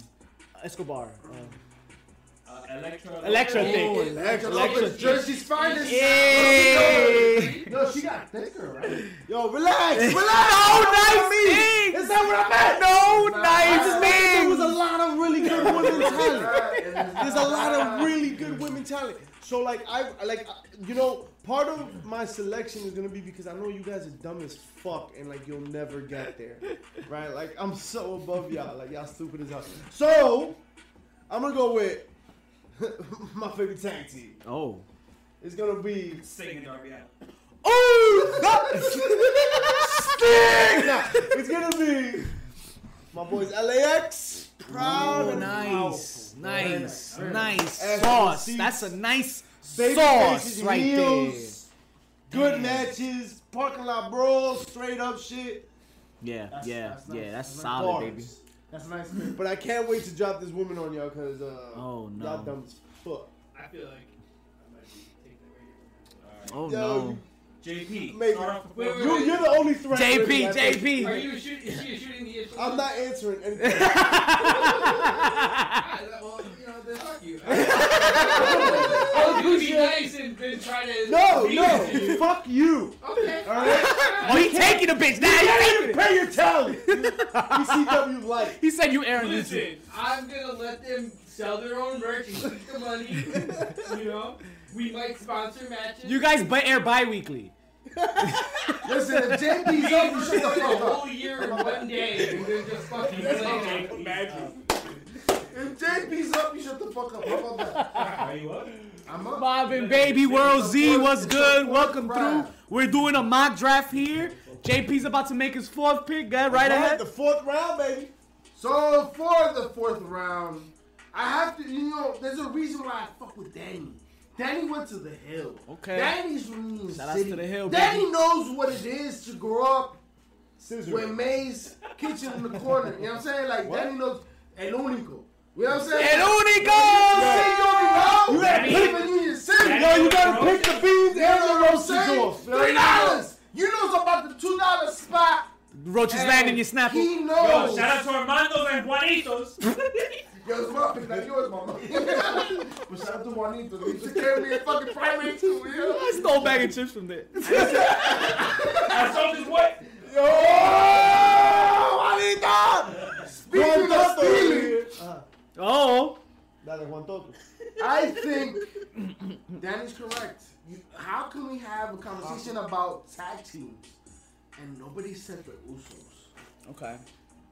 [SPEAKER 1] Escobar, uh,
[SPEAKER 2] Uh, Electra.
[SPEAKER 1] Electra
[SPEAKER 5] Oh,
[SPEAKER 1] thing.
[SPEAKER 3] Electra.
[SPEAKER 1] Electra.
[SPEAKER 4] Jersey's finest.
[SPEAKER 1] Hey.
[SPEAKER 4] No, she got thicker, right?
[SPEAKER 3] Yo, relax.
[SPEAKER 1] No
[SPEAKER 3] relax.
[SPEAKER 1] nice things.
[SPEAKER 3] Is that what I meant?
[SPEAKER 1] No
[SPEAKER 3] I
[SPEAKER 1] nice
[SPEAKER 3] meant There was a
[SPEAKER 1] things.
[SPEAKER 3] lot of really good women's talent.
[SPEAKER 4] There's
[SPEAKER 3] There's a lot of really good women talent. So like I like I- you know part of my selection is gonna be because I know you guys are dumb as fuck and like you'll never get there, right? Like I'm so above y'all, like y'all stupid as hell. So I'm gonna go with my favorite tag team.
[SPEAKER 1] Oh.
[SPEAKER 3] It's gonna be
[SPEAKER 2] Singing Darby Allin.
[SPEAKER 3] Sting. Nah, it's gonna be my boys LAX, proud
[SPEAKER 1] Oh,
[SPEAKER 3] and
[SPEAKER 1] nice,
[SPEAKER 3] powerful.
[SPEAKER 1] nice, nice
[SPEAKER 3] As
[SPEAKER 1] sauce.
[SPEAKER 3] you see,
[SPEAKER 1] That's a nice
[SPEAKER 3] Baby
[SPEAKER 1] sauce
[SPEAKER 3] faces,
[SPEAKER 1] right
[SPEAKER 3] heels, Good
[SPEAKER 1] Damn.
[SPEAKER 3] matches, parking lot brawls, straight up shit.
[SPEAKER 1] there. Yeah,
[SPEAKER 4] That's-
[SPEAKER 1] yeah,
[SPEAKER 4] that's
[SPEAKER 1] yeah.
[SPEAKER 4] nice.
[SPEAKER 1] That's
[SPEAKER 4] That's
[SPEAKER 1] solid,
[SPEAKER 3] bars.
[SPEAKER 1] baby.
[SPEAKER 4] That's a nice. man.
[SPEAKER 3] But I can't wait to drop this woman on y'all because uh,
[SPEAKER 1] Oh, no.
[SPEAKER 3] y'all dumb as fuck.
[SPEAKER 5] I feel like I might be taking that right here.
[SPEAKER 1] Oh
[SPEAKER 3] Yo,
[SPEAKER 2] JP.
[SPEAKER 3] Maybe.
[SPEAKER 2] Start off with
[SPEAKER 5] Wait, wait,
[SPEAKER 3] you, you, you're the only threat. really,
[SPEAKER 1] JP,
[SPEAKER 3] I think.
[SPEAKER 5] Are
[SPEAKER 1] JP.
[SPEAKER 5] you a shoot, is she a shooting the ish?
[SPEAKER 3] I'm not answering anything.
[SPEAKER 5] Ah, well, you know, then fuck you. I was gonna be nice and then try to.
[SPEAKER 3] no,
[SPEAKER 5] be-
[SPEAKER 3] no, fuck you.
[SPEAKER 5] Okay.
[SPEAKER 3] All right,
[SPEAKER 1] Oh, he taking a bitch now. He,
[SPEAKER 3] you
[SPEAKER 1] taking it.
[SPEAKER 3] pay your talent. ECW light.
[SPEAKER 1] he said you Aaron Listen.
[SPEAKER 5] Listen, I'm gonna let them sell their own merch and keep the money. You know, we might sponsor matches.
[SPEAKER 1] You guys butt air bi-weekly.
[SPEAKER 4] Listen, if
[SPEAKER 5] We
[SPEAKER 4] JP's up, you shut
[SPEAKER 5] do
[SPEAKER 4] the
[SPEAKER 5] a
[SPEAKER 4] fuck up.
[SPEAKER 5] whole year in one day, and they're just fucking playing.
[SPEAKER 2] Imagine.
[SPEAKER 4] If JP's up, you shut the fuck up. How about that?
[SPEAKER 2] Are you up?
[SPEAKER 4] I'm up.
[SPEAKER 1] Bob and Baby World Z, what's good? Welcome
[SPEAKER 4] Right.
[SPEAKER 1] through. We're doing a mock draft here. JP's about to make his fourth pick. Go right
[SPEAKER 3] Alright,
[SPEAKER 1] ahead.
[SPEAKER 3] The fourth round, baby.
[SPEAKER 4] So for the fourth round, I have to. You know, there's a reason why I fuck with Danny. Danny went to the hill.
[SPEAKER 1] Okay.
[SPEAKER 4] Danny's from New York
[SPEAKER 1] Shout outs
[SPEAKER 4] City.
[SPEAKER 1] to the hill,
[SPEAKER 4] Danny
[SPEAKER 1] baby.
[SPEAKER 4] knows what it is to grow up
[SPEAKER 3] Scissor.
[SPEAKER 4] with May's kitchen in the corner. You know what I'm saying? Like Danny knows El Unico. You know what I'm saying?
[SPEAKER 1] El
[SPEAKER 4] Hey,
[SPEAKER 1] Unico!
[SPEAKER 4] yo, you know,
[SPEAKER 2] Danny-
[SPEAKER 4] you live in Union City.
[SPEAKER 3] Yo, you gotta pick the beans and
[SPEAKER 4] You know
[SPEAKER 3] the
[SPEAKER 4] what I'm
[SPEAKER 3] roasts
[SPEAKER 4] saying?
[SPEAKER 3] off.
[SPEAKER 4] Three dollars. You know about the two dollar spot.
[SPEAKER 1] Roaches landing your
[SPEAKER 4] He
[SPEAKER 1] snapple.
[SPEAKER 4] knows.
[SPEAKER 2] Yo, shout out to Armando's and Juanitos.
[SPEAKER 6] Yo, it's my pick, not yours, mama. but shout out to Juanito. He took care of me in fucking primary school, yo.
[SPEAKER 9] I stole a bag of chips from there.
[SPEAKER 2] I saw this what?
[SPEAKER 6] Yo, Juanito! Speaking of
[SPEAKER 3] Juanito.
[SPEAKER 6] stealing,
[SPEAKER 9] Oh,
[SPEAKER 3] Dale, Juan Toto.
[SPEAKER 6] I think Danny's correct. You, how can we have a conversation about tag teams and nobody said the Usos?
[SPEAKER 9] okay,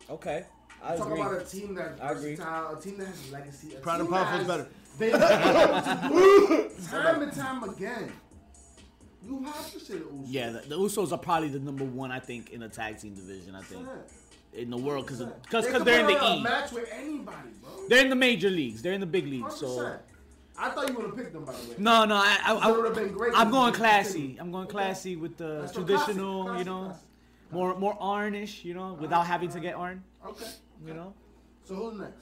[SPEAKER 9] okay. I
[SPEAKER 6] Talk
[SPEAKER 9] agree.
[SPEAKER 6] about a team that's
[SPEAKER 9] I agree.
[SPEAKER 6] versatile, a team that has legacy. A
[SPEAKER 3] Proud
[SPEAKER 6] team
[SPEAKER 3] and powerful
[SPEAKER 6] that
[SPEAKER 3] is better.
[SPEAKER 6] They time and time again. You have to say the Usos.
[SPEAKER 1] Yeah, the, the Usos are probably the number one, I think, in the tag team division. I think in the world because because
[SPEAKER 6] could
[SPEAKER 1] they're in
[SPEAKER 6] put
[SPEAKER 1] the
[SPEAKER 6] on
[SPEAKER 1] E,
[SPEAKER 6] a match with anybody, bro.
[SPEAKER 1] they're in the major leagues, they're in the big leagues.
[SPEAKER 6] 100%.
[SPEAKER 1] So
[SPEAKER 6] I thought you would have picked them by the way.
[SPEAKER 1] no, no, I, I,
[SPEAKER 6] That would've been
[SPEAKER 1] I
[SPEAKER 6] great.
[SPEAKER 1] I'm going classy. I'm going
[SPEAKER 6] Okay.
[SPEAKER 1] classy with the
[SPEAKER 6] That's what
[SPEAKER 1] traditional,
[SPEAKER 6] classic,
[SPEAKER 1] you
[SPEAKER 6] classic,
[SPEAKER 1] know,
[SPEAKER 6] classic.
[SPEAKER 1] more more Arnish, you know, without having to get Arn,
[SPEAKER 6] Okay.
[SPEAKER 1] you know.
[SPEAKER 6] So who's next?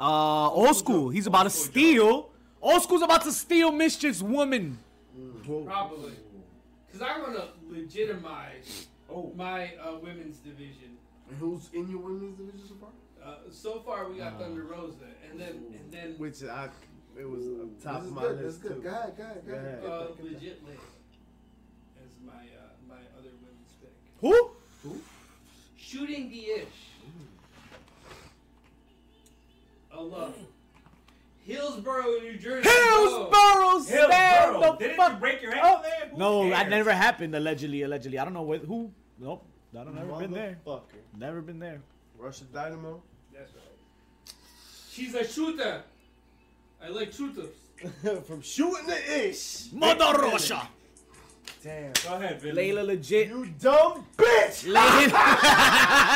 [SPEAKER 1] Uh, old school. He's about to steal. Old school's about to steal Mischief's woman.
[SPEAKER 5] Probably. Because I want to legitimize my uh, women's division.
[SPEAKER 6] And who's in your women's division so far?
[SPEAKER 5] Uh, so far, we got Thunder Rosa, and then and then uh,
[SPEAKER 3] Which I, it was up
[SPEAKER 6] this
[SPEAKER 3] top of
[SPEAKER 6] is
[SPEAKER 3] my
[SPEAKER 6] good. This is
[SPEAKER 3] list
[SPEAKER 6] good. Go
[SPEAKER 3] too.
[SPEAKER 6] ahead. Go ahead. Go ahead.
[SPEAKER 3] Yeah.
[SPEAKER 5] uh, legit Liz as my uh, my other women's pick.
[SPEAKER 1] Who?
[SPEAKER 5] Shooting the ish. I love it. Hillsborough, New Jersey. Oh, Go.
[SPEAKER 1] Hillsborough stand
[SPEAKER 2] Hillsborough.
[SPEAKER 1] the
[SPEAKER 2] Didn't you
[SPEAKER 1] fuck.
[SPEAKER 2] break your ankle
[SPEAKER 1] up.
[SPEAKER 2] there? Who
[SPEAKER 1] No, that
[SPEAKER 2] cares?
[SPEAKER 1] never happened. Allegedly, allegedly. I don't know where, who. Nope. I don't never been there.
[SPEAKER 3] Motherfucker.
[SPEAKER 1] Never been there.
[SPEAKER 3] Russia Dynamo.
[SPEAKER 5] That's right. She's a shooter. I like shooters.
[SPEAKER 3] From shooting the ish.
[SPEAKER 1] Mother Russia.
[SPEAKER 3] Damn.
[SPEAKER 2] Go ahead, Vinny.
[SPEAKER 1] Layla legit.
[SPEAKER 3] You dumb bitch.
[SPEAKER 1] Layla.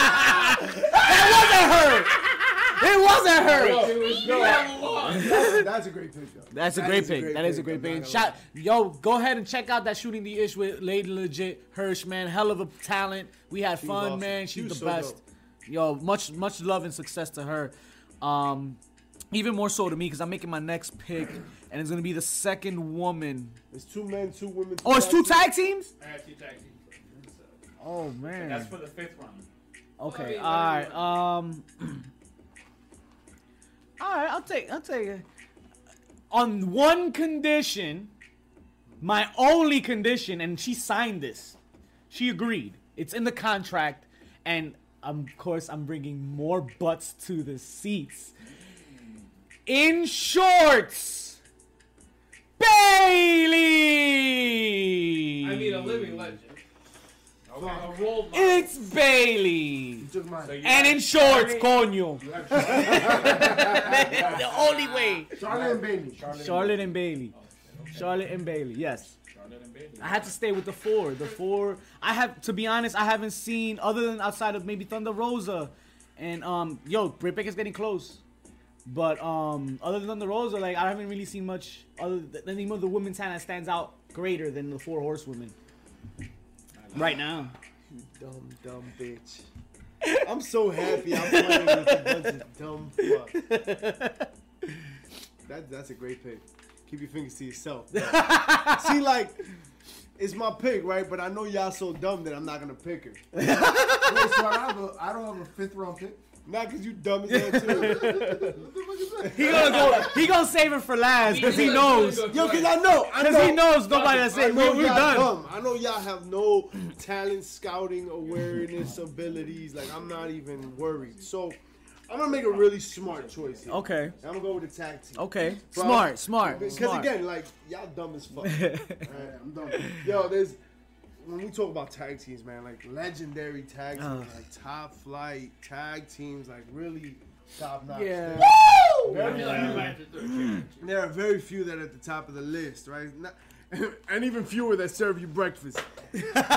[SPEAKER 1] that wasn't her. It wasn't her.
[SPEAKER 5] You have lost.
[SPEAKER 6] That's a great pick, though.
[SPEAKER 1] That's a
[SPEAKER 3] That
[SPEAKER 1] great
[SPEAKER 3] is a
[SPEAKER 1] pick.
[SPEAKER 3] great
[SPEAKER 1] That is a
[SPEAKER 3] pick.
[SPEAKER 1] great
[SPEAKER 3] I'm
[SPEAKER 1] pick.
[SPEAKER 3] not gonna
[SPEAKER 1] Shot, yo, go ahead and check out that shooting the ish with Lady Legit Hirsch, man. Hell of a talent. We had fun,
[SPEAKER 3] awesome.
[SPEAKER 1] man.
[SPEAKER 3] She
[SPEAKER 1] She's the
[SPEAKER 3] was so
[SPEAKER 1] best.
[SPEAKER 3] dope.
[SPEAKER 1] Yo, much much love and success to her. Um, even more so to me because I'm making my next pick, and it's gonna be the second woman.
[SPEAKER 3] It's two men, two women. Two
[SPEAKER 1] Oh, it's two tag teams.
[SPEAKER 2] I have two tag team friends, so-
[SPEAKER 1] Oh
[SPEAKER 2] but That's
[SPEAKER 1] man.
[SPEAKER 2] for the fifth round.
[SPEAKER 1] Okay.
[SPEAKER 5] Oh, yeah,
[SPEAKER 1] All right. Um. All right. I'll take. I'll take it. On one condition, my only condition, and she signed this. She agreed. It's in the contract, and um, of course, I'm bringing more butts to the seats. In shorts, Bailey.
[SPEAKER 5] I mean, a living legend. A role model.
[SPEAKER 1] It's Bailey.
[SPEAKER 6] You took mine.
[SPEAKER 2] So you
[SPEAKER 1] And
[SPEAKER 2] have-
[SPEAKER 1] in shorts, coño. the only way.
[SPEAKER 6] Charlie and Bailey.
[SPEAKER 1] Charlotte and Bailey. Charlotte and Bailey. Yes.
[SPEAKER 2] Charlotte and Bailey.
[SPEAKER 1] I had to stay with the four. The four. I have to be honest. I haven't seen other than outside of maybe Thunder Rosa, and um, yo, Britt Baker's getting close. But um, other than Thunder Rosa, like I haven't really seen much other than any of the women's talent that stands out greater than the four horsewomen. Right now.
[SPEAKER 3] Dumb, dumb bitch. I'm so happy I'm playing with a bunch of dumb fuck. That, that's a great pick. Keep your fingers to yourself. See, like, it's my pick, right? But I know y'all so dumb that I'm not gonna pick her.
[SPEAKER 6] Wait, so I don't, have a, I don't have a fifth round pick.
[SPEAKER 3] Not cause you dumb as hell too.
[SPEAKER 6] What the fuck is that?
[SPEAKER 1] He gonna go. He gonna save it for last because he knows.
[SPEAKER 3] Yo, cause I know, I know.
[SPEAKER 1] Because he knows nobody that's
[SPEAKER 3] I
[SPEAKER 1] it.
[SPEAKER 3] know
[SPEAKER 1] We're, we're
[SPEAKER 3] y'all
[SPEAKER 1] done.
[SPEAKER 3] dumb. I know y'all have no talent, scouting, awareness, abilities. Like I'm not even worried. So I'm gonna make a really smart choice here.
[SPEAKER 1] Okay.
[SPEAKER 3] I'm gonna go with the tag team.
[SPEAKER 1] Okay.
[SPEAKER 3] Bro,
[SPEAKER 1] Smart, smart.
[SPEAKER 3] Because
[SPEAKER 1] smart.
[SPEAKER 3] again, like y'all dumb as fuck.
[SPEAKER 6] Alright, I'm done.
[SPEAKER 3] Yo, there's when we talk about tag teams, man, like legendary tag teams,
[SPEAKER 1] Uh.
[SPEAKER 3] like top flight tag teams, like really top notch.
[SPEAKER 1] Yeah.
[SPEAKER 5] I feel like I'm at the third chair.
[SPEAKER 3] There are very few that are at the top of the list, right? Not, and even fewer that serve you breakfast.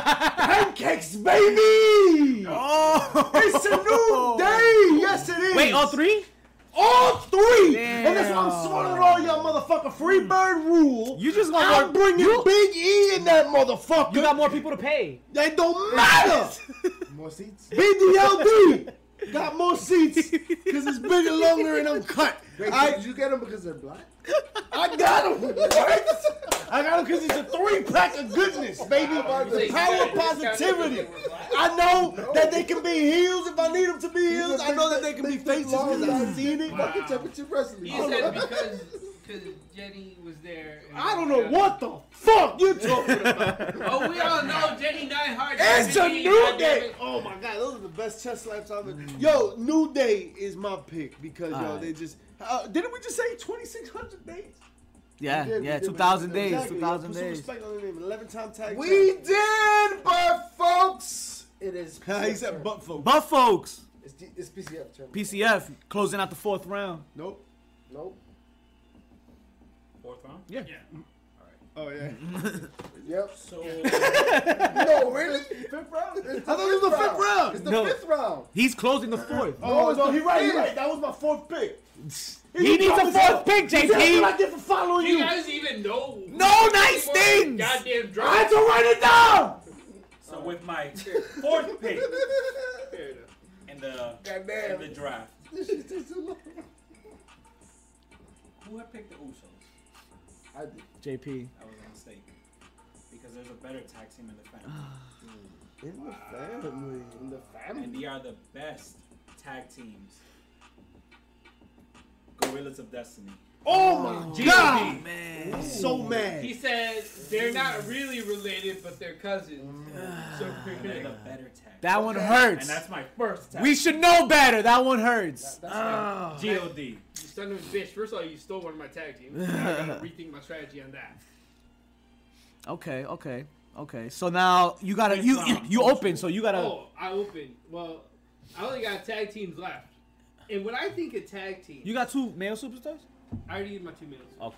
[SPEAKER 3] Pancakes, baby!
[SPEAKER 1] Oh.
[SPEAKER 3] It's a new day! Yes, it is!
[SPEAKER 1] Wait, all three?
[SPEAKER 3] All three! And that's why
[SPEAKER 1] Damn.
[SPEAKER 3] I'm swallowing all y'all motherfucker. Free bird rule.
[SPEAKER 1] You just want
[SPEAKER 3] I'm
[SPEAKER 1] more.
[SPEAKER 3] bringing
[SPEAKER 1] you,
[SPEAKER 3] Big E in that motherfucker.
[SPEAKER 1] you got more people to pay.
[SPEAKER 3] They don't matter.
[SPEAKER 6] More seats?
[SPEAKER 3] BDLD got more seats because it's bigger, longer, and I'm cut.
[SPEAKER 6] Wait,
[SPEAKER 9] I-
[SPEAKER 6] did you get them because they're black?
[SPEAKER 3] I got him. What? I got him because it's a three pack of goodness, baby. The power of positivity. I know that they can be heels if I need them to be heels. I know that they can be faces because I've seen it.
[SPEAKER 6] Fucking championship wrestling.
[SPEAKER 5] He
[SPEAKER 6] Hold
[SPEAKER 5] said
[SPEAKER 6] on.
[SPEAKER 5] because because Jenny was there. and-
[SPEAKER 3] I don't know what the fuck you talking about.
[SPEAKER 5] Oh, we all know Jenny Nyhard.
[SPEAKER 3] It's a
[SPEAKER 5] Jenny,
[SPEAKER 3] new
[SPEAKER 5] goddamn
[SPEAKER 3] day.
[SPEAKER 5] it.
[SPEAKER 3] Oh my god, those are the best chest slaps I've ever. Yo, new day is my pick because yo,
[SPEAKER 1] Mm. Alright.
[SPEAKER 3] they just. Uh, didn't we just say twenty six hundred days?
[SPEAKER 1] Yeah,
[SPEAKER 3] We did, we
[SPEAKER 1] yeah,
[SPEAKER 3] did,
[SPEAKER 1] two thousand
[SPEAKER 3] man.
[SPEAKER 1] days,
[SPEAKER 3] Exactly,
[SPEAKER 1] two
[SPEAKER 3] yo,
[SPEAKER 1] thousand
[SPEAKER 3] put some
[SPEAKER 1] days.
[SPEAKER 3] Respect on the name. Eleven time tag.
[SPEAKER 6] We
[SPEAKER 3] champ.
[SPEAKER 6] did, but folks, it is.
[SPEAKER 3] he said butt folk.
[SPEAKER 1] But folks,
[SPEAKER 6] It's, D- it's PCF. Champ.
[SPEAKER 1] PCF closing out the fourth round.
[SPEAKER 3] Nope.
[SPEAKER 6] Nope.
[SPEAKER 2] Fourth round?
[SPEAKER 1] Yeah.
[SPEAKER 3] Oh yeah.
[SPEAKER 6] Yep.
[SPEAKER 2] So
[SPEAKER 6] No, really? Fifth round? It's the
[SPEAKER 3] I thought it was the fifth round.
[SPEAKER 6] It's the
[SPEAKER 1] No.
[SPEAKER 6] fifth round.
[SPEAKER 1] He's closing the fourth.
[SPEAKER 3] Oh,
[SPEAKER 6] it's
[SPEAKER 3] no,
[SPEAKER 6] the
[SPEAKER 3] he right, he
[SPEAKER 6] fifth.
[SPEAKER 3] right. That was my fourth pick.
[SPEAKER 1] He needs a fourth pick,
[SPEAKER 3] See, That's what I
[SPEAKER 1] JP.
[SPEAKER 3] get for following
[SPEAKER 5] Do you
[SPEAKER 3] you.
[SPEAKER 5] guys even know?
[SPEAKER 1] No nice
[SPEAKER 5] Goddamn
[SPEAKER 1] things.
[SPEAKER 5] Goddamn
[SPEAKER 3] I had
[SPEAKER 5] drugs.
[SPEAKER 3] to write it down.
[SPEAKER 2] so with my fourth pick
[SPEAKER 5] Fair enough.
[SPEAKER 2] in the in
[SPEAKER 6] Goddamn.
[SPEAKER 2] the draft.
[SPEAKER 6] This shit takes too long.
[SPEAKER 2] Who had picked the Usos?
[SPEAKER 6] I did.
[SPEAKER 1] JP.
[SPEAKER 2] That was a mistake. Because there's a better tag team in the family.
[SPEAKER 1] Oh.
[SPEAKER 6] In the family. In the
[SPEAKER 2] and
[SPEAKER 6] family.
[SPEAKER 2] they are the best tag teams. Gorillas of Destiny.
[SPEAKER 3] Oh my god.
[SPEAKER 5] JP, man.
[SPEAKER 3] I'm so
[SPEAKER 5] He
[SPEAKER 3] mad.
[SPEAKER 5] said they're not really related, but they're cousins. so
[SPEAKER 2] And they're the better tag.
[SPEAKER 1] That one
[SPEAKER 2] and
[SPEAKER 1] hurts.
[SPEAKER 2] that's my first tag.
[SPEAKER 1] We should know better. That one hurts.
[SPEAKER 6] That's
[SPEAKER 2] GOD.
[SPEAKER 1] Oh,
[SPEAKER 5] You son of a bitch. First of all, you stole one of my tag teams. I gotta rethink my strategy on that.
[SPEAKER 1] Okay, okay, okay. So now you gotta
[SPEAKER 2] Fifth
[SPEAKER 1] you you,
[SPEAKER 2] round.
[SPEAKER 1] you open, so you gotta.
[SPEAKER 5] Oh, I opened. Well, I only got tag teams left. And when I think of tag team,
[SPEAKER 1] You got two male superstars.
[SPEAKER 5] I already did my two minutes.
[SPEAKER 1] Okay.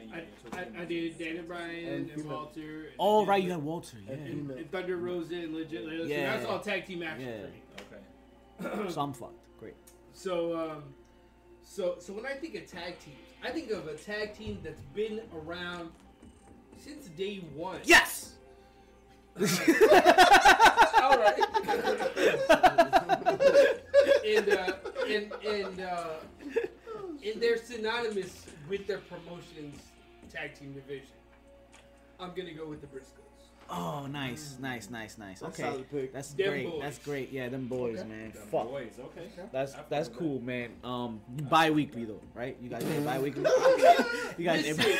[SPEAKER 2] And
[SPEAKER 5] I,
[SPEAKER 2] you-
[SPEAKER 5] I, I did Dana Bryan and,
[SPEAKER 6] And female.
[SPEAKER 5] Walter. And
[SPEAKER 1] Oh right, you had Walter. Yeah.
[SPEAKER 5] and, and Thunder Rosa and Legit Layla. So
[SPEAKER 1] Yeah.
[SPEAKER 5] that's all tag team action
[SPEAKER 1] Yeah.
[SPEAKER 5] for me.
[SPEAKER 2] Okay.
[SPEAKER 1] So I'm fucked. Great.
[SPEAKER 5] So, um, so, so when I think of tag teams, I think of a tag team that's been around since day one.
[SPEAKER 1] Yes.
[SPEAKER 5] all right. and uh, and and uh, and they're synonymous with their promotions tag team division. I'm gonna go with the Briscoes.
[SPEAKER 1] Oh, nice, nice, nice, nice.
[SPEAKER 3] That's
[SPEAKER 1] Okay,
[SPEAKER 3] solid pick.
[SPEAKER 1] that's
[SPEAKER 5] Them
[SPEAKER 1] great.
[SPEAKER 5] boys.
[SPEAKER 1] That's great. Yeah, them boys, man.
[SPEAKER 2] The
[SPEAKER 1] Fuck.
[SPEAKER 2] boys, okay.
[SPEAKER 1] That's
[SPEAKER 2] I feel
[SPEAKER 1] that's
[SPEAKER 2] that.
[SPEAKER 1] cool, man. Um, bi-weekly though, right? You guys get bi-weekly. you guys.
[SPEAKER 5] Listen,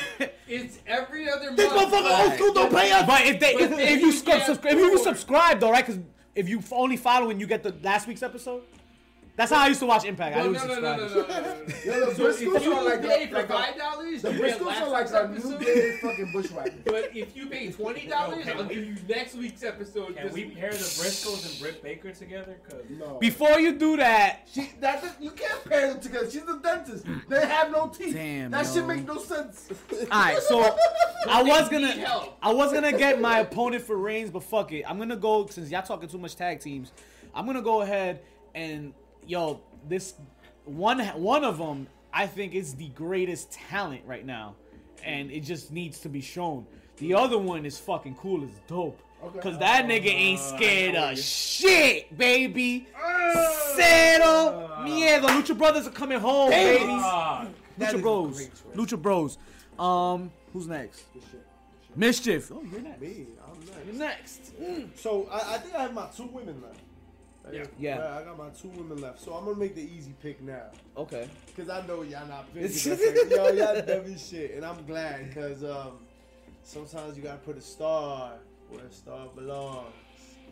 [SPEAKER 5] it's every other month.
[SPEAKER 3] This motherfucker old school don't pay us.
[SPEAKER 1] But if they if,
[SPEAKER 5] But
[SPEAKER 1] if
[SPEAKER 5] if
[SPEAKER 1] you
[SPEAKER 5] you
[SPEAKER 1] scrub,
[SPEAKER 5] get
[SPEAKER 1] subscribe, if you
[SPEAKER 5] bored-
[SPEAKER 1] subscribe though, right? Because if you f- only following, you get the last week's episode. That's how I used to watch Impact. I
[SPEAKER 5] No,
[SPEAKER 1] used
[SPEAKER 5] no,
[SPEAKER 1] to
[SPEAKER 5] no, no,
[SPEAKER 1] subscribe.
[SPEAKER 5] no, no, no, no, no.
[SPEAKER 6] Yo, the
[SPEAKER 5] So if you
[SPEAKER 6] Briscoes are like
[SPEAKER 5] pay
[SPEAKER 6] a,
[SPEAKER 5] for
[SPEAKER 6] like a,
[SPEAKER 5] five dollars,
[SPEAKER 6] the
[SPEAKER 5] you get
[SPEAKER 6] Briscoes are like
[SPEAKER 5] last
[SPEAKER 6] a new
[SPEAKER 5] episode.
[SPEAKER 6] day fucking bushwhacker.
[SPEAKER 5] But if you pay twenty dollars,
[SPEAKER 2] Yo, can
[SPEAKER 5] I'll
[SPEAKER 2] we-
[SPEAKER 5] give you next week's episode.
[SPEAKER 2] Can
[SPEAKER 5] this
[SPEAKER 2] we
[SPEAKER 5] week.
[SPEAKER 2] pair the Briscoes and Britt Baker together? Cause
[SPEAKER 6] No.
[SPEAKER 1] Before you do that,
[SPEAKER 6] She that that- you can't pair them together. She's a dentist. They have no teeth.
[SPEAKER 1] Damn,
[SPEAKER 6] that
[SPEAKER 1] yo.
[SPEAKER 6] should make no sense.
[SPEAKER 1] all right. So I
[SPEAKER 5] They
[SPEAKER 1] was
[SPEAKER 5] need
[SPEAKER 1] gonna
[SPEAKER 5] help.
[SPEAKER 1] I was gonna get my opponent for Reigns, but fuck it. I'm gonna go since y'all talking too much tag teams. I'm gonna go ahead and yo this one one of them I think is the greatest talent right now, and it just needs to be shown. The other one is fucking cool as dope. Cause that nigga ain't
[SPEAKER 5] Ah,
[SPEAKER 1] scared of shit, baby. Cero miedo. Lucha Brothers are coming home, babies.
[SPEAKER 2] Ah,
[SPEAKER 1] Lucha Bros. Lucha Bros. Um, who's next? Mischief. Oh, you're next.
[SPEAKER 3] Me, I'm next.
[SPEAKER 1] You're next.
[SPEAKER 3] So I, I think I have my two women left.
[SPEAKER 5] Yeah.
[SPEAKER 1] Yeah.
[SPEAKER 3] Right, I got my two women left. So I'm gonna make the easy pick now.
[SPEAKER 1] Okay.
[SPEAKER 3] Cause I know y'all not picking. that. Yo, y'all dumb as shit, and I'm glad. Cause um, sometimes you gotta put a star where a star belongs.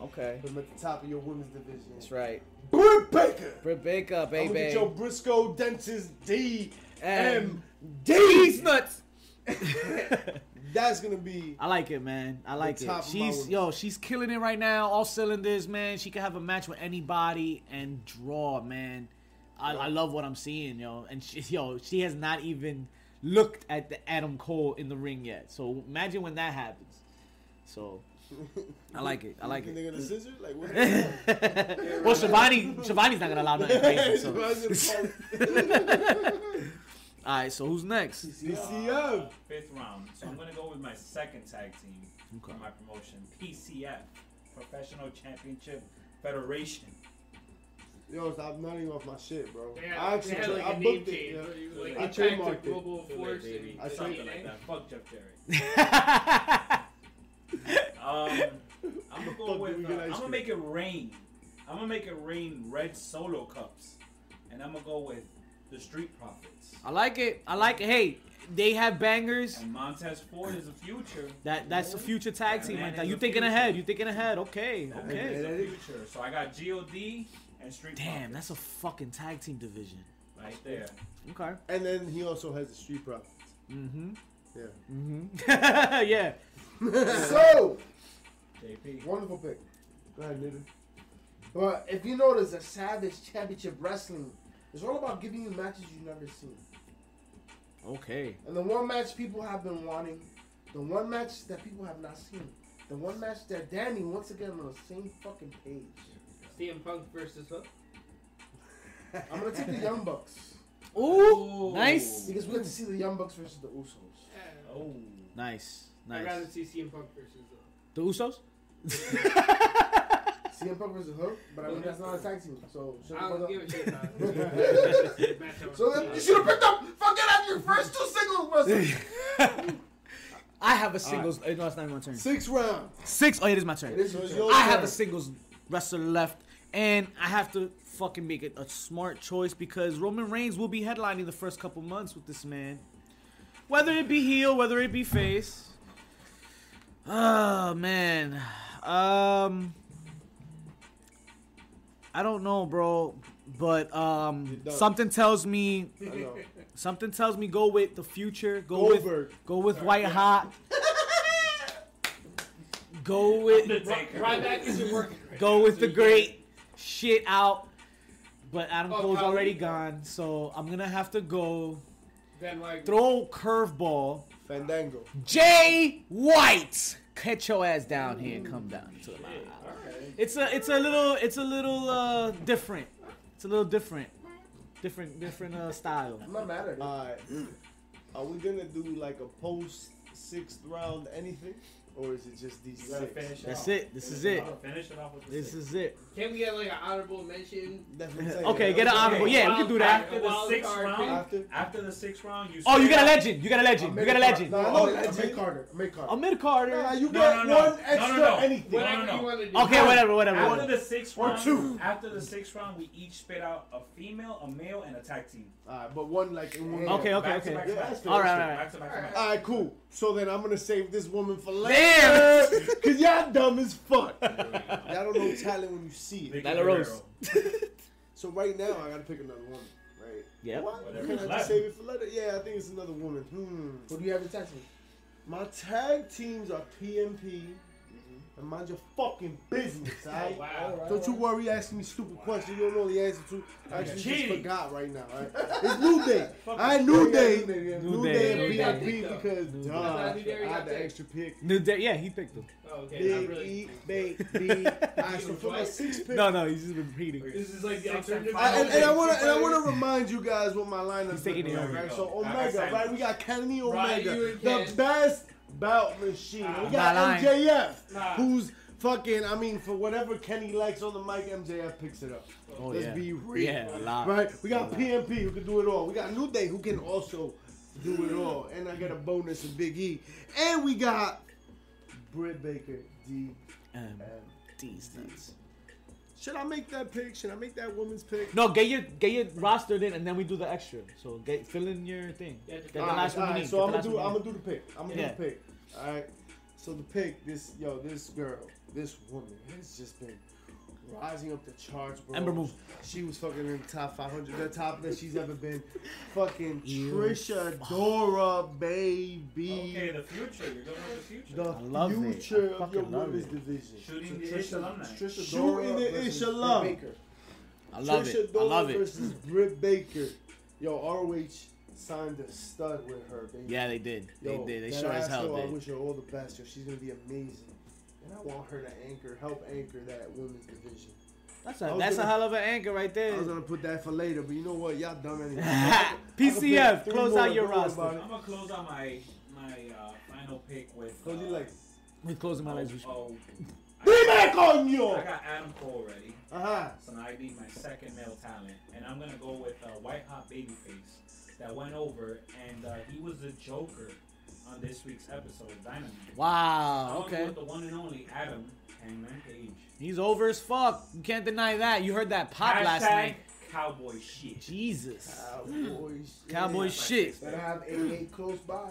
[SPEAKER 1] Okay.
[SPEAKER 3] Put them at the top of your women's division.
[SPEAKER 1] That's right.
[SPEAKER 3] Britt Baker.
[SPEAKER 1] Britt Baker,
[SPEAKER 3] I'm gonna
[SPEAKER 1] baby.
[SPEAKER 3] get your Briscoe dentist D
[SPEAKER 1] And
[SPEAKER 3] M D.
[SPEAKER 1] nuts.
[SPEAKER 3] That's gonna be
[SPEAKER 1] I like it, man. I like
[SPEAKER 3] top
[SPEAKER 1] it.
[SPEAKER 3] of my
[SPEAKER 1] She's
[SPEAKER 3] list.
[SPEAKER 1] yo, she's killing it right now. All cylinders, man. She can have a match with anybody and draw, man. I, I love what I'm seeing, yo. And she, yo, she has not even looked at the Adam Cole in the ring yet. So imagine when that happens. So I like it. I like
[SPEAKER 3] You
[SPEAKER 1] it.
[SPEAKER 3] think They're gonna scissor? Like what?
[SPEAKER 1] well, Shivani, Shivani's not gonna allow nothing crazy. So. All right, so who's next?
[SPEAKER 3] PCF.
[SPEAKER 2] fifth round. So I'm gonna go with my second tag team for
[SPEAKER 1] Okay.
[SPEAKER 2] my promotion. PCF, Professional Championship Federation.
[SPEAKER 3] Yo, I'm not even off my shit, bro.
[SPEAKER 5] They had,
[SPEAKER 3] I actually,
[SPEAKER 5] they had like
[SPEAKER 3] I
[SPEAKER 5] a name
[SPEAKER 3] booked
[SPEAKER 5] change.
[SPEAKER 3] it. yeah.
[SPEAKER 5] where you,
[SPEAKER 3] I
[SPEAKER 5] Like, I
[SPEAKER 3] trademarked it.
[SPEAKER 5] trademarked Global Force and
[SPEAKER 3] I
[SPEAKER 5] something
[SPEAKER 3] trademarked
[SPEAKER 5] like that.
[SPEAKER 2] Fuck Jeff Jarrett.
[SPEAKER 1] That's
[SPEAKER 2] Um, I'm gonna
[SPEAKER 3] Fuck,
[SPEAKER 2] go
[SPEAKER 3] did we
[SPEAKER 2] with. Uh,
[SPEAKER 3] get
[SPEAKER 2] I'm
[SPEAKER 3] ice
[SPEAKER 2] gonna
[SPEAKER 3] cream?
[SPEAKER 2] make it rain. I'm gonna make it rain red solo cups, and I'm gonna go with the Street Profits.
[SPEAKER 1] I like it. I like it. Hey, they have bangers.
[SPEAKER 2] And Montez Ford is the future.
[SPEAKER 1] That that's the future tag
[SPEAKER 2] Yeah,
[SPEAKER 1] team
[SPEAKER 2] man,
[SPEAKER 1] like that.
[SPEAKER 2] it's
[SPEAKER 1] You
[SPEAKER 2] the
[SPEAKER 1] thinking
[SPEAKER 2] future.
[SPEAKER 1] ahead. You thinking ahead. Okay.
[SPEAKER 2] Okay,
[SPEAKER 1] Okay.
[SPEAKER 2] the future. So I got God and Street.
[SPEAKER 1] Damn,
[SPEAKER 2] Profits
[SPEAKER 1] that's a fucking tag team division.
[SPEAKER 2] right there.
[SPEAKER 1] Okay.
[SPEAKER 3] And then he also has the street profits.
[SPEAKER 1] Mm-hmm.
[SPEAKER 3] Yeah.
[SPEAKER 1] Mm-hmm. yeah.
[SPEAKER 6] So,
[SPEAKER 2] JP.
[SPEAKER 6] wonderful pick.
[SPEAKER 3] Go ahead, nigga.
[SPEAKER 6] But if you notice, that Savage Championship Wrestling is all about giving you matches you've never seen.
[SPEAKER 1] Okay.
[SPEAKER 6] And the one match people have been wanting, the one match that people have not seen, the one match that Danny once again on the same fucking page.
[SPEAKER 5] CM Punk versus who?
[SPEAKER 6] I'm gonna take the Young Bucks
[SPEAKER 1] Ooh. nice.
[SPEAKER 6] because we get to see the Young Bucks versus the Usos.
[SPEAKER 5] Uh,
[SPEAKER 2] Oh.
[SPEAKER 1] Nice.
[SPEAKER 5] I'd rather
[SPEAKER 1] Nice.
[SPEAKER 5] see CM Punk versus uh,
[SPEAKER 1] The Usos?
[SPEAKER 6] CM Punk versus Hook, but I mean that's not a tag team, so shut the
[SPEAKER 5] I don't
[SPEAKER 6] fuck
[SPEAKER 5] give a
[SPEAKER 6] up.
[SPEAKER 5] shit about it. Match Uh, I wanna
[SPEAKER 6] So
[SPEAKER 5] see.
[SPEAKER 6] then you should have picked up. Fuck it up your first two singles, Russell.
[SPEAKER 1] I have a singles. uh, No, it's not my turn.
[SPEAKER 3] Six round.
[SPEAKER 1] Six. Oh, yeah, it is my turn.
[SPEAKER 6] It is
[SPEAKER 3] So
[SPEAKER 6] your
[SPEAKER 3] it's
[SPEAKER 6] turn.
[SPEAKER 3] your
[SPEAKER 1] I have a
[SPEAKER 3] turn.
[SPEAKER 1] singles wrestler left, and I have to fucking make it a smart choice because Roman Reigns will be headlining the first couple months with this man, whether it be heel, whether it be face. Oh man, um, I don't know, bro, but um,
[SPEAKER 3] It does.
[SPEAKER 1] something tells me,
[SPEAKER 3] I know.
[SPEAKER 1] something tells me go with the future, go with,
[SPEAKER 3] Goldberg.
[SPEAKER 1] go with White Hot. Go with
[SPEAKER 5] Right back isn't working. Right
[SPEAKER 1] go
[SPEAKER 5] now,
[SPEAKER 1] with
[SPEAKER 5] so
[SPEAKER 1] the
[SPEAKER 5] you
[SPEAKER 1] great shit out. But Adam
[SPEAKER 5] Oh,
[SPEAKER 1] Cole's
[SPEAKER 5] Kyle
[SPEAKER 1] already
[SPEAKER 5] Lee.
[SPEAKER 1] gone, so I'm gonna have to go
[SPEAKER 5] can't- Then like
[SPEAKER 1] throw curveball.
[SPEAKER 3] Fandango.
[SPEAKER 1] Jay White, catch your ass down here and come down to the line. It's a it's a little it's a little uh different. It's a little different, different different uh style.
[SPEAKER 6] I'm not mad at it.
[SPEAKER 3] Alright. Are we gonna do like a post sixth round anything? Or is it just these
[SPEAKER 2] You gotta
[SPEAKER 3] six?
[SPEAKER 2] finish it
[SPEAKER 1] That's
[SPEAKER 2] off.
[SPEAKER 1] it. This is it.
[SPEAKER 2] Finish it off with the
[SPEAKER 1] This
[SPEAKER 2] six.
[SPEAKER 1] is it.
[SPEAKER 5] Can we get like an honorable mention?
[SPEAKER 3] That's what I'm saying.
[SPEAKER 1] Okay, get an honorable. Yeah, we can do that.
[SPEAKER 2] After the
[SPEAKER 5] Wild
[SPEAKER 2] sixth
[SPEAKER 5] card
[SPEAKER 2] round,
[SPEAKER 3] pick.
[SPEAKER 2] after the sixth round, you.
[SPEAKER 1] Oh, you got a
[SPEAKER 2] start-
[SPEAKER 1] legend. You got a legend. You got a legend.
[SPEAKER 3] No, I
[SPEAKER 6] No,
[SPEAKER 3] know
[SPEAKER 6] I'm
[SPEAKER 3] legend.
[SPEAKER 6] Mick Carter. I'm Mick Carter.
[SPEAKER 1] Amir Carter.
[SPEAKER 3] Nah, you
[SPEAKER 2] No,
[SPEAKER 3] got
[SPEAKER 2] no, no.
[SPEAKER 3] one
[SPEAKER 2] No, no,
[SPEAKER 3] extra
[SPEAKER 2] no.
[SPEAKER 3] anything.
[SPEAKER 2] No,
[SPEAKER 5] Whatever
[SPEAKER 2] no, no.
[SPEAKER 5] you want to do.
[SPEAKER 1] Okay, whatever, whatever.
[SPEAKER 2] After
[SPEAKER 1] whatever.
[SPEAKER 2] the sixth
[SPEAKER 3] Or
[SPEAKER 2] round,
[SPEAKER 3] two.
[SPEAKER 2] after the sixth round, we each spit out a female, a male, and a tag team.
[SPEAKER 3] Alright, but one like in one.
[SPEAKER 1] Okay, okay,
[SPEAKER 2] Back to
[SPEAKER 1] okay.
[SPEAKER 2] back to
[SPEAKER 3] Yeah,
[SPEAKER 2] back.
[SPEAKER 3] that's fair,
[SPEAKER 1] All right,
[SPEAKER 3] that's
[SPEAKER 1] all
[SPEAKER 3] fair.
[SPEAKER 1] right.
[SPEAKER 2] Back to back to back.
[SPEAKER 3] Alright, cool. So then I'm gonna save this woman for later.
[SPEAKER 1] Damn.
[SPEAKER 3] Cause y'all dumb as fuck. y'all don't know talent when you see it.
[SPEAKER 2] Vicky
[SPEAKER 1] Nyla Rose.
[SPEAKER 3] So right now I gotta pick another woman. Right.
[SPEAKER 1] Yep.
[SPEAKER 3] What?
[SPEAKER 2] Whatever.
[SPEAKER 3] Can I
[SPEAKER 2] Left.
[SPEAKER 3] just save it for later? Yeah, I think it's another woman. Hmm.
[SPEAKER 6] What do you have in tag team?
[SPEAKER 3] My tag teams are PMP and mind your fucking business, alright?
[SPEAKER 5] Oh, Wow.
[SPEAKER 3] Don't you worry asking me stupid questions you don't know the answer to. I actually just
[SPEAKER 2] cheating.
[SPEAKER 3] forgot right now, alright? It's New Day. I New
[SPEAKER 6] Yeah,
[SPEAKER 3] Day.
[SPEAKER 6] yeah,
[SPEAKER 1] New
[SPEAKER 3] New
[SPEAKER 1] Day.
[SPEAKER 3] Day and
[SPEAKER 5] New Day.
[SPEAKER 3] VIP because,
[SPEAKER 1] New Day.
[SPEAKER 3] duh,
[SPEAKER 5] That's not New Day,
[SPEAKER 3] I
[SPEAKER 5] you got
[SPEAKER 3] had the
[SPEAKER 5] that.
[SPEAKER 3] extra pick.
[SPEAKER 1] New Day. Yeah, he picked him.
[SPEAKER 5] Oh, okay, not
[SPEAKER 3] Big
[SPEAKER 5] really.
[SPEAKER 3] E, Big B. Alright, so for my six pick.
[SPEAKER 1] No, no, he's just repeating.
[SPEAKER 5] This is like the
[SPEAKER 2] Six and
[SPEAKER 5] alternative.
[SPEAKER 3] I, and, and I
[SPEAKER 5] version.
[SPEAKER 3] wanna and I wanna remind you guys what my
[SPEAKER 1] He's
[SPEAKER 3] lineup
[SPEAKER 1] taking
[SPEAKER 3] is.
[SPEAKER 1] it
[SPEAKER 3] Like,
[SPEAKER 1] over.
[SPEAKER 3] right? So
[SPEAKER 2] Like I
[SPEAKER 3] Omega,
[SPEAKER 2] said-
[SPEAKER 3] right? We got Kenny
[SPEAKER 5] Right,
[SPEAKER 3] Omega,
[SPEAKER 5] you and
[SPEAKER 3] the
[SPEAKER 5] Ken.
[SPEAKER 3] best bout machine. We
[SPEAKER 2] Nah.
[SPEAKER 1] Nah,
[SPEAKER 3] got
[SPEAKER 1] nah.
[SPEAKER 3] MJF,
[SPEAKER 2] Nah.
[SPEAKER 3] who's fucking. I mean, for whatever Kenny likes on the mic, MJF picks it up.
[SPEAKER 1] Oh,
[SPEAKER 3] Let's
[SPEAKER 1] yeah.
[SPEAKER 3] be real,
[SPEAKER 1] Yeah, a lot.
[SPEAKER 3] right? We got PMP who can do it all. We got New Day who can also do it all, and I got a bonus of Big E, and we got Britt Baker, D.
[SPEAKER 1] Um, these nuts.
[SPEAKER 3] Should I make that pick? Should I make that woman's pick?
[SPEAKER 1] No, get your get your roster in, and then we do the extra. So get fill in your thing.
[SPEAKER 5] Yeah,
[SPEAKER 1] Get
[SPEAKER 5] just-
[SPEAKER 1] the
[SPEAKER 5] Alright,
[SPEAKER 1] last one you need.
[SPEAKER 3] so I'm
[SPEAKER 1] Get
[SPEAKER 3] gonna
[SPEAKER 1] the
[SPEAKER 3] do. I'm
[SPEAKER 1] last one
[SPEAKER 3] gonna do the pick. I'm gonna
[SPEAKER 1] Yeah.
[SPEAKER 3] do the pick. All right. So the pick. This yo. This girl. This woman has just been rising up the charts, bro.
[SPEAKER 1] Ember Moon.
[SPEAKER 3] She was fucking in the top 500, the top that she's ever been. Fucking
[SPEAKER 1] Ew.
[SPEAKER 3] Trisha Dora, baby.
[SPEAKER 2] Okay, the future. You're going with the future.
[SPEAKER 3] The
[SPEAKER 1] I love it. I
[SPEAKER 3] future of your
[SPEAKER 1] fucking love
[SPEAKER 3] women's
[SPEAKER 1] it.
[SPEAKER 3] division.
[SPEAKER 2] Shooting the Ish alumni.
[SPEAKER 6] Trisha
[SPEAKER 3] Shooting the
[SPEAKER 6] versus
[SPEAKER 3] Isha
[SPEAKER 6] Britt
[SPEAKER 3] love.
[SPEAKER 6] Baker.
[SPEAKER 1] I love
[SPEAKER 3] Trisha
[SPEAKER 1] it. I
[SPEAKER 3] Dora
[SPEAKER 1] love it.
[SPEAKER 3] versus Britt Baker. Yo, ROH signed a stud with her, baby.
[SPEAKER 1] Yeah, they did. They
[SPEAKER 3] Yo,
[SPEAKER 1] did. They
[SPEAKER 3] that
[SPEAKER 1] sure as
[SPEAKER 3] ass, yo,
[SPEAKER 1] hell
[SPEAKER 3] I
[SPEAKER 1] did.
[SPEAKER 3] wish her all the best. Yo, she's gonna be amazing, and I want her to anchor, help anchor that women's division.
[SPEAKER 1] That's
[SPEAKER 3] I
[SPEAKER 1] a
[SPEAKER 3] was
[SPEAKER 1] that's a
[SPEAKER 3] gonna-
[SPEAKER 1] hell of an anchor right there.
[SPEAKER 3] I was gonna put that for later, but you know what? Y'all dumb anyway. I could- I could pick
[SPEAKER 1] PCF,
[SPEAKER 3] three
[SPEAKER 1] close
[SPEAKER 3] more,
[SPEAKER 1] out your
[SPEAKER 3] don't worry
[SPEAKER 1] roster.
[SPEAKER 3] about it.
[SPEAKER 2] I'm gonna close out my my uh, final pick with.
[SPEAKER 3] Close your legs.
[SPEAKER 1] We're closing my
[SPEAKER 2] Oh,
[SPEAKER 1] legs.
[SPEAKER 2] oh.
[SPEAKER 3] Demon back on you.
[SPEAKER 2] I got Adam Cole ready,
[SPEAKER 3] Uh-huh.
[SPEAKER 2] so now I need my second male talent, and I'm gonna go with uh, White Hot Babyface that went over, and uh, he was the Joker on this week's episode of Dynamite. I'm
[SPEAKER 1] Wow.
[SPEAKER 2] gonna go
[SPEAKER 1] Oh, Okay.
[SPEAKER 2] With the one and only Adam Hangman Page.
[SPEAKER 1] He's over as fuck. You can't deny that. You heard that pop last
[SPEAKER 2] Hashtag
[SPEAKER 1] night.
[SPEAKER 2] Cowboy shit.
[SPEAKER 1] Jesus.
[SPEAKER 4] Cowboys.
[SPEAKER 1] Cowboy shit.
[SPEAKER 4] Better have 88 close by.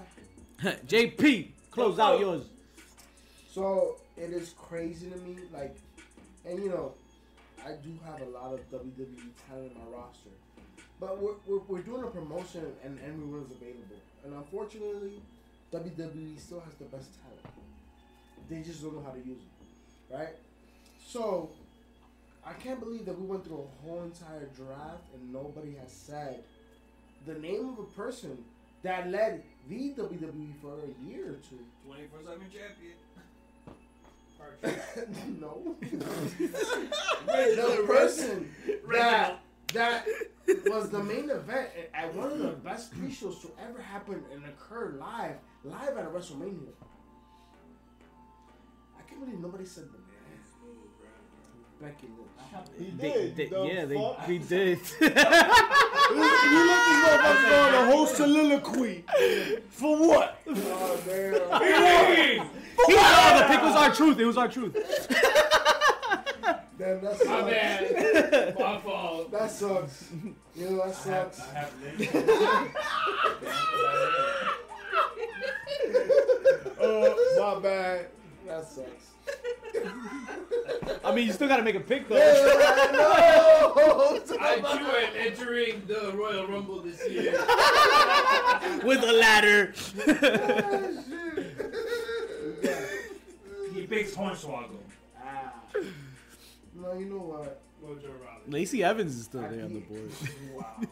[SPEAKER 1] JP, close out yours.
[SPEAKER 4] So it is crazy to me, like, and you know, I do have a lot of WWE talent in my roster, but we're, we're, we're doing a promotion and everyone's available, and unfortunately, WWE still has the best talent. They just don't know how to use it, right? So I can't believe that we went through a whole entire draft and nobody has said the name of a person that led the WWE E for a year or two.
[SPEAKER 5] 24 7 champion.
[SPEAKER 4] no. the person that that was the main event at one of the best pre-shows to ever happen and occur live, live at a WrestleMania. I can't believe nobody said the name. Becky Lynch.
[SPEAKER 3] He
[SPEAKER 1] They-
[SPEAKER 3] did.
[SPEAKER 1] they-
[SPEAKER 3] the
[SPEAKER 1] yeah, they,
[SPEAKER 3] fuck?
[SPEAKER 1] they did.
[SPEAKER 3] You let this motherfucker go on a whole soliloquy. For what?
[SPEAKER 4] Oh man.
[SPEAKER 1] He was all the pick was our truth. It was our truth.
[SPEAKER 4] Damn, that sucks.
[SPEAKER 5] My bad. My fault.
[SPEAKER 4] That sucks. You know that
[SPEAKER 2] I have,
[SPEAKER 4] sucks.
[SPEAKER 2] I have Lynch.
[SPEAKER 3] Uh,
[SPEAKER 1] Oh,
[SPEAKER 3] my bad.
[SPEAKER 4] That sucks.
[SPEAKER 1] I mean, you still gotta make a pick though.
[SPEAKER 5] I too am entering the Royal Rumble this year.
[SPEAKER 1] With a ladder.
[SPEAKER 2] He picks Hornswoggle.
[SPEAKER 4] Ah. No, you know what?
[SPEAKER 5] Mojo Rawley.
[SPEAKER 1] Lacey Evans is still
[SPEAKER 4] I
[SPEAKER 1] there on the
[SPEAKER 4] can't-
[SPEAKER 1] board.
[SPEAKER 4] Wow.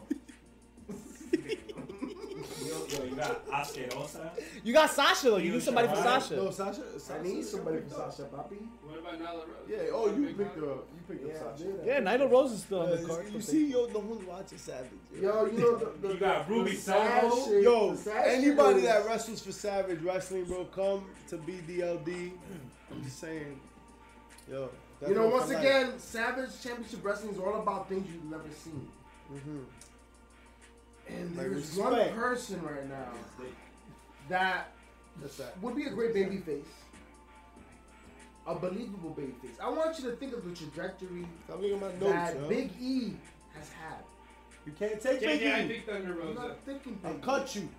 [SPEAKER 2] Yo, yo, you got Asquerosa.
[SPEAKER 1] You got Sasha though. You
[SPEAKER 2] You
[SPEAKER 1] need somebody for
[SPEAKER 2] sure?
[SPEAKER 1] Sasha.
[SPEAKER 3] No, Sasha.
[SPEAKER 4] I
[SPEAKER 3] Sasha
[SPEAKER 4] need somebody
[SPEAKER 3] picked
[SPEAKER 4] for
[SPEAKER 3] up.
[SPEAKER 4] Sasha Papi.
[SPEAKER 5] What about Nyla Rose?
[SPEAKER 3] Yeah. Oh, you
[SPEAKER 5] Big
[SPEAKER 3] picked
[SPEAKER 5] Mom?
[SPEAKER 3] up. You picked
[SPEAKER 4] Yeah,
[SPEAKER 3] up
[SPEAKER 4] I
[SPEAKER 3] Sasha.
[SPEAKER 4] did. I
[SPEAKER 1] Yeah, Nyla Rose is still on the
[SPEAKER 3] Uh,
[SPEAKER 1] card.
[SPEAKER 3] you see, yo, the whole watch is savage.
[SPEAKER 4] Yo, you know the, the
[SPEAKER 2] You got Ruby
[SPEAKER 4] the sad
[SPEAKER 2] Soho.
[SPEAKER 4] shit-
[SPEAKER 3] Yo,
[SPEAKER 4] the sad shit
[SPEAKER 3] anybody
[SPEAKER 4] is-
[SPEAKER 3] that wrestles for Savage Wrestling, bro, come to BDLD. I'm just saying, yo. that's
[SPEAKER 4] you know,
[SPEAKER 3] what
[SPEAKER 4] once
[SPEAKER 3] I like.
[SPEAKER 4] again, Savage Championship Wrestling is all about things you've never seen.
[SPEAKER 3] Mhm.
[SPEAKER 4] And
[SPEAKER 3] Like,
[SPEAKER 4] there's
[SPEAKER 3] respect.
[SPEAKER 4] one person right now that
[SPEAKER 3] That's that.
[SPEAKER 4] would be a great baby face. A believable baby face. I want you to think of the trajectory
[SPEAKER 3] Stop looking at my notes,
[SPEAKER 4] that
[SPEAKER 3] yo.
[SPEAKER 4] Big E has had.
[SPEAKER 3] You can't take
[SPEAKER 5] Yeah,
[SPEAKER 3] Big
[SPEAKER 5] yeah, I
[SPEAKER 3] E.
[SPEAKER 5] picked Thunder
[SPEAKER 4] I'm
[SPEAKER 5] Rosa.
[SPEAKER 4] not thinking
[SPEAKER 3] I'll
[SPEAKER 4] Big E.
[SPEAKER 3] cut you.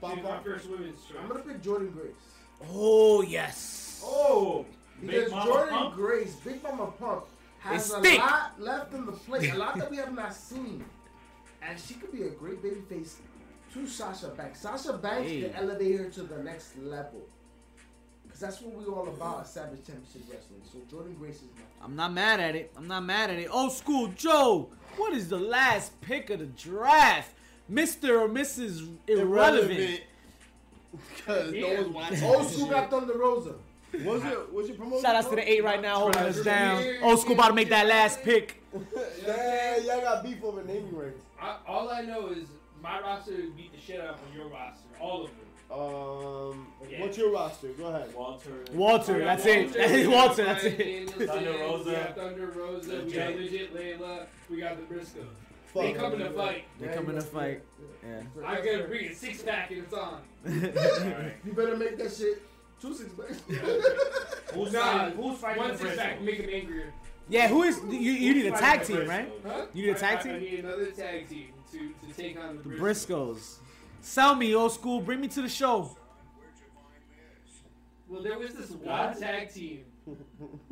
[SPEAKER 3] Bop,
[SPEAKER 5] She's my
[SPEAKER 3] bop.
[SPEAKER 5] first women's
[SPEAKER 4] I'm
[SPEAKER 5] strike.
[SPEAKER 4] going to pick Jordan Grace.
[SPEAKER 1] Oh yes.
[SPEAKER 2] Oh, Big
[SPEAKER 4] Because
[SPEAKER 2] Mama
[SPEAKER 4] Jordan
[SPEAKER 2] Pump.
[SPEAKER 4] Grace, Big Mama Pump, has
[SPEAKER 1] They
[SPEAKER 4] a
[SPEAKER 1] stink.
[SPEAKER 4] lot left in the plate, a lot that we have not seen. And she could be a great baby face to Sasha Banks. Sasha Banks
[SPEAKER 1] Hey.
[SPEAKER 4] can elevate her to the next level. Because that's what we're all about at Savage Championship Wrestling. So Jordan Grace is my
[SPEAKER 1] I'm not mad at it. I'm not mad at it. Old school Joe. What is the last pick of the draft? Mr. or Mrs. Irrelevant.
[SPEAKER 3] Because no one's watching.
[SPEAKER 4] Old school Oh, got Thunder Rosa.
[SPEAKER 3] What's your, what's your promotion?
[SPEAKER 1] Shout outs to
[SPEAKER 3] called?
[SPEAKER 1] the eight right now holding us down.
[SPEAKER 5] Yeah,
[SPEAKER 1] Old school about to make that
[SPEAKER 5] yeah.
[SPEAKER 1] last pick.
[SPEAKER 3] Yeah, y'all got beef over naming rights.
[SPEAKER 5] I, all I know is my roster beat the shit out of your roster. All of them.
[SPEAKER 3] Um,
[SPEAKER 5] Yeah.
[SPEAKER 3] what's your roster? Go ahead.
[SPEAKER 2] Walter. Oh,
[SPEAKER 1] Walter, that's it. That's it, Walter, that's it.
[SPEAKER 5] Thunder
[SPEAKER 2] Thunder
[SPEAKER 5] Rosa.
[SPEAKER 2] Rosa.
[SPEAKER 5] We got Thunder Rosa. We got Legit Layla. We got the Briscoes. They
[SPEAKER 3] Fuck.
[SPEAKER 5] coming to fight.
[SPEAKER 1] They coming to fight. Yeah.
[SPEAKER 5] I'm gonna bring a six pack and it's on.
[SPEAKER 2] Alright.
[SPEAKER 4] You better make that shit two six
[SPEAKER 2] Who's
[SPEAKER 5] Nah,
[SPEAKER 2] fighting? Who's fighting
[SPEAKER 5] One
[SPEAKER 2] the
[SPEAKER 5] six pack,
[SPEAKER 2] Briscoe?
[SPEAKER 5] make him angrier.
[SPEAKER 1] Yeah, who is you, you need a
[SPEAKER 2] Who's
[SPEAKER 1] tag
[SPEAKER 2] fighting the
[SPEAKER 1] team, right?
[SPEAKER 2] Briscoes?
[SPEAKER 5] Huh?
[SPEAKER 1] You need a tag
[SPEAKER 5] I- I,
[SPEAKER 1] team?
[SPEAKER 5] need another tag team to, to take on the
[SPEAKER 1] The
[SPEAKER 5] Briscoes.
[SPEAKER 1] Briscoes. Sell me, old school. Bring me to the show.
[SPEAKER 5] Well, there was this one tag team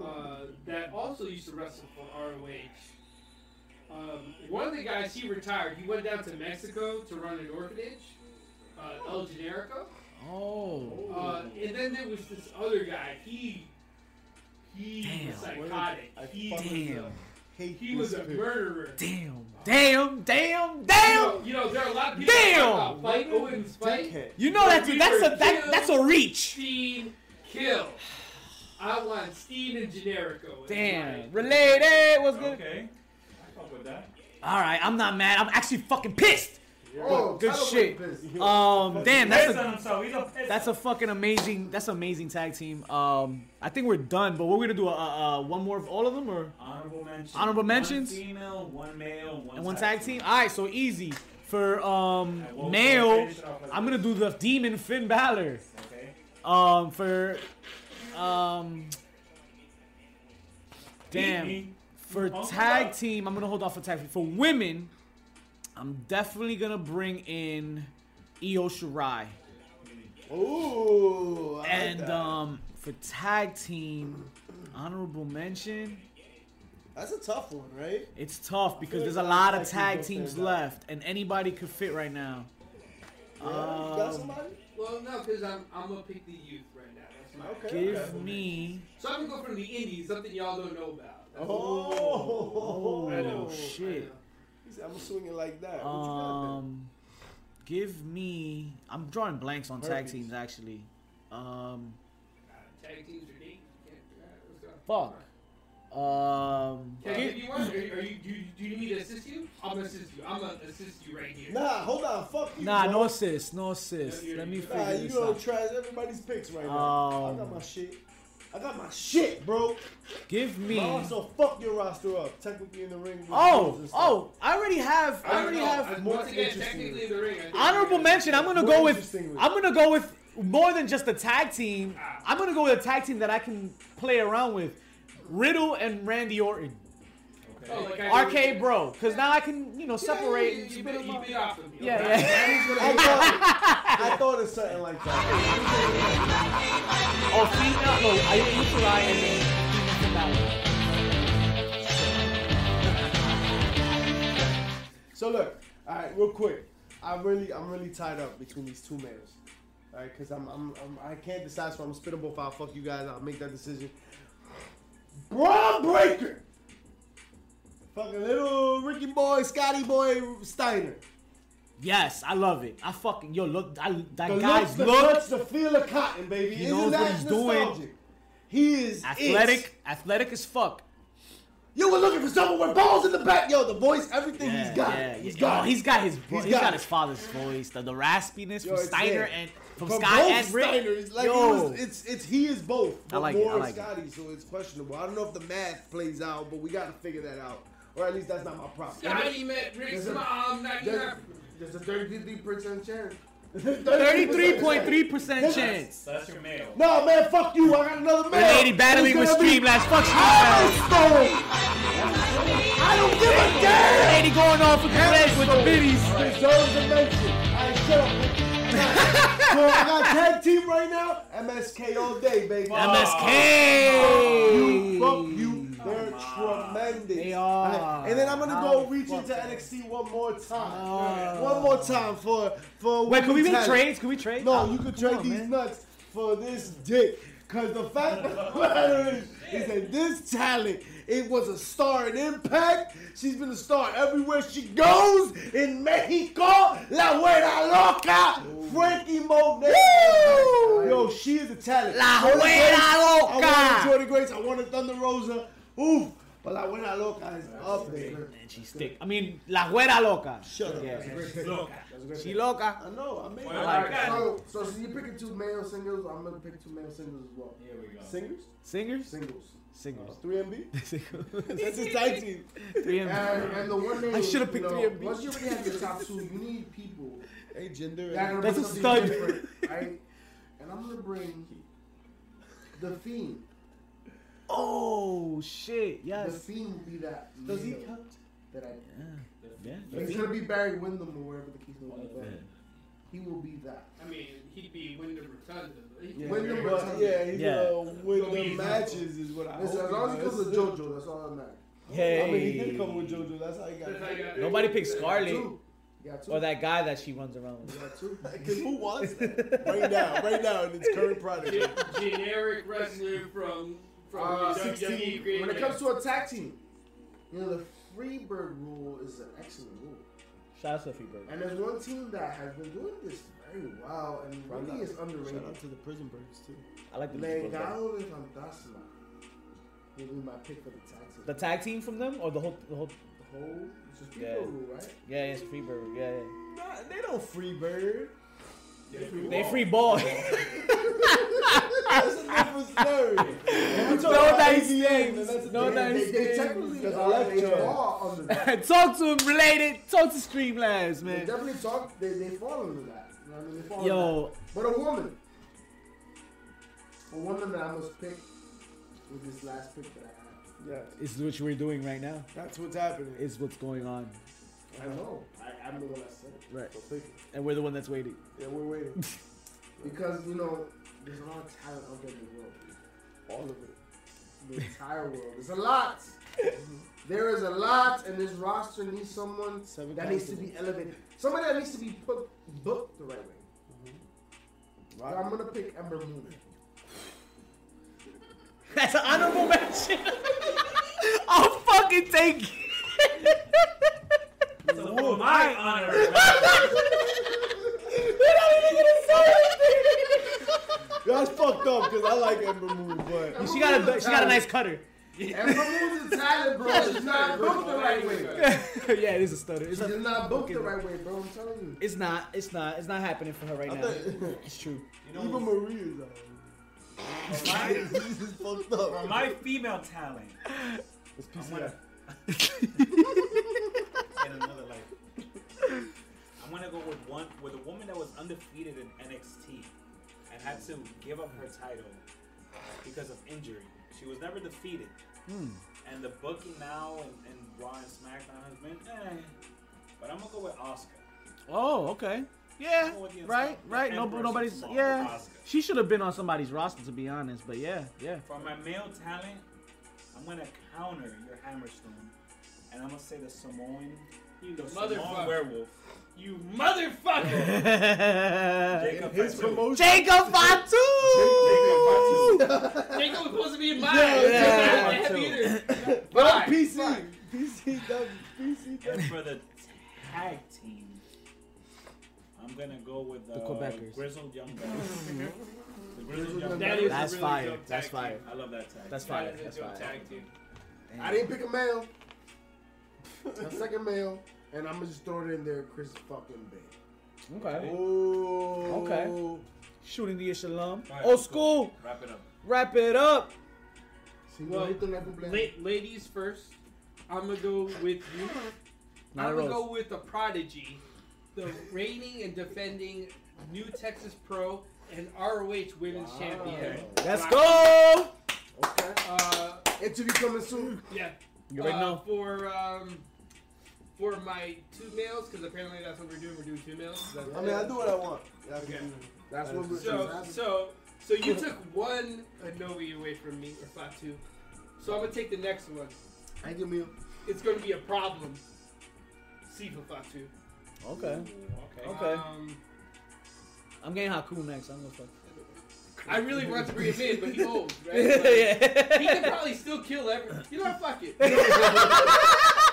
[SPEAKER 5] uh, that also used to wrestle for ROH. Um, one of the guys, he retired. He went down to Mexico to run an orphanage, uh, El Generico.
[SPEAKER 1] Oh.
[SPEAKER 5] Uh, and then there was this other guy. He he was
[SPEAKER 1] Damn.
[SPEAKER 5] psychotic.
[SPEAKER 3] I
[SPEAKER 5] he
[SPEAKER 3] fucking
[SPEAKER 1] Damn.
[SPEAKER 3] hate
[SPEAKER 5] he was
[SPEAKER 3] this
[SPEAKER 5] a
[SPEAKER 3] pick.
[SPEAKER 5] murderer.
[SPEAKER 1] Damn. Damn. Damn.
[SPEAKER 5] You
[SPEAKER 1] Damn.
[SPEAKER 5] know, you know, there are a lot of people
[SPEAKER 1] Damn.
[SPEAKER 5] that talk about fight Owens fight.
[SPEAKER 3] Dickhead.
[SPEAKER 1] You know that's a, that's a that, that's a reach.
[SPEAKER 5] Steen kill. I want Steen and Generico.
[SPEAKER 1] Damn. Related. What's good?
[SPEAKER 2] Okay. I fuck with that.
[SPEAKER 1] All right. I'm not mad. I'm actually fucking pissed.
[SPEAKER 4] Oh,
[SPEAKER 1] Good
[SPEAKER 4] Tyler
[SPEAKER 1] shit.
[SPEAKER 4] Boyd is pissed.
[SPEAKER 1] Um, damn, that's a,
[SPEAKER 2] He's a piss
[SPEAKER 1] that's a fucking amazing that's amazing tag team. Um, I think we're done, but we're gonna do a, a, a one more of all of them or
[SPEAKER 2] honorable mentions.
[SPEAKER 1] Honorable mentions?
[SPEAKER 2] One female, one male, one,
[SPEAKER 1] and one tag team. All right, so easy for um
[SPEAKER 2] I won't- I'll
[SPEAKER 1] male.
[SPEAKER 2] finish it off like
[SPEAKER 1] I'm
[SPEAKER 2] this.
[SPEAKER 1] gonna do the demon Finn Balor.
[SPEAKER 2] Okay.
[SPEAKER 1] Um, for um, damn.
[SPEAKER 2] Beat
[SPEAKER 1] For
[SPEAKER 3] Oh,
[SPEAKER 2] Hulk
[SPEAKER 1] tag
[SPEAKER 2] up.
[SPEAKER 1] team, I'm gonna hold off for tag team. For women, I'm definitely gonna bring in Io Shirai.
[SPEAKER 3] Ooh. I like
[SPEAKER 1] And
[SPEAKER 3] that.
[SPEAKER 1] um, for tag team, honorable mention.
[SPEAKER 3] that's a tough one, right?
[SPEAKER 1] It's tough because
[SPEAKER 3] like
[SPEAKER 1] there's a
[SPEAKER 3] a
[SPEAKER 1] lot
[SPEAKER 3] lot
[SPEAKER 1] of
[SPEAKER 3] of
[SPEAKER 1] tag
[SPEAKER 3] tag teams don't
[SPEAKER 1] teams
[SPEAKER 3] stand out.
[SPEAKER 1] left, and anybody could fit right now.
[SPEAKER 3] Yeah. you got
[SPEAKER 1] Um,
[SPEAKER 3] somebody?
[SPEAKER 5] Well, no, because I'm, I'm going to pick the youth right now. That's my
[SPEAKER 3] Okay.
[SPEAKER 1] Give me.
[SPEAKER 5] So I'm going to go from the indies, something y'all don't know about.
[SPEAKER 3] Oh.
[SPEAKER 1] Oh shit.
[SPEAKER 3] He said, I'm gonna swing it like that. What you got there?
[SPEAKER 1] Um, give me. I'm drawing blanks on tag
[SPEAKER 3] Herpes.
[SPEAKER 1] teams actually. Um,
[SPEAKER 5] Uh, tag teams are deep. You can't- uh, let's go.
[SPEAKER 1] fuck. Um,
[SPEAKER 5] Can I
[SPEAKER 1] gi-
[SPEAKER 5] give you one? Are you, are you, do, you, do you need me to assist you? I'm going to assist you. I'm going to assist you right here.
[SPEAKER 3] Nah, hold on. Fuck you.
[SPEAKER 1] nah,
[SPEAKER 3] bro.
[SPEAKER 1] no assist, no assist. Let me figure
[SPEAKER 3] Nah, you
[SPEAKER 1] this
[SPEAKER 3] gonna
[SPEAKER 1] out.
[SPEAKER 3] trash everybody's picks right now. I got
[SPEAKER 1] Um,
[SPEAKER 3] my shit. I got my shit, bro.
[SPEAKER 1] give me.
[SPEAKER 3] My also Oh, fuck your roster up. Technically in the ring. with rules
[SPEAKER 1] Oh,
[SPEAKER 3] and stuff.
[SPEAKER 1] oh, I already have.
[SPEAKER 5] I
[SPEAKER 1] I already
[SPEAKER 5] know.
[SPEAKER 1] have.
[SPEAKER 5] I-
[SPEAKER 3] more
[SPEAKER 5] Once again,
[SPEAKER 3] interesting-
[SPEAKER 5] technically in the ring. I think-
[SPEAKER 1] Honorable mention. I'm gonna
[SPEAKER 3] More
[SPEAKER 1] go with.
[SPEAKER 3] interestingly.
[SPEAKER 1] I'm gonna go with more than just a tag team.
[SPEAKER 3] Ah.
[SPEAKER 1] I'm gonna go with a tag team that I can play around with. Riddle and Randy Orton,
[SPEAKER 5] Oh, like I-
[SPEAKER 1] RK Bro, because now I can you know separate.
[SPEAKER 5] You,
[SPEAKER 1] and
[SPEAKER 5] you,
[SPEAKER 1] spit
[SPEAKER 5] bit-
[SPEAKER 1] them
[SPEAKER 5] you
[SPEAKER 1] up.
[SPEAKER 5] bit off of me.
[SPEAKER 1] Yeah,
[SPEAKER 5] Okay.
[SPEAKER 1] yeah.
[SPEAKER 3] I thought, I thought it's something like that.
[SPEAKER 1] Oh, female. No, I utilize and then female.
[SPEAKER 3] So look, all right, real quick. I really, I'm really tied up between these two males. All right, because I'm, I'm, I'm, I can't decide. So I'm spit them both out. Fuck you guys. I'll make that decision. Braun Breaker. Fucking little Ricky boy, Scotty boy, Steiner.
[SPEAKER 1] Yes, I love it. I fucking yo look. I, that
[SPEAKER 3] The looks,
[SPEAKER 1] guy's
[SPEAKER 3] the
[SPEAKER 1] look
[SPEAKER 3] guts, the feel of cotton, baby.
[SPEAKER 1] He
[SPEAKER 3] Isn't
[SPEAKER 1] knows what
[SPEAKER 3] that
[SPEAKER 1] he's doing.
[SPEAKER 3] nostalgic? He is it.
[SPEAKER 1] athletic, athletic as fuck.
[SPEAKER 3] You were looking for someone with balls in the back. Yo, the voice, everything
[SPEAKER 1] Yeah,
[SPEAKER 3] he's got.
[SPEAKER 1] yeah,
[SPEAKER 3] it. He's
[SPEAKER 1] yeah.
[SPEAKER 3] got.
[SPEAKER 1] Oh,
[SPEAKER 3] it.
[SPEAKER 1] he's got his bro-
[SPEAKER 3] He's
[SPEAKER 1] he's
[SPEAKER 3] got
[SPEAKER 1] got
[SPEAKER 3] it.
[SPEAKER 1] his father's voice, the, the raspiness
[SPEAKER 3] Yo,
[SPEAKER 1] from
[SPEAKER 3] it's
[SPEAKER 1] Steiner
[SPEAKER 3] there.
[SPEAKER 1] and from
[SPEAKER 3] But
[SPEAKER 1] Scott
[SPEAKER 3] both
[SPEAKER 1] and Rick.
[SPEAKER 3] Steiners, like
[SPEAKER 1] Yo,
[SPEAKER 3] it was, it's it's he is both. But
[SPEAKER 1] like it,
[SPEAKER 3] more
[SPEAKER 1] I like it.
[SPEAKER 3] Scotty, so it's questionable. I don't know if the math plays out, but we got to figure that out, or at least that's not my problem.
[SPEAKER 5] Scotty met Rick's mom. Now you have.
[SPEAKER 4] There's a 33 percent chance.
[SPEAKER 1] thirty-three point three percent
[SPEAKER 3] That's-
[SPEAKER 1] chance.
[SPEAKER 2] So that's your male.
[SPEAKER 3] No man, fuck you. I got another
[SPEAKER 1] The
[SPEAKER 3] man.
[SPEAKER 1] lady battling
[SPEAKER 3] It's
[SPEAKER 1] with
[SPEAKER 3] gonna be-
[SPEAKER 1] Streamlabs. Fuck
[SPEAKER 3] I
[SPEAKER 1] Streamlabs.
[SPEAKER 3] stole. I don't give a
[SPEAKER 1] The
[SPEAKER 3] damn.
[SPEAKER 1] lady going off with the legs with the biddies.
[SPEAKER 3] Deserves a mention. I shut up. Ricky. so I got tag team right now. MSK all day, baby.
[SPEAKER 1] MSK.
[SPEAKER 3] You, fuck you. They're tremendous.
[SPEAKER 1] They are.
[SPEAKER 3] Alright, And then I'm gonna
[SPEAKER 1] Oh,
[SPEAKER 3] go reach
[SPEAKER 1] fuck
[SPEAKER 3] into
[SPEAKER 1] that.
[SPEAKER 3] NXT one more time.
[SPEAKER 1] Oh.
[SPEAKER 3] One more time for for.
[SPEAKER 1] Wait, can we
[SPEAKER 3] women's
[SPEAKER 1] make
[SPEAKER 3] talent.
[SPEAKER 1] trades? Can we trade?
[SPEAKER 3] No,
[SPEAKER 1] Oh,
[SPEAKER 3] you could
[SPEAKER 1] come
[SPEAKER 3] trade
[SPEAKER 1] on,
[SPEAKER 3] these
[SPEAKER 1] man.
[SPEAKER 3] nuts for this dick. Cause the fact of the matter is, is that this talent, it was a star in Impact. She's been a star everywhere she goes in Mexico. La Huera Loca, Frankie Monet. Yo, she is a talent.
[SPEAKER 1] La
[SPEAKER 3] Jordan
[SPEAKER 1] Güera
[SPEAKER 3] Grace,
[SPEAKER 1] Loca.
[SPEAKER 3] I wanted Jordan Grace. I wanted Thunder Rosa. Oof, but La Huera Loca is up there.
[SPEAKER 1] And she's thick. I mean, la güera loca.
[SPEAKER 3] Shut up.
[SPEAKER 1] Yeah.
[SPEAKER 2] Look,
[SPEAKER 1] She loca.
[SPEAKER 3] I know. I made
[SPEAKER 2] I
[SPEAKER 1] like
[SPEAKER 2] got it.
[SPEAKER 4] So, so, so you're picking two male singles. I'm gonna pick two male singles as well.
[SPEAKER 2] Here we go.
[SPEAKER 3] singers.
[SPEAKER 1] Singers?
[SPEAKER 4] Singles.
[SPEAKER 1] Singers.
[SPEAKER 3] Three MB.
[SPEAKER 1] Singers.
[SPEAKER 3] That's his tag team.
[SPEAKER 1] Three
[SPEAKER 4] And,
[SPEAKER 1] and
[SPEAKER 4] and the one name.
[SPEAKER 1] I should've picked
[SPEAKER 4] you know,
[SPEAKER 1] three of me.
[SPEAKER 4] Once you already have your top two, you need people
[SPEAKER 3] Hey, gender.
[SPEAKER 4] that are gonna
[SPEAKER 1] That's
[SPEAKER 4] bring
[SPEAKER 1] a
[SPEAKER 4] something
[SPEAKER 1] stud.
[SPEAKER 4] different, right? And I'm gonna bring the Fiend.
[SPEAKER 1] Oh shit!
[SPEAKER 4] The
[SPEAKER 1] Yes.
[SPEAKER 4] Fiend will be that.
[SPEAKER 3] Does he
[SPEAKER 4] male
[SPEAKER 3] count?
[SPEAKER 4] That I
[SPEAKER 1] Yeah.
[SPEAKER 4] It's gonna be Barry Windham or wherever the case may be. but He will be that.
[SPEAKER 5] I mean, he'd be Wyndham Rotunda. but he'd be
[SPEAKER 4] Win the
[SPEAKER 5] Wyndham
[SPEAKER 4] belt.
[SPEAKER 5] Rotunda.
[SPEAKER 3] but, yeah, he's
[SPEAKER 1] Yeah.
[SPEAKER 3] gonna win
[SPEAKER 5] Don't
[SPEAKER 3] the
[SPEAKER 5] use that.
[SPEAKER 3] matches is what I hope.
[SPEAKER 4] Listen, as long as he
[SPEAKER 3] does.
[SPEAKER 4] comes with JoJo, that's all that matters.
[SPEAKER 1] Hey.
[SPEAKER 3] I mean, he did come with JoJo. That's how he got
[SPEAKER 5] That's how you
[SPEAKER 3] it.
[SPEAKER 5] got-
[SPEAKER 1] Nobody picked Scarlet
[SPEAKER 4] Two. You got two.
[SPEAKER 1] or that guy that she runs around with.
[SPEAKER 4] You got two.
[SPEAKER 3] Because who wants that right now? Right now in its current product.
[SPEAKER 5] Ge- generic wrestler from from E
[SPEAKER 4] Uh,
[SPEAKER 5] the WWE.
[SPEAKER 3] 16.
[SPEAKER 5] Creative.
[SPEAKER 4] When it comes to a tag team, you know the Freebird rule is an excellent rule,
[SPEAKER 1] Shout out Sophie Bird.
[SPEAKER 4] and there's one team that has been doing this very well and really is
[SPEAKER 3] Shout
[SPEAKER 4] underrated.
[SPEAKER 3] out to the prison birds too.
[SPEAKER 1] I like the music.
[SPEAKER 4] Legado de Fantasma will be my pick for the tag team.
[SPEAKER 1] The tag team from them or the whole the whole
[SPEAKER 4] whole. It's just
[SPEAKER 9] Yeah.
[SPEAKER 4] people rule, right?
[SPEAKER 9] Yeah, it's free bird. Yeah, yeah.
[SPEAKER 3] Nah, they don't free bird.
[SPEAKER 9] They free ball.
[SPEAKER 3] That's a different story.
[SPEAKER 9] No, that is
[SPEAKER 3] Oh,
[SPEAKER 9] No, that
[SPEAKER 4] They,
[SPEAKER 9] is
[SPEAKER 4] they technically
[SPEAKER 3] Because I
[SPEAKER 4] are
[SPEAKER 3] left
[SPEAKER 4] they
[SPEAKER 3] you.
[SPEAKER 4] fall under that.
[SPEAKER 1] Talk to him related. Talk to Streamlabs,
[SPEAKER 4] They
[SPEAKER 1] man.
[SPEAKER 4] definitely talk. They, they fall under that. You know what I mean? They fall under
[SPEAKER 1] Yo,
[SPEAKER 4] that. But a woman, a woman that I must pick with this last pick that I
[SPEAKER 3] Yeah,
[SPEAKER 1] it's what we're doing right now.
[SPEAKER 3] that's what's happening.
[SPEAKER 1] It's what's going on.
[SPEAKER 4] have. I know. I, I'm the one that said it.
[SPEAKER 1] Right.
[SPEAKER 3] So pick it.
[SPEAKER 1] And we're the one that's waiting.
[SPEAKER 3] Yeah, we're waiting.
[SPEAKER 4] Because you know, there's a lot of talent out there in the world.
[SPEAKER 3] All of it.
[SPEAKER 4] the entire world. There's a lot. There is a lot, and this roster needs someone
[SPEAKER 3] Seven
[SPEAKER 4] that needs to be elevated. Somebody that needs to be put, booked the right way. So
[SPEAKER 3] Right.
[SPEAKER 4] I'm gonna pick Ember Moon.
[SPEAKER 1] That's an honorable mention. I'll fucking take it.
[SPEAKER 2] So for my honor, man,
[SPEAKER 3] That's fucked up because I like Ember Moon, but
[SPEAKER 1] she got a she got a nice cutter.
[SPEAKER 4] Ember Moon's a talent, bro. She's not booked the right way.
[SPEAKER 1] yeah, it is a stutter. It's,
[SPEAKER 4] She's
[SPEAKER 1] a,
[SPEAKER 4] not booked the right way, bro. I'm telling you.
[SPEAKER 1] it's not. It's not. It's not happening for her right
[SPEAKER 3] I
[SPEAKER 1] now.
[SPEAKER 3] think
[SPEAKER 1] It's true.
[SPEAKER 2] you know,
[SPEAKER 3] even Marie is out.
[SPEAKER 2] for my,
[SPEAKER 3] This is fucked
[SPEAKER 2] for
[SPEAKER 3] up.
[SPEAKER 2] my female talent,
[SPEAKER 3] It's
[SPEAKER 2] I'm
[SPEAKER 3] PCI.
[SPEAKER 2] gonna in another life. I'm gonna go with one with a woman that was undefeated in NXT and had to give up her title because of injury. She was never defeated.
[SPEAKER 3] Hmm.
[SPEAKER 2] And the booking now and, and Raw and SmackDown has been eh. But I'm gonna go with Oscar.
[SPEAKER 1] Oh, okay. Yeah.
[SPEAKER 2] Oh, yeah,
[SPEAKER 1] Right.
[SPEAKER 2] it's not-
[SPEAKER 1] Right.
[SPEAKER 2] the
[SPEAKER 1] No,
[SPEAKER 2] Emperor's
[SPEAKER 1] nobody's.
[SPEAKER 2] small
[SPEAKER 1] Yeah.
[SPEAKER 2] Oscar.
[SPEAKER 1] She should have been on somebody's roster to be honest. But yeah. Yeah.
[SPEAKER 2] For my male talent, I'm gonna counter your Hammerstone, and I'm gonna say the Samoan, you the Samoan
[SPEAKER 5] Motherfucker.
[SPEAKER 2] werewolf,
[SPEAKER 5] You motherfucker!
[SPEAKER 2] Jacob
[SPEAKER 3] Uh, His
[SPEAKER 2] Fatu.
[SPEAKER 3] promotion.
[SPEAKER 1] Jacob Fatu.
[SPEAKER 2] Jacob Fatu.
[SPEAKER 5] Jacob was supposed to be in mine.
[SPEAKER 1] yeah,
[SPEAKER 5] He's not the
[SPEAKER 1] yeah.
[SPEAKER 5] heavy hitter.
[SPEAKER 3] But
[SPEAKER 5] Fuck.
[SPEAKER 3] I'm PC. PC. W, PC.
[SPEAKER 2] And for the tag team, I'm gonna go with uh,
[SPEAKER 1] The Quebecers.
[SPEAKER 2] Grizzled Young Guns. the Grizzled Young
[SPEAKER 5] That
[SPEAKER 2] Guns.
[SPEAKER 5] is
[SPEAKER 1] That's
[SPEAKER 5] a really
[SPEAKER 1] fire.
[SPEAKER 5] dope
[SPEAKER 1] That's
[SPEAKER 5] tag team.
[SPEAKER 1] fire.
[SPEAKER 2] I love that tag.
[SPEAKER 1] That's
[SPEAKER 2] team.
[SPEAKER 1] fire.
[SPEAKER 5] That is
[SPEAKER 1] That's
[SPEAKER 5] a dope
[SPEAKER 1] fire.
[SPEAKER 5] tag team.
[SPEAKER 4] I didn't pick a male. My second male, and I'm gonna just throw it in there, Chris fucking Bay.
[SPEAKER 1] Okay.
[SPEAKER 3] Oh.
[SPEAKER 1] Okay. Shooting the Ishalom.
[SPEAKER 2] All right,
[SPEAKER 1] Old
[SPEAKER 2] let's go.
[SPEAKER 1] school.
[SPEAKER 2] Wrap it up.
[SPEAKER 1] Wrap it up.
[SPEAKER 4] See,
[SPEAKER 5] Well,
[SPEAKER 4] you think I can blame?
[SPEAKER 5] La- ladies first. I'm gonna go with you.
[SPEAKER 1] Not
[SPEAKER 5] I'm
[SPEAKER 1] a
[SPEAKER 5] gonna
[SPEAKER 1] rose.
[SPEAKER 5] go with the prodigy, the reigning and defending new Texas Pro and ROH Women's Champion.
[SPEAKER 1] Let's go.
[SPEAKER 4] Ah, Okay.
[SPEAKER 5] Uh,
[SPEAKER 4] Interview coming soon.
[SPEAKER 5] yeah.
[SPEAKER 1] You already
[SPEAKER 5] uh,
[SPEAKER 1] know.
[SPEAKER 5] For um, for my two males, because apparently that's what we're doing. We're doing two males. That's
[SPEAKER 3] I mean, I do what I want. Yeah, I can
[SPEAKER 2] Okay.
[SPEAKER 3] do
[SPEAKER 4] That's what we're
[SPEAKER 5] So, so, so you took one Anoe away from me, or Fatu. So I'm gonna take the next one.
[SPEAKER 4] I give me.
[SPEAKER 5] It's gonna be a problem. Sifa Fatu.
[SPEAKER 1] Okay.
[SPEAKER 2] Okay.
[SPEAKER 1] Okay.
[SPEAKER 5] Um,
[SPEAKER 1] I'm getting Haku next. I'm gonna fuck.
[SPEAKER 5] I really want to bring him in, but he old, right? Like, He
[SPEAKER 1] yeah.
[SPEAKER 5] could probably still kill everyone. You know what? Fuck it.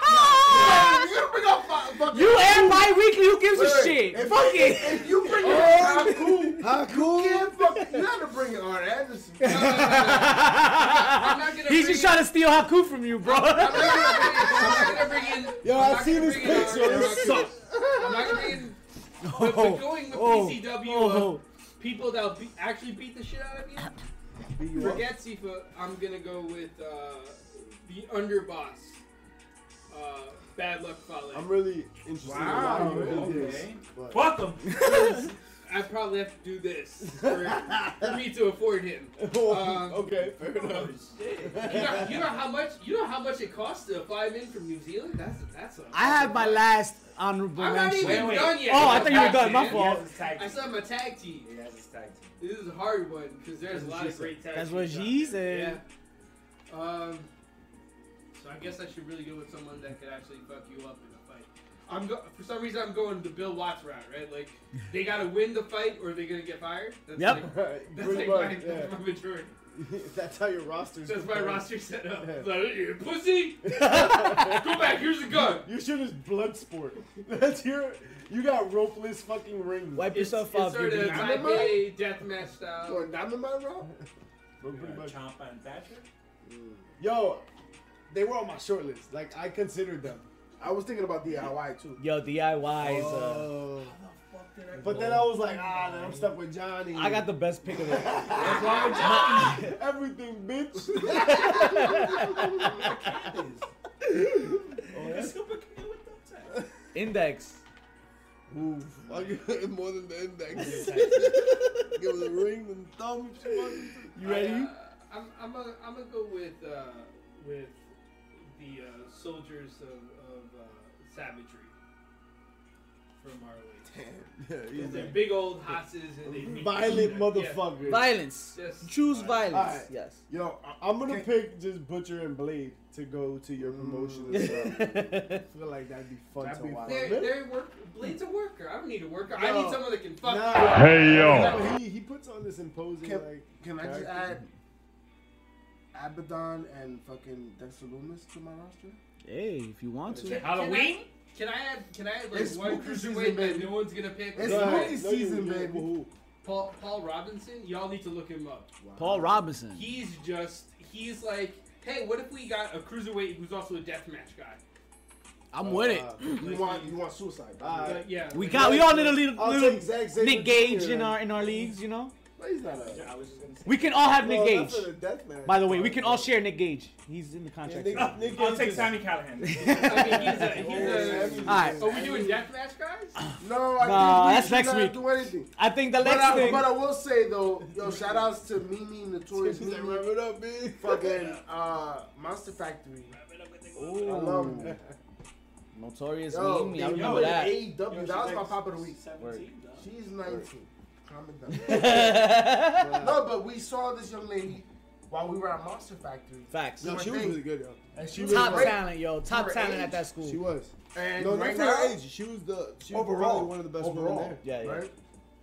[SPEAKER 4] You bring up my fucking.
[SPEAKER 1] You and my weekly. Who gives
[SPEAKER 4] Wait,
[SPEAKER 1] a
[SPEAKER 4] wait.
[SPEAKER 1] shit?
[SPEAKER 4] If-
[SPEAKER 1] Fuck it.
[SPEAKER 4] If you bring up Haku,
[SPEAKER 3] How cool?
[SPEAKER 4] you fucking. You had to bring it on Anderson.
[SPEAKER 5] not gonna
[SPEAKER 1] He's
[SPEAKER 5] bring
[SPEAKER 1] just trying to steal Haku from you, bro.
[SPEAKER 5] I'm not gonna bring in.
[SPEAKER 3] Yo,
[SPEAKER 5] I'm
[SPEAKER 3] I've
[SPEAKER 5] not
[SPEAKER 3] seen
[SPEAKER 5] gonna
[SPEAKER 3] his
[SPEAKER 5] bring in
[SPEAKER 3] picture.
[SPEAKER 5] Arn
[SPEAKER 3] This
[SPEAKER 5] Anderson. I'm not gonna bring in. But, but going with
[SPEAKER 1] oh,
[SPEAKER 5] PCW
[SPEAKER 1] oh.
[SPEAKER 5] of people that'll be, actually beat the shit out of you.
[SPEAKER 3] Beat you up.
[SPEAKER 5] Forget Sifa. I'm gonna go with uh, the underboss. Uh, bad luck folly.
[SPEAKER 3] I'm really interested
[SPEAKER 4] Wow,
[SPEAKER 3] in why you did this.
[SPEAKER 2] Okay.
[SPEAKER 3] but-
[SPEAKER 2] Fuck him.
[SPEAKER 5] I probably have to do this for, for me to afford him. Um,
[SPEAKER 3] okay, fair enough.
[SPEAKER 2] Oh, shit.
[SPEAKER 5] You know, you know how much you know how much it costs to fly in from New Zealand. That's that's a.
[SPEAKER 1] I have my last honorable
[SPEAKER 5] I'm not
[SPEAKER 1] mention.
[SPEAKER 5] even
[SPEAKER 2] Wait, wait.
[SPEAKER 5] done yet.
[SPEAKER 1] Oh, I thought you were
[SPEAKER 5] Tag
[SPEAKER 1] done.
[SPEAKER 5] team.
[SPEAKER 1] My
[SPEAKER 2] He
[SPEAKER 1] fault.
[SPEAKER 2] has his tag
[SPEAKER 5] I
[SPEAKER 2] team.
[SPEAKER 5] still have my tag team.
[SPEAKER 2] He has his tag team.
[SPEAKER 5] This is a hard one because there's a lot of great tag.
[SPEAKER 1] That's what
[SPEAKER 5] teams out
[SPEAKER 1] she
[SPEAKER 5] there.
[SPEAKER 1] said.
[SPEAKER 5] Yeah. Um. So I guess I should really go with someone that could actually fuck you up in a fight. I'm go- for some reason I'm going the Bill Watts route, right? Like they gotta win the fight or they're gonna get fired. That's
[SPEAKER 1] Yep.
[SPEAKER 5] Like,
[SPEAKER 3] Right,
[SPEAKER 5] that's
[SPEAKER 3] pretty
[SPEAKER 5] like
[SPEAKER 3] much,
[SPEAKER 5] my, that's
[SPEAKER 3] yeah.
[SPEAKER 5] my majority.
[SPEAKER 3] That's how your roster's
[SPEAKER 5] That's my
[SPEAKER 3] prepared.
[SPEAKER 5] roster set up.
[SPEAKER 3] Yeah.
[SPEAKER 5] Like, "You pussy, go back. Here's a gun.
[SPEAKER 3] Your shit is blood sport. That's your. You got ropeless fucking rings.
[SPEAKER 1] Wipe
[SPEAKER 5] It's,
[SPEAKER 1] yourself
[SPEAKER 5] it's
[SPEAKER 1] off.
[SPEAKER 5] sort
[SPEAKER 1] you
[SPEAKER 5] of
[SPEAKER 1] bitch.
[SPEAKER 5] type A deathmatch style.
[SPEAKER 4] Going down the mine route?
[SPEAKER 3] But
[SPEAKER 2] We
[SPEAKER 3] pretty
[SPEAKER 2] got
[SPEAKER 3] much.
[SPEAKER 2] Ciampa and Thatcher.
[SPEAKER 3] Yo, they were on my short list. Like I considered them.
[SPEAKER 4] I was thinking about DIY too.
[SPEAKER 1] Yo, DIY is. Uh,
[SPEAKER 3] Oh.
[SPEAKER 5] Fuck
[SPEAKER 3] But then I was like, ah, then I'm stuck with Johnny.
[SPEAKER 1] I got the best pick of the.
[SPEAKER 3] everything, bitch.
[SPEAKER 1] Oh, Index.
[SPEAKER 3] Ooh, I give it more than the index. give it a ring and thumb if she wants it.
[SPEAKER 1] You ready?
[SPEAKER 5] I, uh, I'm, I'm gonna I'm gonna go with uh, with the uh, soldiers of, of uh, savagery from Harley.
[SPEAKER 3] Yeah, he's
[SPEAKER 5] They're
[SPEAKER 3] a
[SPEAKER 5] big old hosses and they beat
[SPEAKER 3] violent
[SPEAKER 5] you.
[SPEAKER 3] motherfucker.
[SPEAKER 1] Violence.
[SPEAKER 5] Yes.
[SPEAKER 1] Choose violence.
[SPEAKER 3] Alright.
[SPEAKER 1] Yes.
[SPEAKER 3] Yo,
[SPEAKER 4] uh,
[SPEAKER 3] I- I'm gonna pick just Butcher and Blade to go to your promotion. as
[SPEAKER 5] Mm.
[SPEAKER 3] well. I feel like that'd be fun
[SPEAKER 10] That'd
[SPEAKER 3] to
[SPEAKER 10] be
[SPEAKER 3] watch.
[SPEAKER 5] They're, they're work. Blade's a worker. I don't need a worker. I
[SPEAKER 3] No.
[SPEAKER 5] need someone that can fuck.
[SPEAKER 3] Nah,
[SPEAKER 11] Hey yo.
[SPEAKER 3] but he, he puts on this imposing
[SPEAKER 4] Can-
[SPEAKER 3] like.
[SPEAKER 4] Can I just
[SPEAKER 3] character.
[SPEAKER 4] add Abaddon and fucking Dexter Loomis to my roster?
[SPEAKER 12] Hey, if you want to.
[SPEAKER 5] Halloween. Can I add? Can I add like
[SPEAKER 4] It's
[SPEAKER 5] one
[SPEAKER 4] spooky
[SPEAKER 5] cruiserweight
[SPEAKER 4] season,
[SPEAKER 5] weight that
[SPEAKER 4] baby.
[SPEAKER 5] no one's gonna pick?
[SPEAKER 4] It's
[SPEAKER 3] Go ahead.
[SPEAKER 4] spooky
[SPEAKER 3] No, you-
[SPEAKER 4] season,
[SPEAKER 3] you-
[SPEAKER 4] baby.
[SPEAKER 3] who-
[SPEAKER 5] Paul Paul Robinson. Y'all need to look him up.
[SPEAKER 12] Paul
[SPEAKER 1] Hmm.
[SPEAKER 12] Robinson.
[SPEAKER 5] He's just he's like, hey, what if we got a cruiserweight who's also a deathmatch guy?
[SPEAKER 12] I'm with it.
[SPEAKER 3] Uh,
[SPEAKER 4] You want you want suicide?
[SPEAKER 3] All
[SPEAKER 1] Uh,
[SPEAKER 3] right.
[SPEAKER 5] But yeah,
[SPEAKER 12] We
[SPEAKER 5] like,
[SPEAKER 12] got. We all need a little,
[SPEAKER 3] I'll
[SPEAKER 12] little
[SPEAKER 3] take Zack Sabre
[SPEAKER 12] Nick Gage
[SPEAKER 3] Jr.
[SPEAKER 12] in our in our leagues. You know,
[SPEAKER 4] But he's not a.
[SPEAKER 5] I was just gonna say.
[SPEAKER 12] we can all have
[SPEAKER 3] Well,
[SPEAKER 12] Nick Gage.
[SPEAKER 3] that's a death match.
[SPEAKER 12] By the way, we can all share Nick Gage. He's in the
[SPEAKER 3] Yeah,
[SPEAKER 12] contract.
[SPEAKER 3] Nick,
[SPEAKER 12] too.
[SPEAKER 3] Nick
[SPEAKER 2] I'll
[SPEAKER 3] Gage
[SPEAKER 2] take
[SPEAKER 3] is-
[SPEAKER 2] Sammy Callahan.
[SPEAKER 5] I mean, he's a, he's
[SPEAKER 3] everything.
[SPEAKER 5] a,
[SPEAKER 12] Alright.
[SPEAKER 5] are we doing deathmatch guys?
[SPEAKER 4] No, I
[SPEAKER 12] Nah,
[SPEAKER 4] think we
[SPEAKER 12] that's
[SPEAKER 4] should
[SPEAKER 12] next
[SPEAKER 4] not
[SPEAKER 12] week.
[SPEAKER 4] Do anything.
[SPEAKER 12] I think the
[SPEAKER 4] But
[SPEAKER 12] next
[SPEAKER 4] I,
[SPEAKER 12] thing.
[SPEAKER 4] but I will say though, yo, shout outs to Mimi Notorious
[SPEAKER 3] He's like,
[SPEAKER 4] Mimi,
[SPEAKER 3] "Rev it up, B."
[SPEAKER 4] fucking uh, Monster Factory.
[SPEAKER 1] Ooh.
[SPEAKER 4] I love him.
[SPEAKER 1] Notorious
[SPEAKER 4] Yo,
[SPEAKER 1] Mimi. I
[SPEAKER 4] yo,
[SPEAKER 1] remember that.
[SPEAKER 4] AEW, E that was my pop of the week.
[SPEAKER 1] Word.
[SPEAKER 4] She's 19. Calm it down. no, but we saw this young lady while we were at Monster Factory.
[SPEAKER 1] Facts.
[SPEAKER 3] Yo, she was really good, yo.
[SPEAKER 4] And she was
[SPEAKER 1] Top
[SPEAKER 4] great.
[SPEAKER 1] talent, yo. Top
[SPEAKER 4] her
[SPEAKER 1] talent
[SPEAKER 4] age,
[SPEAKER 1] at that school.
[SPEAKER 3] She was.
[SPEAKER 4] And
[SPEAKER 3] No, not
[SPEAKER 4] right
[SPEAKER 3] for her
[SPEAKER 4] now,
[SPEAKER 3] age. She was the she was
[SPEAKER 4] overall,
[SPEAKER 3] probably one of the best
[SPEAKER 4] overall,
[SPEAKER 3] women there.
[SPEAKER 1] yeah, yeah.
[SPEAKER 4] right?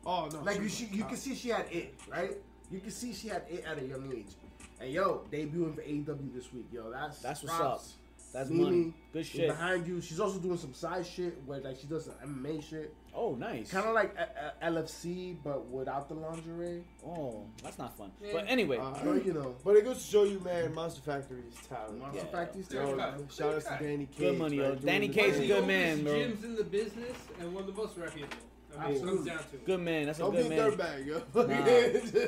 [SPEAKER 3] Oh no.
[SPEAKER 4] Like
[SPEAKER 3] she
[SPEAKER 4] you,
[SPEAKER 3] was
[SPEAKER 4] she, you can see she had it, right? You can see she had it at a young age. And yo, debuting for AEW E this week, yo, that's
[SPEAKER 1] That's what's
[SPEAKER 4] props.
[SPEAKER 1] That's
[SPEAKER 4] Mimi,
[SPEAKER 1] money. Good
[SPEAKER 4] She's
[SPEAKER 1] shit.
[SPEAKER 4] Behind you, she's also doing some side shit where like she does some MMA shit,
[SPEAKER 1] Oh, nice.
[SPEAKER 4] kind of like uh, a- a- LFC but without the lingerie.
[SPEAKER 1] Oh, that's not fun.
[SPEAKER 5] Yeah.
[SPEAKER 1] But anyway,
[SPEAKER 3] Uh,
[SPEAKER 4] So you know,
[SPEAKER 3] But it goes to show you, man, Monster Factory is talent.
[SPEAKER 4] Monster
[SPEAKER 1] Yeah.
[SPEAKER 4] Factory's
[SPEAKER 5] Yo,
[SPEAKER 4] terrible.
[SPEAKER 5] cut.
[SPEAKER 3] Yo, shout out to Danny Cage.
[SPEAKER 1] money,
[SPEAKER 3] man,
[SPEAKER 1] yo.
[SPEAKER 3] doing
[SPEAKER 1] Danny
[SPEAKER 3] the
[SPEAKER 1] Cage is
[SPEAKER 5] One
[SPEAKER 3] thing.
[SPEAKER 5] of the
[SPEAKER 1] good man,
[SPEAKER 5] oldest
[SPEAKER 1] bro.
[SPEAKER 5] Gyms in the business and one of the most reputable. I mean, it comes
[SPEAKER 4] Absolutely.
[SPEAKER 5] down to it.
[SPEAKER 1] good man. That's a
[SPEAKER 3] Don't be
[SPEAKER 1] good
[SPEAKER 3] a
[SPEAKER 1] man.
[SPEAKER 3] dirtbag, yo.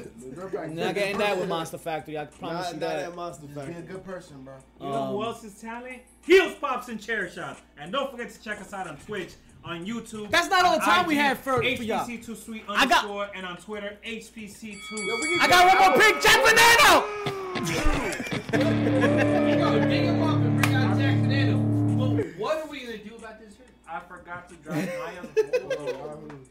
[SPEAKER 4] They're back.
[SPEAKER 1] Not getting that with Monster Factory. I promise
[SPEAKER 3] Not,
[SPEAKER 1] you
[SPEAKER 3] not
[SPEAKER 1] that.
[SPEAKER 3] at Monster
[SPEAKER 4] Be a
[SPEAKER 3] Factory.
[SPEAKER 4] good person, bro.
[SPEAKER 2] You know who
[SPEAKER 1] Um,
[SPEAKER 2] else is talent? Heels, pops, and chair shots. And don't forget to check us out on Twitch, on YouTube.
[SPEAKER 12] That's not all the
[SPEAKER 2] on
[SPEAKER 12] time we
[SPEAKER 2] IG,
[SPEAKER 12] have for- for y'all.
[SPEAKER 2] HPC2 Sweet
[SPEAKER 12] I got-
[SPEAKER 2] underscore and on Twitter HPC2.
[SPEAKER 12] I got
[SPEAKER 4] Oh.
[SPEAKER 12] one more pick, Jack Veneno.
[SPEAKER 5] We gotta big him up and bring out Jack Fernando. But what are we gonna do about this hurt?
[SPEAKER 4] Oh,
[SPEAKER 2] I forgot to drop Lion.